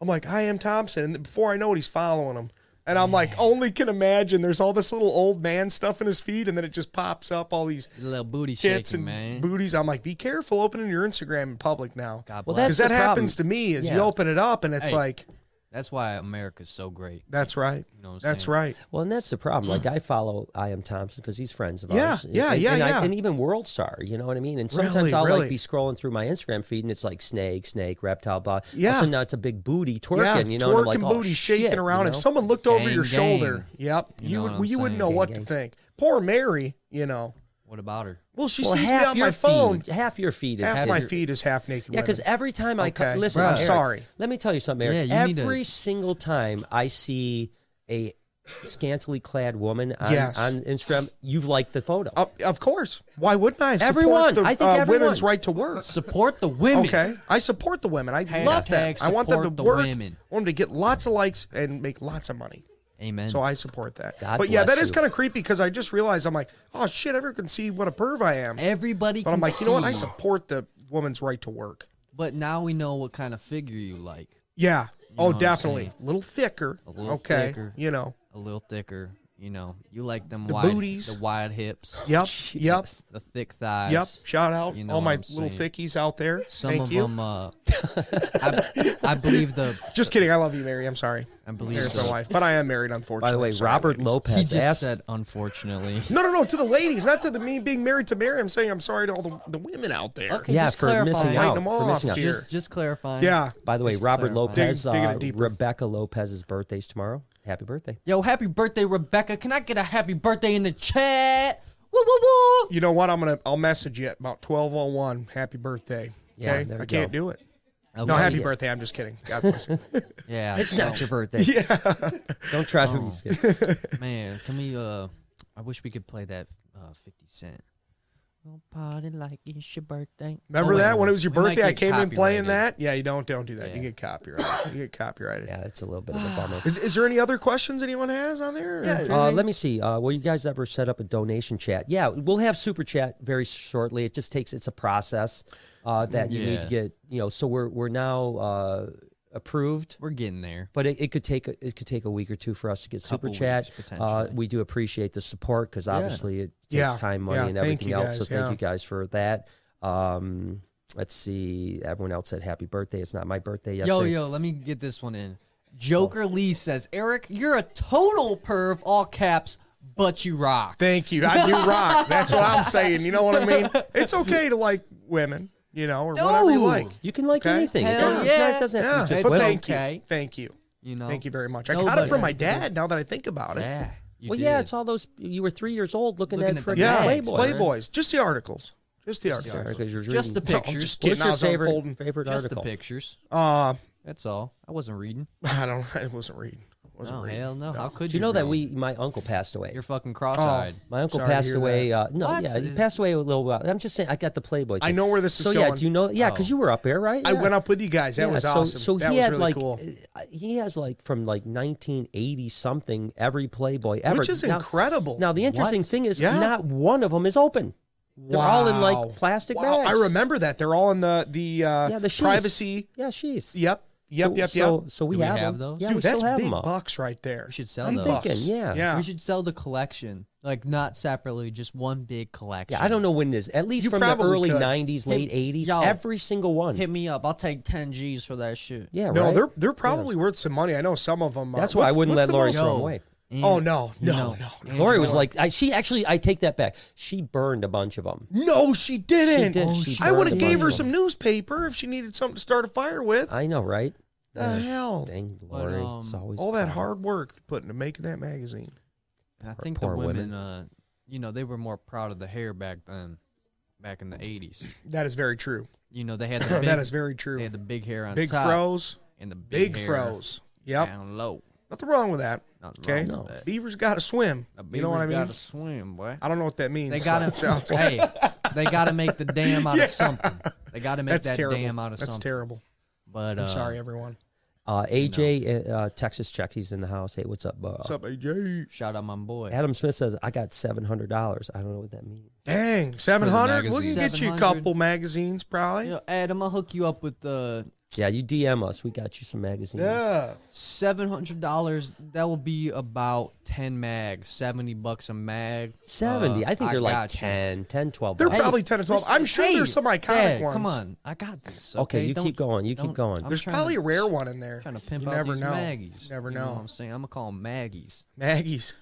S3: I'm like, I am Thompson, and before I know it, he's following him. And I'm like, only can imagine. There's all this little old man stuff in his feed, and then it just pops up all these
S4: little booty
S3: tits
S4: shaking,
S3: and
S4: man.
S3: booties. I'm like, be careful opening your Instagram in public now,
S4: God
S1: Well,
S4: bless.
S1: that's
S3: because
S1: the
S3: that
S1: problem.
S3: happens to me. Is you
S1: Yeah.
S3: open it up, and it's
S4: Hey.
S3: like,
S4: That's why America's so great.
S3: that's right,
S4: know what I'm
S3: that's
S4: saying?
S3: right.
S1: Well, and that's the problem. Like I follow I am Thompson because he's friends of
S3: Yeah,
S1: ours. And-
S3: yeah,
S1: and,
S3: yeah,
S1: and I-
S3: yeah.
S1: and even World Star, you know what I mean. And sometimes
S3: Really,
S1: I'll
S3: really.
S1: like be scrolling through my Instagram feed and it's like snake, snake, reptile, blah.
S3: Yeah.
S1: So now it's a big booty twerking, you know.
S3: twerking
S1: and I'm like, oh,
S3: booty
S1: shit,
S3: shaking around.
S1: You know?
S3: If someone looked over
S4: Gang,
S3: your
S4: gang.
S3: shoulder, yep, you,
S4: You know
S3: would
S4: what I'm
S3: you wouldn't
S4: saying.
S3: know
S4: Gang,
S3: what to
S1: gang.
S3: think. Poor Mary, you know.
S4: What about her?
S3: Well, she
S1: well,
S3: sees me
S1: half
S3: on
S1: your
S3: my phone.
S1: feed, half your feed is
S3: Half
S1: is-
S3: my feed is half naked.
S1: Yeah, because
S3: women.
S1: every time I co-
S3: Okay.
S1: listen,
S4: Bruh.
S1: I'm
S4: I'm
S1: sorry.
S3: sorry.
S1: Let me tell you something, Eric.
S4: Yeah, you need to-
S1: every single time I see a scantily clad woman on,
S3: Yes.
S1: on Instagram, you've liked the photo.
S3: Uh, of course. Why wouldn't I? Support
S1: Everyone.
S3: The,
S1: I think
S3: uh, women's
S1: everyone.
S3: right to work.
S4: Support the women.
S3: Okay, I support the women. I love that.
S4: Hashtag
S3: I want them to
S4: support the
S3: work.
S4: women.
S3: I want them to get lots of likes and make lots of money.
S4: Amen.
S3: So I support that.
S1: God
S3: but yeah,
S1: bless
S3: that is
S1: you.
S3: kind of creepy because I just realized I'm like, oh shit, everyone can see what a perv I am.
S4: Everybody
S3: But
S4: can
S3: I'm like, you know what? I
S4: see,
S3: support the woman's right to work.
S4: But now we know what kind of figure you like.
S3: Yeah.
S4: know
S3: oh,
S4: what I'm
S3: definitely.
S4: saying.
S3: A little thicker.
S4: little
S3: okay.
S4: thicker.
S3: You know.
S4: A little thicker, you know. You like them
S3: The
S4: wide
S3: booties.
S4: the wide hips.
S3: Yep. Yep.
S4: The thick thighs.
S3: Yep. Shout out
S4: You know
S3: all
S4: what
S3: my
S4: I'm
S3: little
S4: saying.
S3: thickies out there.
S4: Some
S3: Thank
S4: of
S3: you.
S4: them uh I, I believe the
S3: Just kidding. I love you, Mary. I'm sorry.
S4: I believe
S3: There's my
S4: the-
S3: wife, but I am married,
S1: By
S3: unfortunately.
S1: the way,
S3: Sorry,
S1: Robert
S3: ladies.
S4: he
S1: Lopez
S4: just
S1: asked.
S4: said unfortunately.
S3: No, no, no. To the ladies, not to the me being married to Mary. I'm saying I'm sorry to all the, the women out there.
S4: Okay.
S1: yeah,
S4: Just
S1: for
S4: clarifying.
S1: missing
S4: Fighting
S1: out.
S3: them
S1: For
S3: off
S1: missing out.
S3: here.
S4: Just just clarifying.
S3: Yeah.
S1: By the way,
S4: Just
S1: Robert
S4: clarifying.
S1: Lopez,
S3: Dig- digging
S1: uh,
S3: it deeper.
S1: Rebecca Lopez's birthday's tomorrow. Happy birthday.
S4: Yo, happy birthday, Rebecca. Can I get a happy birthday in the chat? Woo woo woo.
S3: You know what? I'm gonna. I'll message you at about 12:01. Happy birthday.
S1: Yeah,
S3: okay.
S1: there we
S3: I can't
S1: go.
S3: do it.
S4: Okay.
S3: No, happy birthday. I'm just kidding. God bless you.
S4: Yeah. oh,
S1: It's
S4: so-
S1: not your birthday. Yeah. Don't try to be
S4: Man, can we? Uh, I wish we could play that uh, Fifty Cent. Don't party like it's your birthday.
S3: Remember
S4: Oh, wait,
S3: that when it was your
S4: we might
S3: birthday? I
S4: get
S3: came in playing
S4: copyrighted.
S3: that. Yeah, you don't don't do that. You
S4: Yeah.
S3: get copyrighted. you get copyrighted.
S1: Yeah, it's a little bit of a bummer.
S3: Is, is there any other questions anyone has on there?
S4: Yeah.
S1: Uh,
S4: Really?
S1: let me see. Uh, will you guys ever set up a donation chat? Yeah, we'll have super chat very shortly. It just takes it's a process uh, that you need to
S4: Yeah.
S1: get. You know, so we're we're now uh, approved,
S4: We're getting there.
S1: but it, it could take a, it could take a week or two for us to get super
S4: Couple
S1: chat.
S4: weeks,
S1: Uh,
S4: potentially.
S1: we do appreciate the support because obviously it takes
S3: Yeah.
S1: time, money,
S3: Yeah,
S1: and
S3: thank
S1: everything
S3: you
S1: else. so
S3: guys,
S1: thank
S3: yeah.
S1: you guys for that. Um, let's see. Everyone else said happy birthday. It's not my birthday yesterday.
S4: Yo, yo, let me get this one in. Joker Lee says, Eric, you're a total perv, all caps, but you rock.
S3: Thank you. I do rock. That's what I'm saying. You know what I mean? It's okay to like women, you know, or whatever you
S4: Dude.
S3: like.
S1: You can like
S3: Okay.
S1: anything. It
S4: Hell
S1: doesn't,
S4: yeah.
S1: it doesn't have
S3: Yeah,
S1: to be just
S3: but
S4: well-
S1: women.
S3: thank
S4: Okay.
S3: you. Thank you.
S4: you know.
S3: Thank you very much. I
S4: No,
S3: got it
S4: but-
S3: from my dad now that I think about it.
S4: Yeah. you
S1: well, yeah,
S4: did.
S1: it's all those. You were three years old looking,
S4: Looking
S1: at
S4: at the
S1: freaking
S3: Yeah,
S4: Mags,
S1: Playboy.
S4: Playboy.
S3: Playboys. Just the articles. Just the articles.
S1: Sorry, 'cause you're
S4: Just the
S1: reading-
S4: pictures.
S3: just
S1: What's
S3: kidding. I
S1: your
S3: was
S1: favorite
S3: unfolding.
S1: favorite
S4: Just
S1: article?
S4: the pictures.
S3: Uh,
S4: That's all. I wasn't reading.
S3: I don't. I wasn't reading. Wasn't
S4: Oh,
S3: reading.
S4: hell no. How could
S1: Do
S4: you?
S1: you know that
S4: read?
S1: we? My uncle passed away.
S4: You're fucking cross eyed.
S1: My uncle
S3: Sorry to
S1: passed
S3: hear
S1: away. Uh,
S3: that.
S1: no,
S4: What?
S1: yeah, he
S4: Is-
S1: passed away a little while. I'm just saying, I got the Playboy.
S3: I
S1: thing.
S3: know where this is
S1: so yeah,
S3: going. Oh.
S1: do you know? Yeah, because you were up there, right?
S3: I
S1: Yeah.
S3: went up with you guys. That
S1: Yeah,
S3: was
S1: so,
S3: awesome.
S1: So he
S3: that was
S1: had
S3: really
S1: like
S3: cool.
S1: uh, he has like from like 1980 something every Playboy ever,
S3: Which is
S1: Now-
S3: incredible.
S1: Now the interesting
S4: What?
S1: thing is,
S3: Yeah.
S1: not one of them is open. They're all in
S3: Wow.
S1: like plastic
S3: Wow,
S1: bags.
S3: I remember that. They're all in the the, uh,
S1: Yeah, the sheaths.
S3: privacy.
S1: Yeah, she's.
S3: Yep. Yep.
S1: so,
S3: yep. Yep.
S1: So, so we
S4: Do we
S1: have,
S4: have
S1: them.
S4: those?
S1: Yeah, we
S3: Dude,
S1: still
S3: that's
S1: have
S3: big
S1: them. up.
S3: bucks right there.
S4: We should sell
S3: Big
S4: those.
S3: bucks.
S1: thinking, yeah.
S3: Yeah.
S4: We should sell the collection. Like, not separately, just one big collection.
S1: Yeah, I don't know when this. At least
S3: You
S1: from the
S3: probably
S1: early
S3: could.
S1: '90s, late '80s,
S4: yo.
S1: every single one.
S4: Hit me up. I'll take 10 G's for that shit.
S1: yeah,
S3: No,
S1: right?
S3: they're they're probably worth some money. I know some of them. Are.
S1: That's why I
S3: What's-
S1: wouldn't
S3: what's
S1: let
S3: the
S1: Lori
S3: most-
S1: throw them away.
S4: And-
S3: Oh no, no,
S4: No.
S3: no, no.
S1: Lori was like, I, she actually, I take that back. She burned a bunch of them.
S3: No, she
S1: She
S3: didn't.
S1: did. She
S3: I
S1: burned
S3: would
S1: a
S3: have gave
S1: bunch
S3: her
S1: of
S3: some
S1: them.
S3: newspaper if she needed something to start a fire with.
S1: I know, right?
S3: the hell,
S1: Dang,
S4: But,
S1: Lori, it's
S4: um,
S1: always
S3: all that
S1: fun.
S3: hard work put into making that magazine.
S4: I
S1: Poor-
S4: think the
S1: poor
S4: women,
S1: women.
S4: uh, you know, they were more proud of the hair back then, back in the '80s.
S3: That is very true.
S4: You know, they had the big,
S3: that is very
S4: they
S3: true.
S4: had the big hair on
S3: Big
S4: top
S3: froze,
S4: and the big,
S3: big
S4: hair
S3: froze. Yep,
S4: down low.
S3: nothing wrong with that.
S4: Nothing
S3: Okay,
S4: wrong with that.
S3: beavers got to swim.
S4: The
S3: You know what I mean?
S4: Got to swim, boy.
S3: I don't know what that means.
S4: They
S3: but
S4: got
S3: it
S4: to
S3: sounds-
S4: hey, they got to make the dam out
S3: Yeah.
S4: of something. They got to make
S3: That's
S4: that
S3: terrible.
S4: dam out of
S3: That's
S4: something.
S3: terrible.
S4: But uh,
S3: I'm sorry, everyone.
S1: Uh, AJ, uh, Texas Check, he's in the house. Hey, what's up, bud?
S3: What's up, AJ?
S4: Shout out my boy.
S1: Adam Smith says, I got $700. I don't know what that means.
S3: Dang, seven hundred. We can
S4: magazine.
S3: get you a
S4: 700.
S3: couple magazines, probably.
S4: Yo, Adam, I'll hook you up with uh,
S1: Yeah, you DM us. We got you some magazines.
S3: Yeah.
S4: seven hundred dollars. That will be about ten mags, seventy bucks a mag.
S1: 70.
S4: Uh,
S1: I think they're like
S4: got you.
S1: 10, 10, 12.
S3: They're
S1: bucks.
S3: probably 10 or 12.
S4: Listen,
S3: I'm sure
S4: hey,
S3: there's some iconic
S4: Dad,
S3: ones.
S4: Come on, I got this.
S1: Okay,
S4: Okay,
S1: you
S4: Don't-
S1: keep going, you keep
S4: don't-
S1: going.
S4: I'm
S3: There's
S4: trying
S3: probably
S4: to-
S3: a rare one in there.
S4: Trying to pimp
S3: You
S4: out
S3: never
S4: these
S3: know.
S4: Maggies.
S3: Never
S4: You know
S3: know.
S4: what I'm saying? I'm gonna call them Maggies.
S3: Maggie's.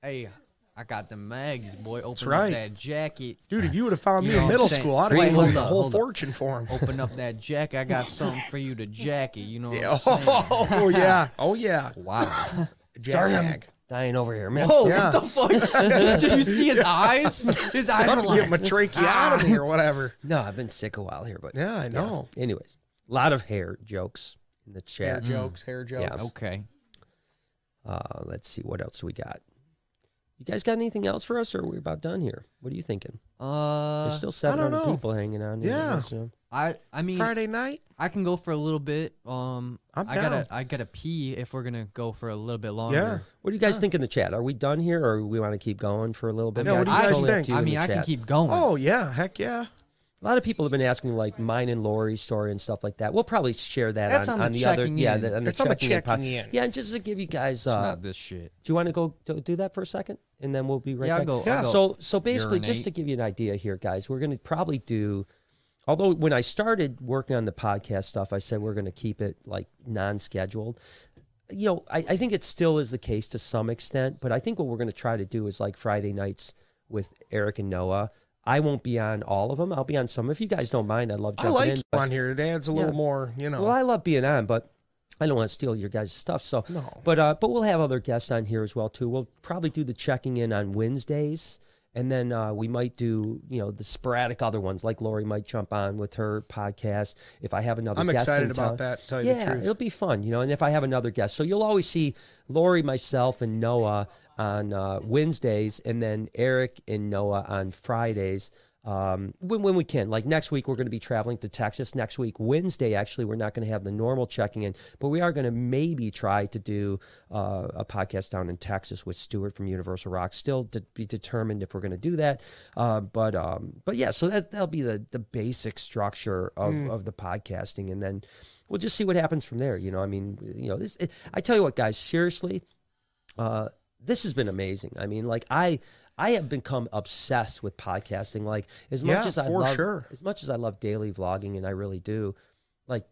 S4: Hey, I got the Maggies, boy. Open
S3: right.
S4: up that jacket.
S3: Dude, if you would have found
S4: You
S3: me
S4: know
S3: in
S4: what I'm
S3: middle
S4: saying?
S3: school, I'd have
S4: Wait,
S3: paid
S4: hold
S3: like a
S4: up,
S3: whole
S4: hold up.
S3: fortune for him.
S4: Open up that jacket. I got something for you to jacket. You know what I'm saying?
S3: Oh, yeah. Oh, yeah.
S4: Wow.
S3: Jack
S1: Sorry, I'm Oh,
S3: Mag.
S1: dying over here, man.
S4: Whoa,
S3: Yeah.
S4: what the fuck? Did you see his eyes? His eyes
S3: I'm
S4: were
S3: going to get
S4: like,
S3: my tracheotomy or whatever.
S1: No, I've been sick a while here, but
S3: Yeah, I know.
S1: anyways, a lot of hair jokes in the
S3: Hair
S4: Mm.
S1: chat.
S3: jokes, hair jokes.
S1: Yeah.
S4: okay.
S1: Uh, let's see what else we got. You guys got anything else for us, or we're about done here? What are you thinking?
S4: Uh,
S1: There's still 700
S3: know.
S1: people hanging on. here. uh,
S3: Yeah.
S1: So-
S4: I I mean
S3: Friday night.
S4: I can go for a little bit. Um,
S3: I'm
S4: I
S3: down.
S4: gotta I gotta pee if we're gonna go for a little bit longer.
S3: Yeah.
S1: What do you guys think in the chat? Are we done here, or we want to keep going for a little bit?
S3: Yeah, what do you
S1: It's
S3: guys
S1: totally up
S3: think?
S1: to you
S4: I
S1: in
S4: mean,
S1: the
S4: I can
S1: chat.
S4: keep going.
S3: Oh yeah, heck yeah.
S1: A lot of people have been asking like mine and Lori's story and stuff like that. We'll probably share that
S4: That's
S1: on,
S4: on the
S1: other.
S4: checking
S1: Yeah,
S4: in.
S1: the, on the
S3: It's on the
S1: checking in pod-
S3: checking in.
S1: Yeah, and just to give you guys.
S4: It's
S1: Uh,
S4: not this shit.
S1: do you want to go do, do that for a second, and then we'll be right
S4: Yeah, I'll
S1: back.
S4: go. I'll
S3: Yeah.
S4: go.
S1: So, so basically, just
S4: urinate.
S1: to give you an idea here, guys, we're going to probably do. Although when I started working on the podcast stuff, I said we're going to keep it like non-scheduled. You know, I, I think it still is the case to some extent, but I think what we're going to try to do is like Friday nights with Eric and Noah. I won't be on all of them. I'll be on some. If you guys don't mind, I'd love
S3: I
S1: jumping
S3: like
S1: in.
S3: you
S1: but-
S3: on here. It adds a little
S1: Yeah.
S3: more, you know.
S1: well, I love being on, but I don't want to steal your guys' stuff. So,
S3: No.
S1: but uh, but we'll have other guests on here as well too. We'll probably do the checking in on Wednesdays, and then uh, we might do you know the sporadic other ones. Like Lori might jump on with her podcast if I have another.
S3: I'm
S1: guest in
S3: excited about
S1: town.
S3: that, to tell you the
S1: yeah,
S3: truth.
S1: it'll be fun, you know. And if I have another guest, so you'll always see Lori, myself, and Noah on uh, Wednesdays, and then Eric and Noah on Fridays. Um, when when we can, like next week, we're going to be traveling to Texas. Next week, Wednesday, actually, we're not going to have the normal checking in, but we are going to maybe try to do uh, a podcast down in Texas with Stuart from Universal Rock. Still to be determined if we're going to do that. Uh, but um, but yeah, so that that'll be the the basic structure of of the podcasting, and then we'll just see what happens from there. You know, I mean, you know, this. It, I tell you what, guys, seriously, uh, this has been amazing. I mean, like I. I have become obsessed with podcasting. Like as much
S3: Yeah,
S1: as I
S3: for
S1: love,
S3: sure.
S1: as much as I love daily vlogging, and I really do, like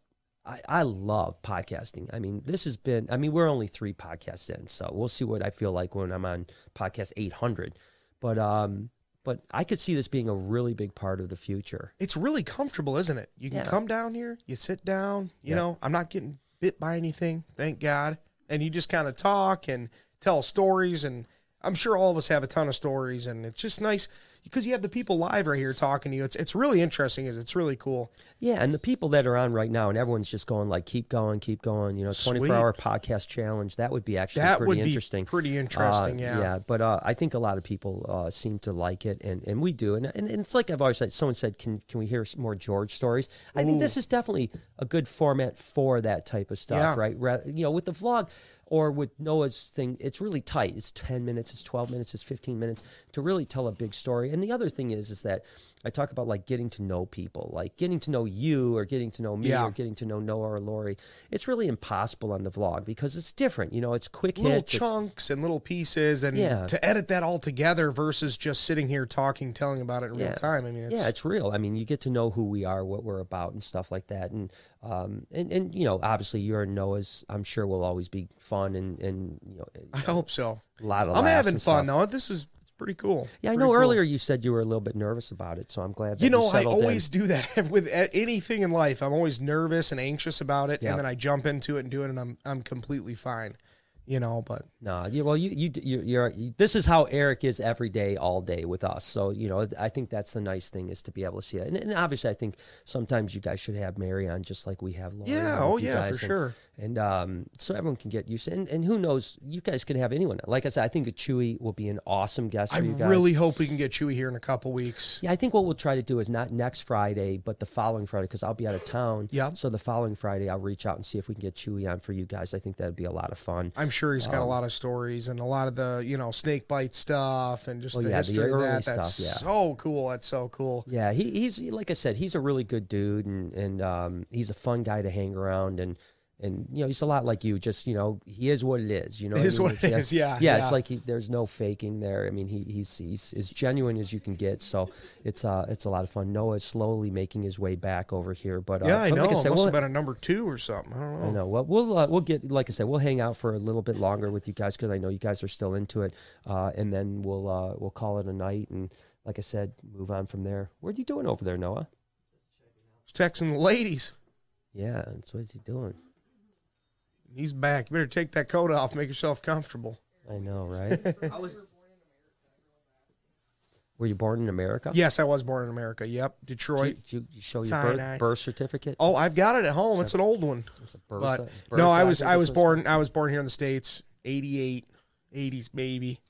S1: I, I love podcasting. I mean, this has been. I mean, we're only three podcasts in, so we'll see what I feel like when I'm on podcast 800. But um, but I could see this being a really big part of the future.
S3: it's really comfortable, isn't it? You can
S1: Yeah.
S3: come down here, you sit down, you
S1: Yeah.
S3: know, I'm not getting bit by anything, thank God. And you just kind of talk and tell stories and I'm sure all of us have a ton of stories and it's just nice because you have the people live right here talking to you. It's it's really interesting, is it's really cool.
S1: Yeah, and the people that are on right now, and everyone's just going like, keep going, keep going. You know, twenty four hour podcast challenge. That would be actually
S3: That
S1: pretty
S3: would be
S1: interesting.
S3: pretty interesting,
S1: Uh,
S3: yeah.
S1: Yeah, but uh, I think a lot of people uh, seem to like it, and, and we do. And, and and it's like I've always said. Someone said, "Can can we hear some more George stories?" I think this is definitely a good format for that type of stuff,
S3: Yeah.
S1: right? Rather, you know, with the vlog or with Noah's thing, it's really tight. It's ten minutes, it's twelve minutes, it's fifteen minutes to really tell a big story. And the other thing is, is that I talk about like getting to know people, like getting to know you or getting to know me
S3: Yeah.
S1: or getting to know Noah or Lori. It's really impossible on the vlog because it's different. You know, it's quick
S3: Little
S1: hits, it's-
S3: chunks and little pieces and
S1: Yeah.
S3: to edit that all together versus just sitting here talking, telling about it in real time. I mean it's
S1: yeah, it's real. I mean, you get to know who we are, what we're about, and stuff like that. And um, and and you know, obviously, your and Noah's, I'm sure, will always be fun and and you know,
S3: I hope so.
S1: a lot of.
S3: I'm
S1: laughs
S3: having
S1: and
S3: fun
S1: stuff.
S3: though. This is it's pretty cool.
S1: Yeah, I
S3: Pretty
S1: know.
S3: cool.
S1: Earlier, you said you were a little bit nervous about it, so I'm glad. That
S3: You know, I
S1: settled in.
S3: always do that with a- anything in life. I'm always nervous and anxious about it,
S1: Yeah.
S3: and then I jump into it and do it, and I'm I'm completely fine. You know, but
S1: No, you, well, you you you're, you're this is how Eric is every day, all day with us. So you know, I think that's the nice thing is to be able to see it. And, and obviously, I think sometimes you guys should have Mary on, just like we have Laura.
S3: Yeah,
S1: on
S3: oh
S1: with you
S3: yeah, for
S1: guys. And-
S3: sure.
S1: And um, so everyone can get used. To, and and who knows, you guys can have anyone. Like I said, I think Chewy will be an awesome guest.
S3: I
S1: for you guys.
S3: really hope we can get Chewy here in a couple weeks.
S1: Yeah, I think what we'll try to do is not next Friday, but the following Friday, because I'll be out of town.
S3: Yeah.
S1: So the following Friday, I'll reach out and see if we can get Chewy on for you guys. I think that'd be a lot of fun.
S3: I'm sure he's
S1: Um,
S3: got a lot of stories and a lot of the you know snake bite stuff and just
S1: Well,
S3: the
S1: yeah, the
S3: history of
S1: early
S3: that. That's
S1: stuff, yeah.
S3: so cool. That's so cool.
S1: Yeah, he, he's like I said, he's a really good dude, and and um, he's a fun guy to hang around, and and you know he's a lot like you. Just you know, he is what it is. You know,
S3: It
S1: I
S3: is
S1: mean?
S3: what
S1: It's-
S3: it is, yeah,
S1: yeah, It's
S3: yeah.
S1: like he, there's no faking there. I mean, he, he's he's as genuine as you can get. So it's uh it's a lot of fun. Noah's slowly making his way back over here, but uh,
S3: Yeah, I
S1: but
S3: know.
S1: Like I
S3: it
S1: said,
S3: must
S1: we'll,
S3: have been a number two or something. I don't know.
S1: I know. Well, we'll uh, we'll get like I said, we'll hang out for a little bit longer with you guys because I know you guys are still into it, uh, and then we'll uh, we'll call it a night and like I said, move on from there. What are you doing over there, Noah?
S3: He's texting the ladies.
S1: Yeah, that's what he's doing.
S3: He's back. You better take that coat off. Make yourself comfortable.
S1: I know, right?
S4: I was
S1: Were you born in America?
S3: Yes, I was born in America. Yep,
S1: Did you,
S3: Detroit.
S1: did you, you show your
S3: Sinai.
S1: birth, birth certificate?
S3: Oh, I've got it at home. It's an old one.
S1: It's a birth-
S3: but
S1: birth
S3: no, I
S1: doc-
S3: was I was
S1: it's-
S3: born I was born here in the states. 88, 80s baby.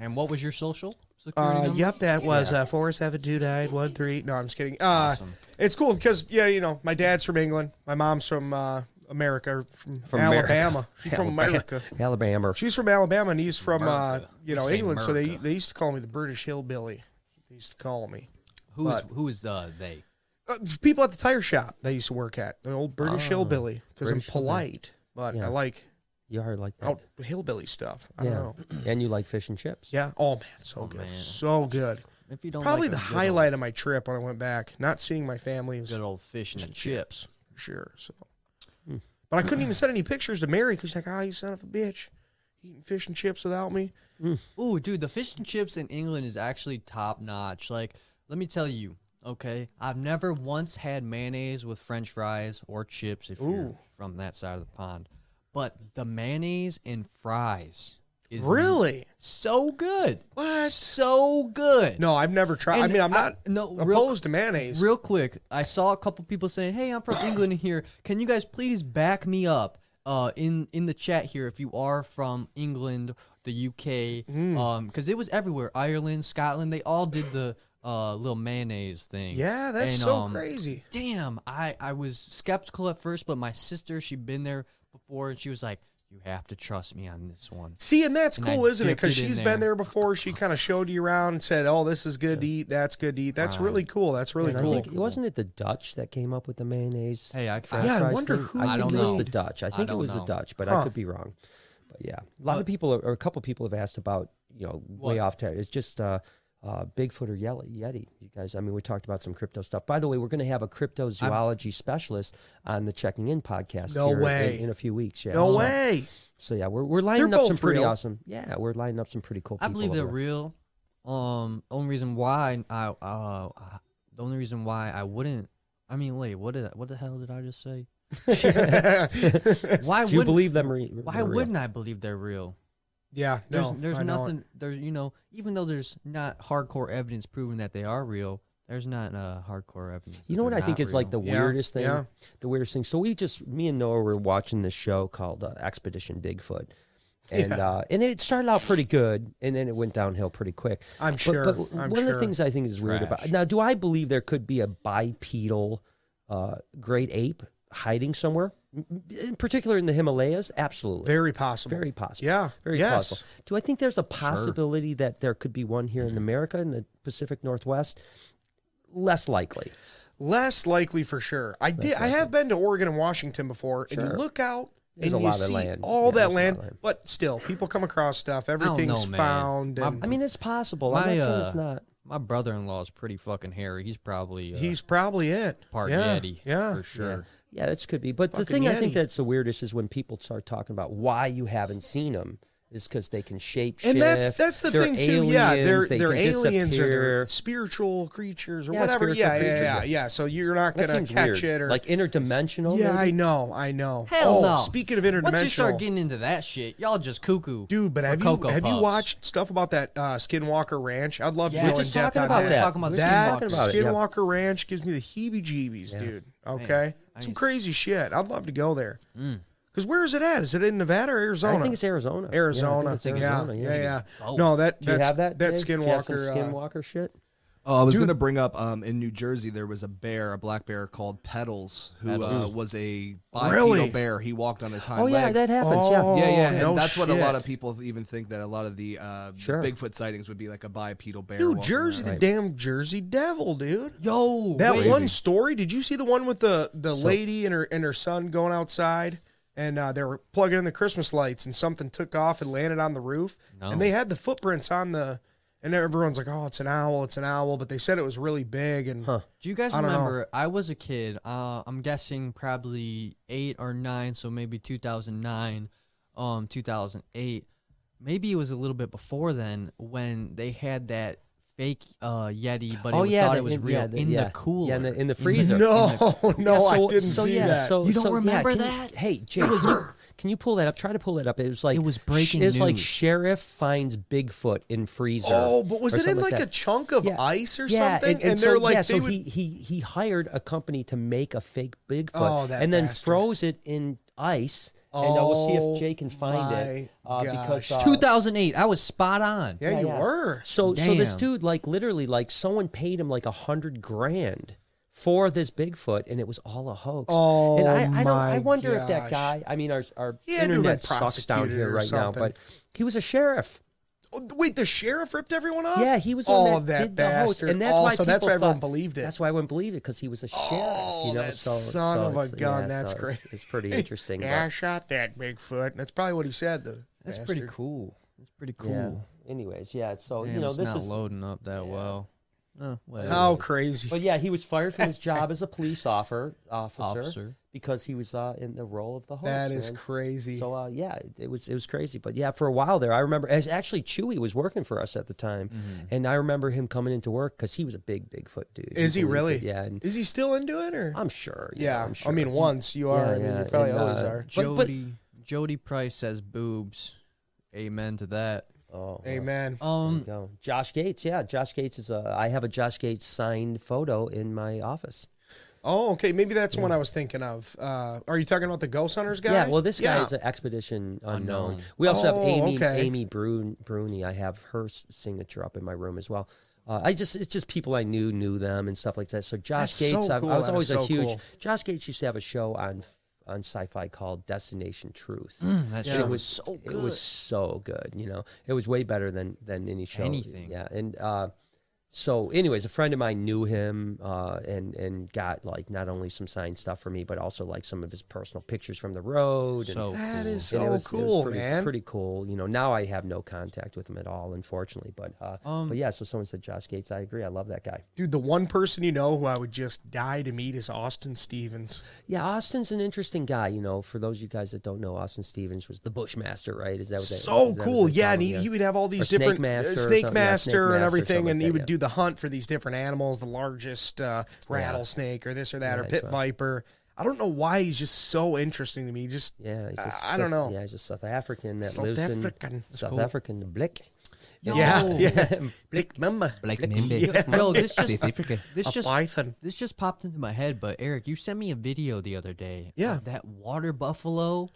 S4: And what was your social security
S3: Uh,
S4: number?
S3: yep, that was uh, four seven two nine one three. No, I'm just kidding. Uh, It's cool because yeah, you know, my dad's from England, my mom's from uh, America, or from,
S1: From America.
S3: Alabama. She's from America.
S1: Alabama.
S3: She's from Alabama, and he's from uh, you know
S4: We say
S3: England. So they
S4: America.
S3: they used to call me the British hillbilly. They used to call me.
S4: Who is who is the they?
S3: Uh, people at the tire shop they used to work at the old
S4: Oh,
S3: British hillbilly because I'm
S1: British hillbilly.
S3: polite, but
S1: Yeah.
S3: I like
S1: You are like that.
S3: out hillbilly stuff. I
S1: yeah.
S3: don't know.
S1: And you like fish and chips.
S3: Yeah. Oh man, so good,
S4: man.
S3: so good.
S4: If you don't
S3: Probably
S4: like a
S3: the
S4: good
S3: highlight of my trip when I went back, not seeing my family was
S4: old, good old fish and chips. Hmm.
S3: for sure. So, but I couldn't even send any pictures to Mary because she's like, "Ah, you son of a bitch, eating fish and chips without me."
S4: Ooh, dude, the fish and chips in England is actually top notch. Like, let me tell you, okay, I've never once had mayonnaise with French fries or chips if you're
S3: Ooh.
S4: from that side of the pond. But the mayonnaise and fries is
S3: Really?
S4: so good.
S3: What?
S4: So good.
S3: No, I've never tried. I
S4: And
S3: mean, I'm
S4: I-
S3: not
S4: no, real-
S3: opposed to mayonnaise.
S4: Real quick, I saw a couple people saying, "Hey, I'm from England here. Can you guys please back me up uh, in in the chat here if you are from England, the UK,
S3: Mm.
S4: um, because it was everywhere. Ireland, Scotland, they all did the uh, little mayonnaise thing.
S3: yeah, that's
S4: And,
S3: so
S4: um,
S3: crazy.
S4: Damn, I I was skeptical at first, but my sister, she'd been there before, and she was like, "You have to trust me on this one."
S3: See, and that's
S4: and I
S3: cool, isn't it?
S4: dipped
S3: Because
S4: it in
S3: she's
S4: there.
S3: been there before. She kind of showed you around and said, "Oh, this is good to eat. That's good to eat. That's really cool. That's really
S1: And I
S3: cool."
S1: think wasn't it the Dutch that came up with the mayonnaise?
S4: Hey, I-
S1: french
S4: Yeah, I
S1: fries
S3: wonder
S1: thing?
S3: who
S1: I
S4: I
S1: think
S4: don't
S1: it was the
S4: know.
S1: Dutch. I
S4: I
S1: think it
S4: don't
S1: was the
S4: know.
S1: Dutch, but I
S3: Huh.
S1: could be wrong. But yeah, a lot of people or a couple people have asked about you know way off. Tech. It's just uh, uh, Bigfoot or Yeti. Yeti. You guys, I mean, we talked about some crypto stuff. By the way, we're going to have a cryptozoology specialist on the Checking In podcast.
S3: No
S1: here in-
S3: way.
S1: In, a few weeks. Yeah.
S3: no
S1: so,
S3: way.
S1: So yeah, we're we're lining up
S3: both
S1: some pretty
S3: real.
S1: awesome. Yeah, we're lining up some pretty cool.
S4: I
S1: people
S4: believe
S1: over
S4: they're
S1: there.
S4: real. Um, only reason why I, uh, the only reason why I wouldn't. I mean, wait, what did I, what the hell did I just say? Why
S1: Do you
S4: wouldn't
S1: believe them? Re-
S4: Why wouldn't I believe they're real?
S3: Yeah,
S4: There's
S3: no,
S4: there's
S3: I know it.
S4: nothing there's you know even though there's not hardcore evidence proving that they are real, there's not uh, hardcore evidence.
S1: You
S4: that
S1: know what
S4: they're
S1: I think
S4: not
S1: is like
S4: real.
S1: the
S3: Yeah,
S1: weirdest thing?
S3: yeah.
S1: The weirdest thing. So we just, me and Noah were watching this show called uh, Expedition Bigfoot. And uh, and it started out pretty good, and then it went downhill pretty quick.
S3: I'm
S1: But-
S3: sure,
S1: But,
S3: I'm
S1: one of the
S3: sure.
S1: things I think is weird about
S4: Trash.
S1: now, do I believe there could be a bipedal uh, great ape hiding somewhere, in particular in the Himalayas? Absolutely,
S3: Very possible.
S1: very possible.
S3: Yeah.
S1: very
S3: yes.
S1: possible. Do I think there's a possibility that there could be one here
S3: Mm-hmm.
S1: in America in the Pacific Northwest? Less likely.
S3: Less likely for sure. I did. I have been to Oregon and Washington before, and you look out
S1: There's
S3: and
S1: a
S3: you
S1: lot of
S3: see
S1: land.
S3: all
S1: Yeah, there's
S3: that
S1: a lot
S3: land,
S1: of land.
S3: But still, people come across stuff.
S4: know,
S3: Everything's
S4: man.
S3: found.
S4: My-
S3: And
S1: I mean, it's possible.
S4: My,
S1: I'm not saying
S4: uh,
S1: it's not.
S4: my brother-in-law is pretty fucking hairy. He's probably uh,
S3: he's probably it.
S4: part
S3: yeah,
S4: yeti.
S3: Yeah.
S4: for sure.
S1: Yeah, this could be. But the
S3: Fucking
S1: thing I think
S3: Yeti.
S1: that's the weirdest is when people start talking about why you haven't seen them is because they can shape shift.
S3: And that's that's the thing too. yeah, they're
S1: they
S3: they're
S1: can
S3: aliens or
S1: disappear.
S3: they're spiritual creatures or
S1: Yeah,
S3: whatever.
S1: spiritual
S3: Yeah, yeah,
S1: creatures,
S3: yeah,
S1: yeah.
S3: yeah, So you're not
S1: that
S3: gonna
S1: seems
S3: catch
S1: weird.
S3: it or
S1: like interdimensional.
S3: yeah. I
S1: maybe?
S3: know. I know.
S4: Oh, Hell
S3: oh,
S4: no.
S3: Speaking of
S4: Once you start
S3: interdimensional,
S4: getting into that shit, y'all just cuckoo.
S3: dude. But
S4: for
S3: have you
S4: Cocoa
S3: have you
S4: Puffs.
S3: watched stuff about that uh, Skinwalker Ranch? I'd love
S4: Yeah,
S3: to
S4: we're
S3: go
S1: just
S3: in depth
S1: talking
S3: on
S1: about
S3: that.
S1: that.
S4: Talking about
S1: We're just
S3: That
S1: talking about it, yeah.
S3: Skinwalker Ranch gives me the heebie-jeebies, dude. Okay,
S4: I Mm.
S3: some
S4: used-
S3: crazy shit. I'd love to go there. Cause where is it at? Is it in Nevada or Arizona?
S1: I think it's Arizona. yeah, I
S3: Arizona.
S1: think it's
S3: Yeah,
S1: Arizona. Yeah,
S3: yeah, yeah.
S4: both.
S3: No, that
S1: Do you
S3: that's
S1: have that?
S3: that
S1: Dave? Do you have some
S3: Skinwalker. uh,
S1: Skinwalker shit.
S2: Oh, I was going to bring up um, in New Jersey there was a bear, a black bear called Petals, who Uh, was a bipedal
S3: Really?
S2: bear. He walked on his hind
S1: Oh
S2: legs.
S1: yeah, that happens.
S3: Oh,
S1: yeah.
S2: yeah, yeah, and
S3: no
S2: that's what a lot
S3: shit.
S2: of people even think that a lot of the uh,
S1: Sure.
S2: Bigfoot sightings would be like a bipedal bear.
S3: Dude,
S2: walking
S3: Jersey, the
S1: Right.
S3: damn Jersey Devil, dude.
S4: Yo,
S3: That
S4: wait.
S3: one story. Did you see the one with the the
S1: So-
S3: lady and her and her son going outside, and uh, they were plugging in the Christmas lights, and something took off and landed on the roof, and they had the footprints on the, and everyone's like, "Oh, it's an owl, it's an owl," but they said it was really big, and
S4: Do you guys
S3: I don't know.
S4: remember? I was a kid. Uh, I'm guessing probably eight or nine, so maybe 2009, um, 2008. Maybe it was a little bit before then when they had that fake uh, Yeti, but
S1: Oh
S4: it,
S1: yeah,
S4: thought
S1: the-
S4: it was
S1: in-
S4: real
S1: yeah, the-
S4: in
S1: yeah.
S4: the cooler. Mhm.
S1: Yeah, in the, in the freezer.
S3: no, no,
S1: Yeah,
S3: I
S1: so-
S3: didn't
S1: so,
S3: see
S1: yeah,
S3: that. Uh-huh.
S1: So,
S4: You don't
S1: so, yeah,
S4: remember
S1: can you-
S4: that?
S1: hey, Jake, can you pull that up? Try to pull that up. It was like
S4: It was
S1: sh-
S4: breaking
S1: It was like
S4: news.
S1: sheriff finds Bigfoot in freezer.
S3: oh, but was
S1: or
S3: it in
S1: something
S3: like, a
S1: that.
S3: chunk of
S1: Yeah.
S3: ice or
S1: yeah,
S3: something?
S1: and, and
S3: they're
S1: so,
S3: like,
S1: yeah,
S3: they
S1: so
S3: would,
S1: he, he he hired a company to make a fake Bigfoot
S3: Oh, that
S1: and then
S3: bastard.
S1: froze it in ice and uh, we'll see
S3: Oh
S1: if Jay can find it
S3: my
S1: uh, because
S3: gosh.
S1: uh,
S4: 2008. I was spot on.
S3: Yeah, you were.
S1: So so this
S4: Damn.
S1: dude like literally like someone paid him like a hundred grand for this Bigfoot and it was all a hoax.
S3: Oh,
S1: and I, I don't I
S3: my
S1: wonder if
S3: gosh.
S1: that guy I mean our our
S3: He had to have been
S1: internet sucks down
S3: prosecuted
S1: here
S3: or
S1: right now,
S3: something.
S1: but he was a sheriff.
S3: Oh, wait, the sheriff ripped everyone off.
S1: Yeah, he was
S3: all
S1: on that,
S3: Oh, that
S1: did the hoax,
S3: bastard.
S1: and that's
S3: oh,
S1: why
S3: so that's
S1: people
S3: why everyone
S1: thought-
S3: believed it.
S1: That's why I wouldn't believe it because he was a sheriff.
S3: Oh,
S1: you know,
S3: that
S1: so,
S3: son
S1: so
S3: of a
S1: it's-
S3: gun,
S1: yeah,
S3: that's
S1: so it's-
S3: great.
S1: It's, pretty interesting.
S3: yeah, I
S1: but,
S3: shot that Bigfoot. That's probably what he said. The
S4: That's
S3: bastard.
S4: pretty cool. That's pretty cool.
S1: yeah. Anyways, yeah. So
S4: Damn,
S1: you know
S4: it's
S1: this
S4: not
S1: is
S4: loading up that well. Oh, whatever.
S3: How crazy!
S1: But yeah, he was fired from his job as a police officer, officer,
S4: Officer.
S1: because he was uh, in the role of the host.
S3: that is
S1: man.
S3: crazy.
S1: So uh, yeah, it- it was it was crazy. But yeah, for a while there, I remember as actually Chewy was working for us at the time, and I remember him coming into work because he was a big Bigfoot dude.
S3: is he
S1: believed
S3: really?
S1: it, Yeah, and
S3: Is he still into it or?
S1: I'm sure. you know,
S3: yeah,
S1: I'm sure.
S3: I mean, once you are,
S1: Yeah,
S3: I mean,
S1: yeah,
S3: you probably
S1: and,
S3: always
S1: uh,
S3: are.
S1: But- but-
S4: Jody Jody Price says boobs. Amen to that.
S1: oh, well,
S3: Amen.
S1: there you
S4: Um,
S1: go. Josh Gates. Yeah, Josh Gates is a. I have a Josh Gates signed photo in my office.
S3: Oh, okay. Maybe that's one I was thinking of. Uh, are you talking about the Ghost Hunters guy?
S1: Yeah, well, this guy
S3: Yeah.
S1: is an expedition unknown.
S4: Unknown.
S1: We also
S3: Oh,
S1: have Amy
S3: okay.
S1: Amy Brun, Bruni. I have her s- signature up in my room as well. Uh, I just it's just people I knew knew them and stuff like that. So Josh
S3: That's so
S1: Gates, I,
S3: cool.
S1: I was
S3: That is
S1: always
S3: so
S1: a huge
S3: cool.
S1: Josh Gates used to have a show on on Sci-Fi called Destination Truth.
S4: that
S1: And
S4: shit
S1: It
S4: was
S1: was so good. It was so good. You know, it was way better than than any show.
S4: Anything.
S1: Yeah, and. uh so, anyways, a friend of mine knew him uh, and and got like not only some signed stuff for me, but also like some of his personal pictures from the road. and
S4: so
S3: that is
S4: cool.
S1: and
S3: so
S1: it was, it was
S3: cool,
S1: pretty,
S3: man.
S1: Pretty cool. You know, now I have no contact with him at all, unfortunately. But uh,
S4: Um,
S1: but yeah, so someone said Josh Gates. I agree. I love that guy.
S3: Dude, the one person you know who I would just die to meet is Austin Stevens.
S1: Yeah, Austin's an interesting guy. You know, for those of you guys that don't know, Austin Stevens was the Bushmaster, right? Is that what that,
S3: So
S1: is that what
S3: cool,
S1: they
S3: yeah.
S1: call
S3: And
S1: him?
S3: he, he would have all these
S1: Snake
S3: different
S1: Master or
S3: uh,
S1: something,
S3: snake
S1: yeah, Snake
S3: master and
S1: Master,
S3: everything,
S1: something
S3: and
S1: like
S3: he
S1: that,
S3: would
S1: yeah.
S3: do the hunt for these different animals, the largest uh, rattlesnake or this or that or
S1: Yeah,
S3: pit
S1: so-
S3: viper. I don't know why he's just so interesting to me. Just
S1: Yeah, he's a
S3: I-
S1: South,
S3: I don't know.
S1: Yeah, he's a South African that
S3: South
S1: lives in
S3: African. That's
S1: South
S3: cool.
S1: African Blick.
S3: yeah,
S4: Yo.
S3: yeah. Black mamba,
S2: Black
S4: Yo, this just-
S2: Africa.
S4: This
S3: a
S4: just
S3: python.
S4: this just popped into my head, but Eric, you sent me a video the other day.
S3: Yeah.
S4: of that water buffalo.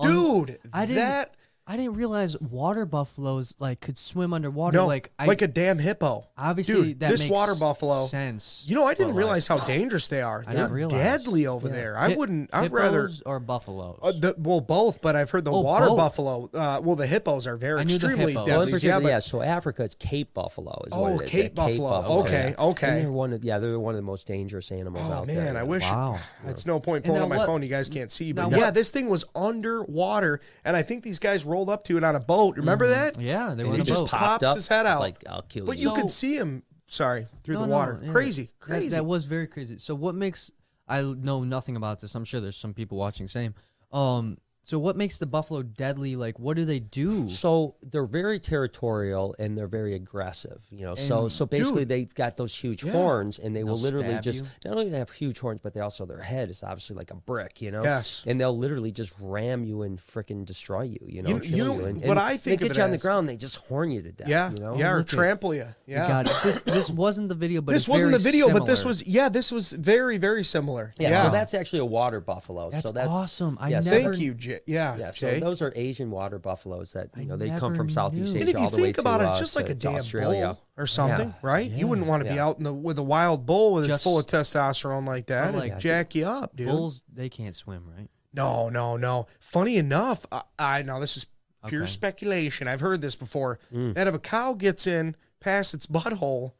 S4: Un-
S3: Dude,
S4: I didn't-
S3: that
S4: I didn't realize water buffaloes like could swim underwater.
S3: no,
S4: like
S3: like,
S4: I,
S3: a damn hippo.
S4: obviously
S3: Dude,
S4: that
S3: this
S4: makes
S3: water buffalo.
S4: sense.
S3: You know, I didn't
S4: but, like,
S3: realize how dangerous they are. They're
S4: didn't realize.
S3: deadly over there. I
S4: hip-
S3: wouldn't. I'd rather.
S4: hippos or buffaloes.
S3: Uh, the, well, both, but I've heard the
S4: Oh,
S3: water
S4: both.
S3: buffalo. Uh, well, the hippos are very
S4: I knew the
S3: extremely
S4: hippo.
S3: deadly.
S4: Well,
S1: Well, in
S3: yeah,
S1: particular, yeah,
S3: but
S1: So Africa, it's Cape buffalo. Is what
S3: Oh,
S1: it is.
S3: Cape
S1: yeah,
S3: buffalo. Okay,
S1: yeah.
S3: okay.
S1: And they're one of yeah, they're one of the most dangerous animals
S3: Oh
S1: out
S3: man,
S1: there.
S3: I
S1: yeah.
S3: wish.
S4: Wow.
S3: It's no point
S4: And
S3: pulling
S4: now
S3: up my
S4: what-
S3: phone. You guys can't see, but
S4: now
S3: yeah,
S4: what-
S3: this thing was underwater, and I think these guys rolled up to it on a boat. Remember that?
S4: Mm-hmm. yeah, they
S1: And it
S4: were in a
S1: just
S4: boat.
S1: popped
S3: Pops
S1: up.
S3: his head
S1: It's
S3: out.
S1: like I'll kill
S3: But
S1: you.
S3: you
S4: So-
S3: could see him. Sorry, through
S4: No,
S3: the
S4: no,
S3: water.
S4: yeah.
S3: Crazy,
S4: That-
S3: crazy.
S4: That, was very crazy. So what makes I know nothing about this. I'm sure there's some people watching same. Um, so what makes the buffalo deadly? Like, what do they do?
S1: So they're very territorial and they're very aggressive, you know. so so basically they've got those huge horns and they will literally
S4: stab
S1: just
S4: you.
S1: not only they have huge horns, but they also their head is obviously like a brick, you know.
S3: Yes.
S1: And they'll literally just ram you and freaking destroy you, you know.
S3: You-
S1: kill
S3: you know
S1: And,
S3: what
S1: and
S3: I think
S1: they
S3: of
S1: get
S3: it
S1: you on the
S3: as-
S1: ground, they just horn you to death.
S3: yeah,
S1: you know.
S3: yeah, or
S4: Look at-
S3: trample you. Yeah.
S4: God, this this wasn't the video, but
S3: This
S4: it's
S3: wasn't the
S4: very
S3: video, but this
S4: similar.
S3: was yeah, this was very very similar.
S1: Yeah,
S3: Yeah.
S1: so that's actually a water buffalo.
S4: That's
S1: so that's
S4: awesome. I
S1: yeah, so-
S4: never-
S3: Thank you, Jay. Yeah,
S1: yeah, so
S3: Jay.
S1: those are Asian water buffaloes that
S4: I
S1: you know they come
S4: never
S1: from Southeast Asia
S4: knew.
S3: And if you
S1: all the way
S3: think
S1: to
S3: about
S1: uh,
S3: it, just like
S1: to-
S3: a
S1: to
S3: damn
S1: Australia.
S3: bull or something,
S1: Yeah.
S3: right? You wouldn't want to be
S1: Yeah.
S3: out in the with a wild bull that's
S4: Just-
S3: full of testosterone like that.
S4: like-
S3: It'd jack you up, dude.
S4: bulls. They can't swim, right?
S3: No, no, no. Funny enough, I, I know this is pure
S4: Okay.
S3: speculation. I've heard this before.
S1: Hmm.
S3: That if a cow gets in past its butthole,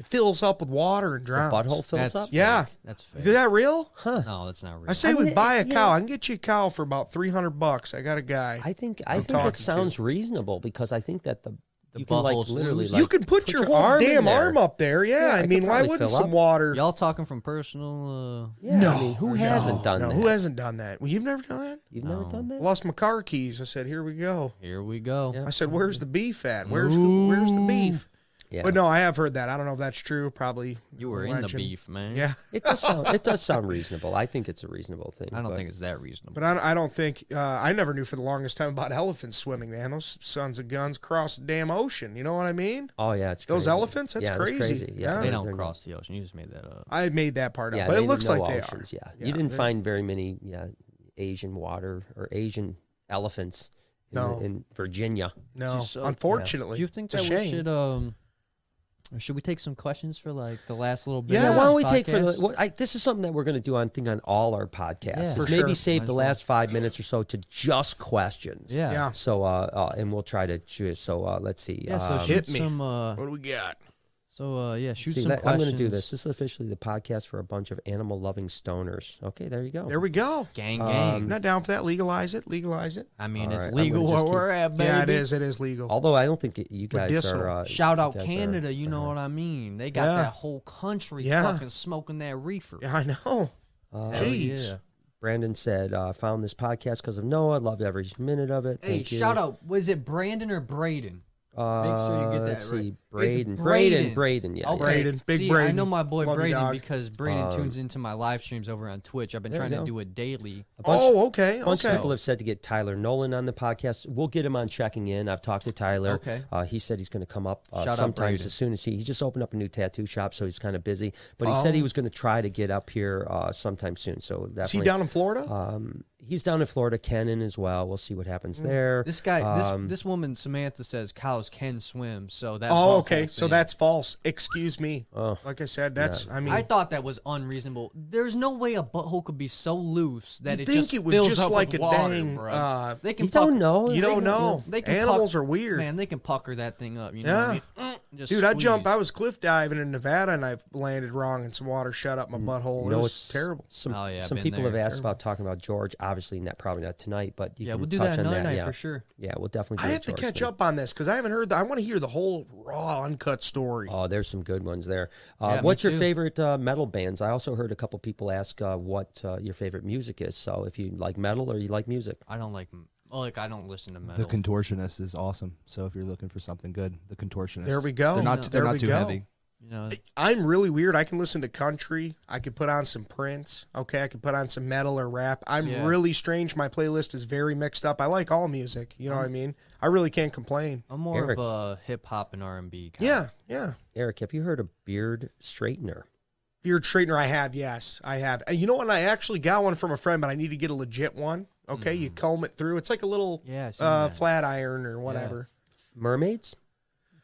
S3: it fills up with water and drowns.
S1: Butthole fills
S4: That's
S1: up.
S3: Yeah.
S4: fake. that's
S3: Is
S4: fair.
S3: that real? Huh.
S4: No, that's not real.
S3: I say
S1: I mean,
S3: we buy a
S1: it- you
S3: cow.
S1: know-
S3: I can get you a cow for about three hundred bucks. I got a guy.
S1: I think I think
S3: talking
S1: it
S3: to.
S1: sounds reasonable because I think that the,
S4: The
S1: you can like
S4: butthole's
S1: literally
S4: loose.
S1: like,
S3: you can put, your, whole
S1: arm in
S3: damn
S1: there.
S3: arm up there. Yeah,
S1: Yeah, it
S3: I
S1: could
S3: mean, why
S1: probably
S3: wouldn't
S1: fill
S3: some
S1: up.
S3: water?
S4: Y'all talking from personal? Uh,
S1: Yeah, I mean, who hasn't done
S3: no,
S1: that?
S3: Who hasn't done that? Well, you've never done that.
S1: You've never
S4: No.
S1: done
S3: I
S1: that?
S3: lost my car keys. I said, "Here we go."
S4: here we go.
S1: Yeah.
S3: I said, "Where's the beef at? Where's where's the beef?"
S1: yeah.
S3: But no, I have heard that. I don't know if that's true. Probably
S4: You were in the
S3: legend.
S4: beef, man.
S3: Yeah,
S1: it does sound it does sound reasonable. I think it's a reasonable thing.
S4: I don't
S1: but-
S4: think it's that reasonable.
S3: but I, don't- I don't think uh, I never knew for the longest time about elephants swimming. Man, those sons of guns cross the damn ocean. You know what I mean?
S1: Oh yeah, it's
S3: Those
S1: crazy.
S3: elephants? That's
S1: yeah, it's
S3: crazy.
S1: crazy. Yeah,
S3: Yeah.
S4: they don't
S1: they're-
S4: cross the ocean. You just made that up.
S3: I made that part up,
S1: Yeah,
S3: but
S1: they
S3: it looks
S1: know
S3: like they
S1: options,
S3: are.
S1: Yeah. you didn't find very many yeah Asian water or Asian elephants in,
S3: No.
S1: in Virginia.
S3: No,
S4: Just so-
S3: unfortunately,
S4: Do you think
S3: it's
S4: that
S3: a
S4: we
S3: shame.
S4: should um, or should we take some questions for like the last little bit?
S1: Yeah,
S4: of
S1: why don't we
S4: this
S1: take for
S4: podcast?
S1: the? Well, I, this is something that we're going to do on think on all our podcasts.
S4: Yeah.
S1: is
S4: For
S1: maybe
S3: sure.
S1: save
S4: Might
S1: the
S4: as well.
S1: last five minutes or so to just questions.
S4: yeah.
S3: yeah.
S4: yeah.
S1: So, uh, uh and we'll try to choose. So, uh, let's see.
S4: so
S1: um,
S4: shoot
S3: hit me.
S4: some. Uh,
S3: do we got?
S4: so uh, yeah, shoot
S1: see,
S4: some
S1: let- I'm
S4: questions.
S1: going to do this. This is officially the podcast for a bunch of animal loving stoners. Okay, there you go.
S3: There we go.
S4: Gang, gang.
S1: Oh. Um,
S3: I'm not down for that. Legalize it. Legalize it.
S4: I mean,
S1: all
S4: it's
S1: right, I'm gonna
S4: legal where
S1: just keep-
S4: we're at, baby.
S3: Yeah, it is. It is legal.
S1: Although I don't think it, you guys
S3: Medicinal.
S1: are. Uh,
S4: Shout
S1: you
S4: out
S1: guys are-
S4: Canada, you know what I mean? They got
S3: Yeah.
S4: that whole country
S3: Yeah.
S4: fucking smoking that reefer.
S3: yeah, I know.
S1: Uh,
S4: Hell
S3: Jeez.
S4: yeah.
S1: Brandon said, uh, "Found this podcast because of Noah. Loved every minute of it."
S4: Hey,
S1: Thank you.
S4: shout out. Was it Brandon or Braden?
S1: Uh,
S4: Make sure you get that
S1: let's see,
S4: right. It's
S1: Braden, Braden,
S4: Braden.
S1: Braden. Yeah,
S4: Okay.
S1: yeah.
S3: Braden. Big
S4: See, I
S3: Braden.
S4: know my boy
S3: Love you,
S4: Braden
S3: dog.
S4: because Braden
S1: Um,
S4: tunes into my live streams over on Twitch. I've been
S1: there
S4: trying
S1: you
S4: to
S1: go.
S4: do it daily.
S1: A bunch,
S3: Oh, okay.
S1: bunch of
S3: Okay.
S1: people have said to get Tyler Nolan on the podcast. We'll get him on checking in. I've talked to Tyler.
S4: Okay.
S1: Uh, he said he's going to come up uh,
S4: Shout out
S1: sometimes
S4: Braden.
S1: as soon as he he just opened up a new tattoo shop, so he's kind of busy. But he said
S4: Oh.
S1: he was going to try to get up here uh, sometime soon. So definitely,
S3: Is he down in Florida?
S1: um, he's down in Florida. Kenan as well. We'll see what happens there.
S4: Mm. This guy,
S1: Um,
S4: this this woman Samantha says cows can swim, so that.
S3: oh,
S4: buffalo
S3: okay. So
S4: thing-
S3: that's false. Excuse me.
S1: Oh.
S3: like I said, that's. I mean,
S4: I thought that was unreasonable. There's no way a butthole could be so loose that
S3: you
S4: it
S3: think
S4: just
S3: it would
S4: fills
S3: just
S4: up
S3: like a
S4: with water,
S3: dang.
S4: bro.
S3: Uh,
S4: they can
S1: you don't
S4: fuck-
S1: know.
S3: you don't
S4: can-
S3: know.
S4: they can
S3: Animals
S4: puck-
S3: are weird.
S4: Man, they can pucker that thing up. You know what I mean? Mm, Just
S3: Dude, I jumped.
S4: squeeze.
S3: I was cliff diving in Nevada and I landed wrong and some water shut up my
S1: Mm.
S3: butthole.
S1: You
S3: it
S1: know,
S3: was
S1: it's
S3: terrible.
S1: Some,
S4: Oh, yeah,
S1: some
S4: been
S1: people
S4: there.
S1: have asked
S4: Terrible.
S1: about talking about George. Obviously, not probably not tonight, but you
S4: Yeah,
S1: can
S4: we'll do
S1: touch
S4: that
S1: on
S4: another
S1: that.
S4: night
S1: yeah.
S4: for sure.
S1: Yeah, we'll definitely.
S3: I
S1: do a
S3: have to
S1: George
S3: catch
S1: thing.
S3: up on this because I haven't heard. The, I want to hear the whole raw, uncut story.
S1: Oh, there's some good ones there. Uh,
S4: Yeah, me
S1: what's your
S4: too.
S1: favorite uh, metal bands? I also heard a couple people ask uh, what uh, your favorite music is. So if you like metal or you like music,
S4: I don't like. m- oh, Like I don't listen to metal.
S2: The Contortionist is awesome. So if you're looking for something good, The Contortionist.
S3: There we go.
S2: They're not,
S4: No.
S2: they're
S3: There
S2: not
S3: we
S2: too
S3: go.
S2: heavy.
S4: you know,
S3: I'm really weird. I can listen to country. I could put on some Prince. Okay, I could put on some metal or rap. I'm
S4: Yeah.
S3: really strange. My playlist is very mixed up. I like all music. You know what I mean? I really can't complain.
S4: I'm more
S1: Eric.
S4: of a hip hop and R and B guy.
S3: Yeah, yeah.
S1: Eric, have you heard of Beard Straightener?
S3: Beard straightener, I have. Yes, I have. And you know what? I actually got one from a friend, but I need to get a legit one. Okay,
S1: Mm.
S3: you comb it through. It's like a little
S4: Yeah, I seen
S3: uh,
S4: that.
S3: flat iron or whatever.
S1: Mermaids?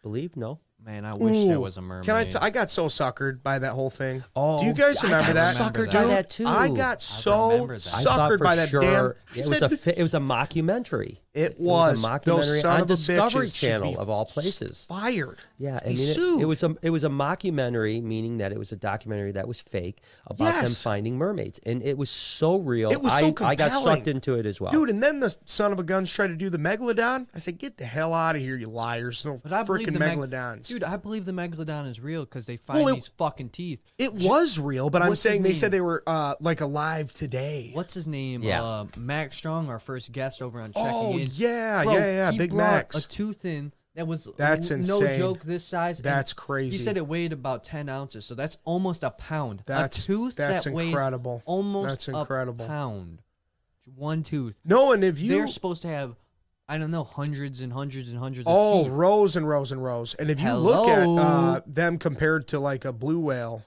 S1: Believe no.
S4: Man, I wish there
S3: Ooh.
S4: was a mermaid.
S3: Can I? T- I got so suckered by that whole thing.
S1: Oh,
S3: do you guys
S1: I
S3: remember
S1: got
S3: that?
S1: suckered
S4: Dude,
S1: by that too.
S3: I got so
S4: remember that.
S1: I thought
S3: suckered
S1: for
S3: by that
S1: sure
S3: damn.
S1: It was a fi- it was a mockumentary.
S3: It
S1: was
S3: was.
S1: a
S3: Those
S1: mockumentary
S3: son
S1: on
S3: of a
S1: Discovery
S3: bitches should
S1: Channel
S3: be
S1: of all places.
S3: fired.
S1: Yeah, I
S3: He
S1: mean, it- it,
S3: sued.
S1: was a it was a mockumentary, meaning that it was a documentary that was fake about them
S3: Yes.
S1: finding mermaids, and it was so real.
S3: It was
S1: I,
S3: so
S1: I got sucked
S3: compelling.
S1: into it as well.
S3: Dude, and then the son of a guns tried to do the megalodon. I said, "Get the hell out of here, you liars! No
S4: But I believe
S3: freaking
S4: the meg-
S3: megalodons."
S4: Dude, I believe the megalodon is real because they find
S3: Well, it-
S4: these fucking teeth.
S3: it was real, but I'm
S4: What's his
S3: saying they said
S4: name?
S3: they were uh, like alive today.
S4: What's his name?
S1: Yeah.
S4: Uh, Mac Strong, our first guest over on Checking
S3: Oh
S4: In.
S3: yeah,
S4: Bro,
S3: yeah, yeah,
S4: he
S3: Big
S4: brought
S3: Max.
S4: A tooth in that was
S3: That's
S4: n- No
S3: insane.
S4: joke, this size. and
S3: That's crazy.
S4: He said it weighed about ten ounces, so that's almost a pound.
S3: That's-
S4: a tooth
S3: that's
S4: that weighs
S3: incredible.
S4: Almost
S3: That's
S4: a
S3: incredible.
S4: pound. One tooth.
S3: no, and if you
S4: They're supposed to have, I don't know, hundreds and hundreds and hundreds
S3: Oh,
S4: of teeth.
S3: rows and rows and rows. And if you look at
S4: Hello?
S3: uh, them compared to like a blue whale,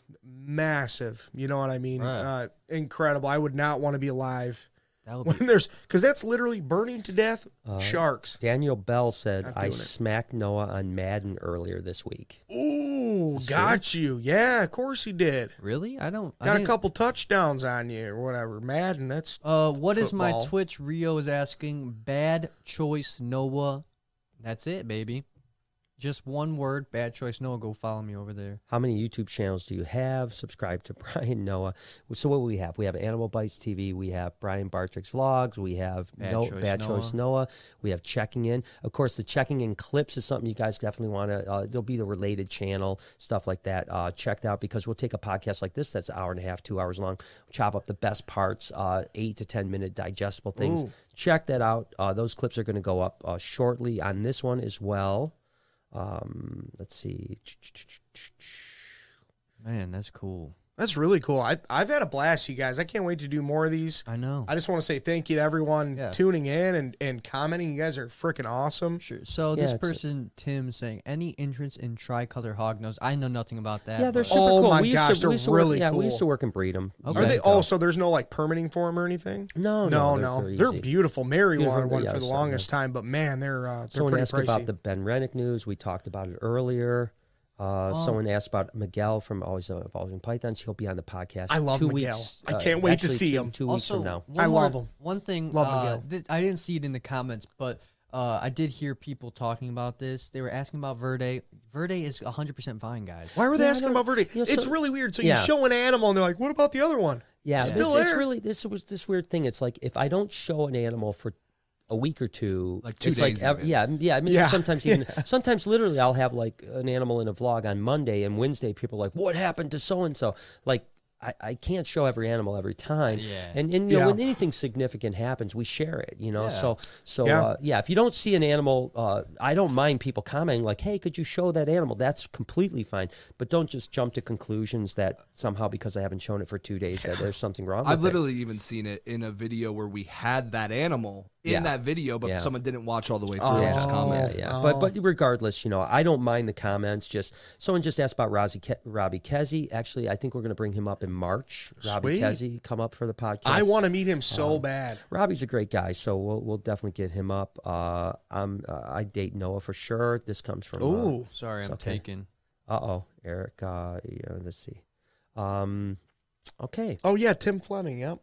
S3: massive. You know what I mean?
S4: Right.
S3: Uh, incredible. I would not want to be alive
S4: That would be
S3: when there's because that's literally burning to death
S1: Uh-huh.
S3: sharks.
S1: Daniel Bell said, "I
S3: doing it."
S1: smacked Noah on Madden earlier this week."
S3: Ooh, got you. Yeah, of course he did.
S4: really. I don't. I
S3: Got a
S4: didn't-
S3: couple touchdowns on you or whatever. Madden, that's
S4: Uh, what is
S3: Football.
S4: my Twitch? Rio is asking. Bad choice, Noah. That's it, baby. Just one word. Bad choice, Noah. Go follow me over there.
S1: How many YouTube channels do you have? Subscribe to Brian Noah. So what do we have? We have Animal Bites TV. We have Brian Bartrick's vlogs. We have
S4: Bad
S1: no,
S4: Choice
S1: Bad
S4: Noah.
S1: Choice Noah. We have Checking In. Of course, the Checking In clips is something you guys definitely want to. Uh, there'll be the related channel stuff like that uh, checked out because we'll take a podcast like this that's an hour and a half, two hours long, chop up the best parts, uh, eight to ten minute digestible things. Check that out. Uh, those clips are going to go up uh, shortly on this one as well. Um, let's see.
S4: Man, that's cool.
S3: That's really cool. I, I've had a blast, you guys. I can't wait to do more of these.
S4: I know.
S3: I just want to say thank you to everyone
S4: Yeah.
S3: tuning in and, and commenting. You guys are freaking awesome.
S4: Sure.
S1: Yeah,
S4: So this
S1: it's-
S4: person, Tim, saying any interest in tricolor hognose? I know nothing about that.
S1: Yeah, they're
S4: but-
S1: super
S3: Oh
S1: cool.
S3: my
S1: we used
S3: gosh,
S1: to,
S3: they're
S1: we used to
S3: really
S1: work, Yeah,
S3: cool.
S1: we used to work in Breedham.
S4: Okay.
S3: Are they
S4: Yeah.
S3: oh so there's no like permitting for them or anything?
S1: No,
S3: no,
S1: no,
S3: no.
S1: they're,
S3: They're,
S1: easy.
S3: beautiful. Mary
S1: You've
S3: wanted
S1: heard-
S3: one
S1: yeah,
S3: for the
S1: I've seen
S3: longest time, but man, they're uh, they're
S1: Someone
S3: pretty
S1: asked
S3: pricey.
S1: about the Ben Rennick news. We talked about it earlier. Uh,
S3: Oh.
S1: Someone asked about Miguel from Always uh, Evolving Pythons. He'll be on the podcast.
S3: I love
S1: two
S3: Miguel.
S1: Weeks, uh,
S3: I can't wait to
S1: actually
S3: see
S1: two-
S3: him.
S1: Two weeks
S4: also,
S1: from now.
S4: one
S3: I
S4: more-
S3: love 'em.
S4: One thing,
S3: Love
S4: uh,
S3: Miguel.
S4: th- I didn't see it in the comments, but uh, I did hear people talking about this. They were asking about Verde. Verde is 100% fine, guys.
S3: Why were they
S1: Yeah, I
S3: asking
S1: don't-
S3: about Verde?
S1: you know,
S3: it's
S1: so-
S3: really weird. So
S1: yeah.
S3: you show an animal and they're like, "What about the other one?"
S1: Yeah,
S3: Still
S1: this, it's
S3: there.
S1: really this was this weird thing. It's like if I don't show an animal for a week or two,
S2: Like two
S1: it's
S2: days,
S1: like ev-
S2: even.
S1: yeah, m- yeah. I mean,
S3: Yeah.
S1: sometimes even sometimes literally, I'll have like an animal in a vlog on Monday and Wednesday. People are like, what happened to so and so? Like. I, I can't show every animal every time,
S4: Yeah.
S1: and and you know
S3: Yeah.
S1: when anything significant happens, we share it. You know,
S4: Yeah.
S1: so so
S3: Yeah.
S1: Uh, yeah. If you don't see an animal, uh, I don't mind people commenting like, "Hey, could you show that animal?" That's completely fine, but don't just jump to conclusions that somehow because I haven't shown it for two days that there's something wrong.
S2: I've
S1: with it.
S2: literally even seen it in a video where we had that animal in
S1: Yeah.
S2: that video, but
S1: Yeah.
S2: someone didn't watch all the way through.
S3: Oh.
S2: and just
S1: Yeah,
S2: commented.
S1: yeah. But but regardless, you know, I don't mind the comments. Just someone just asked about Rosie Ke- Robbie Kesey. Actually, I think we're going to bring him up in March. Robbie
S3: Sweet.
S1: Kesey, come up for the podcast.
S3: I want to meet him so
S1: Um,
S3: bad.
S1: Robbie's a great guy, so we'll we'll definitely get him up. Uh, I'm uh, I date Noah for sure. This comes from uh,
S3: Ooh,
S4: Sorry, I'm
S1: okay.
S4: taken.
S1: uh oh Eric. Uh, yeah, let's see. Um, okay.
S3: oh yeah, Tim Fleming. Yep.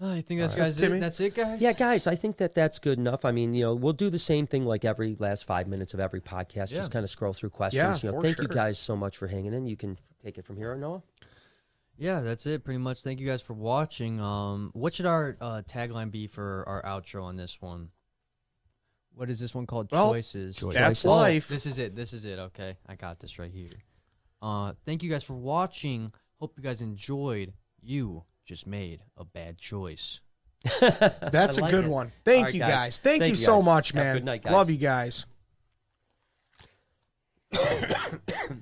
S4: Oh, I think that's
S3: Alright.
S4: guys.
S3: Timmy?
S4: It, that's it, guys.
S1: Yeah, guys, I think that that's good enough. I mean, you know, we'll do the same thing like every last five minutes of every podcast.
S4: Yeah.
S1: Just kind of scroll through questions.
S3: Yeah,
S1: you know,
S3: for
S1: thank you
S3: sure.
S1: guys so much for hanging in. You can take it from here, Noah.
S4: Yeah, that's it pretty much. Thank you guys for watching. Um, what should our uh, tagline be for our outro on this one? What is this one called?
S3: Well,
S4: Choices.
S3: That's
S1: Oh,
S3: life.
S4: This is it. This is it. Okay, I got this right here. Uh, thank you guys for watching. Hope you guys enjoyed. You just made a bad choice.
S3: That's
S1: I
S3: a
S1: like
S3: good
S1: it.
S3: one. Thank
S1: All right,
S3: you
S1: guys.
S3: guys. Thank,
S1: Thank
S3: you
S1: you
S3: so
S1: guys.
S3: much,
S1: Have a
S3: man.
S1: good night, guys.
S3: Love you guys.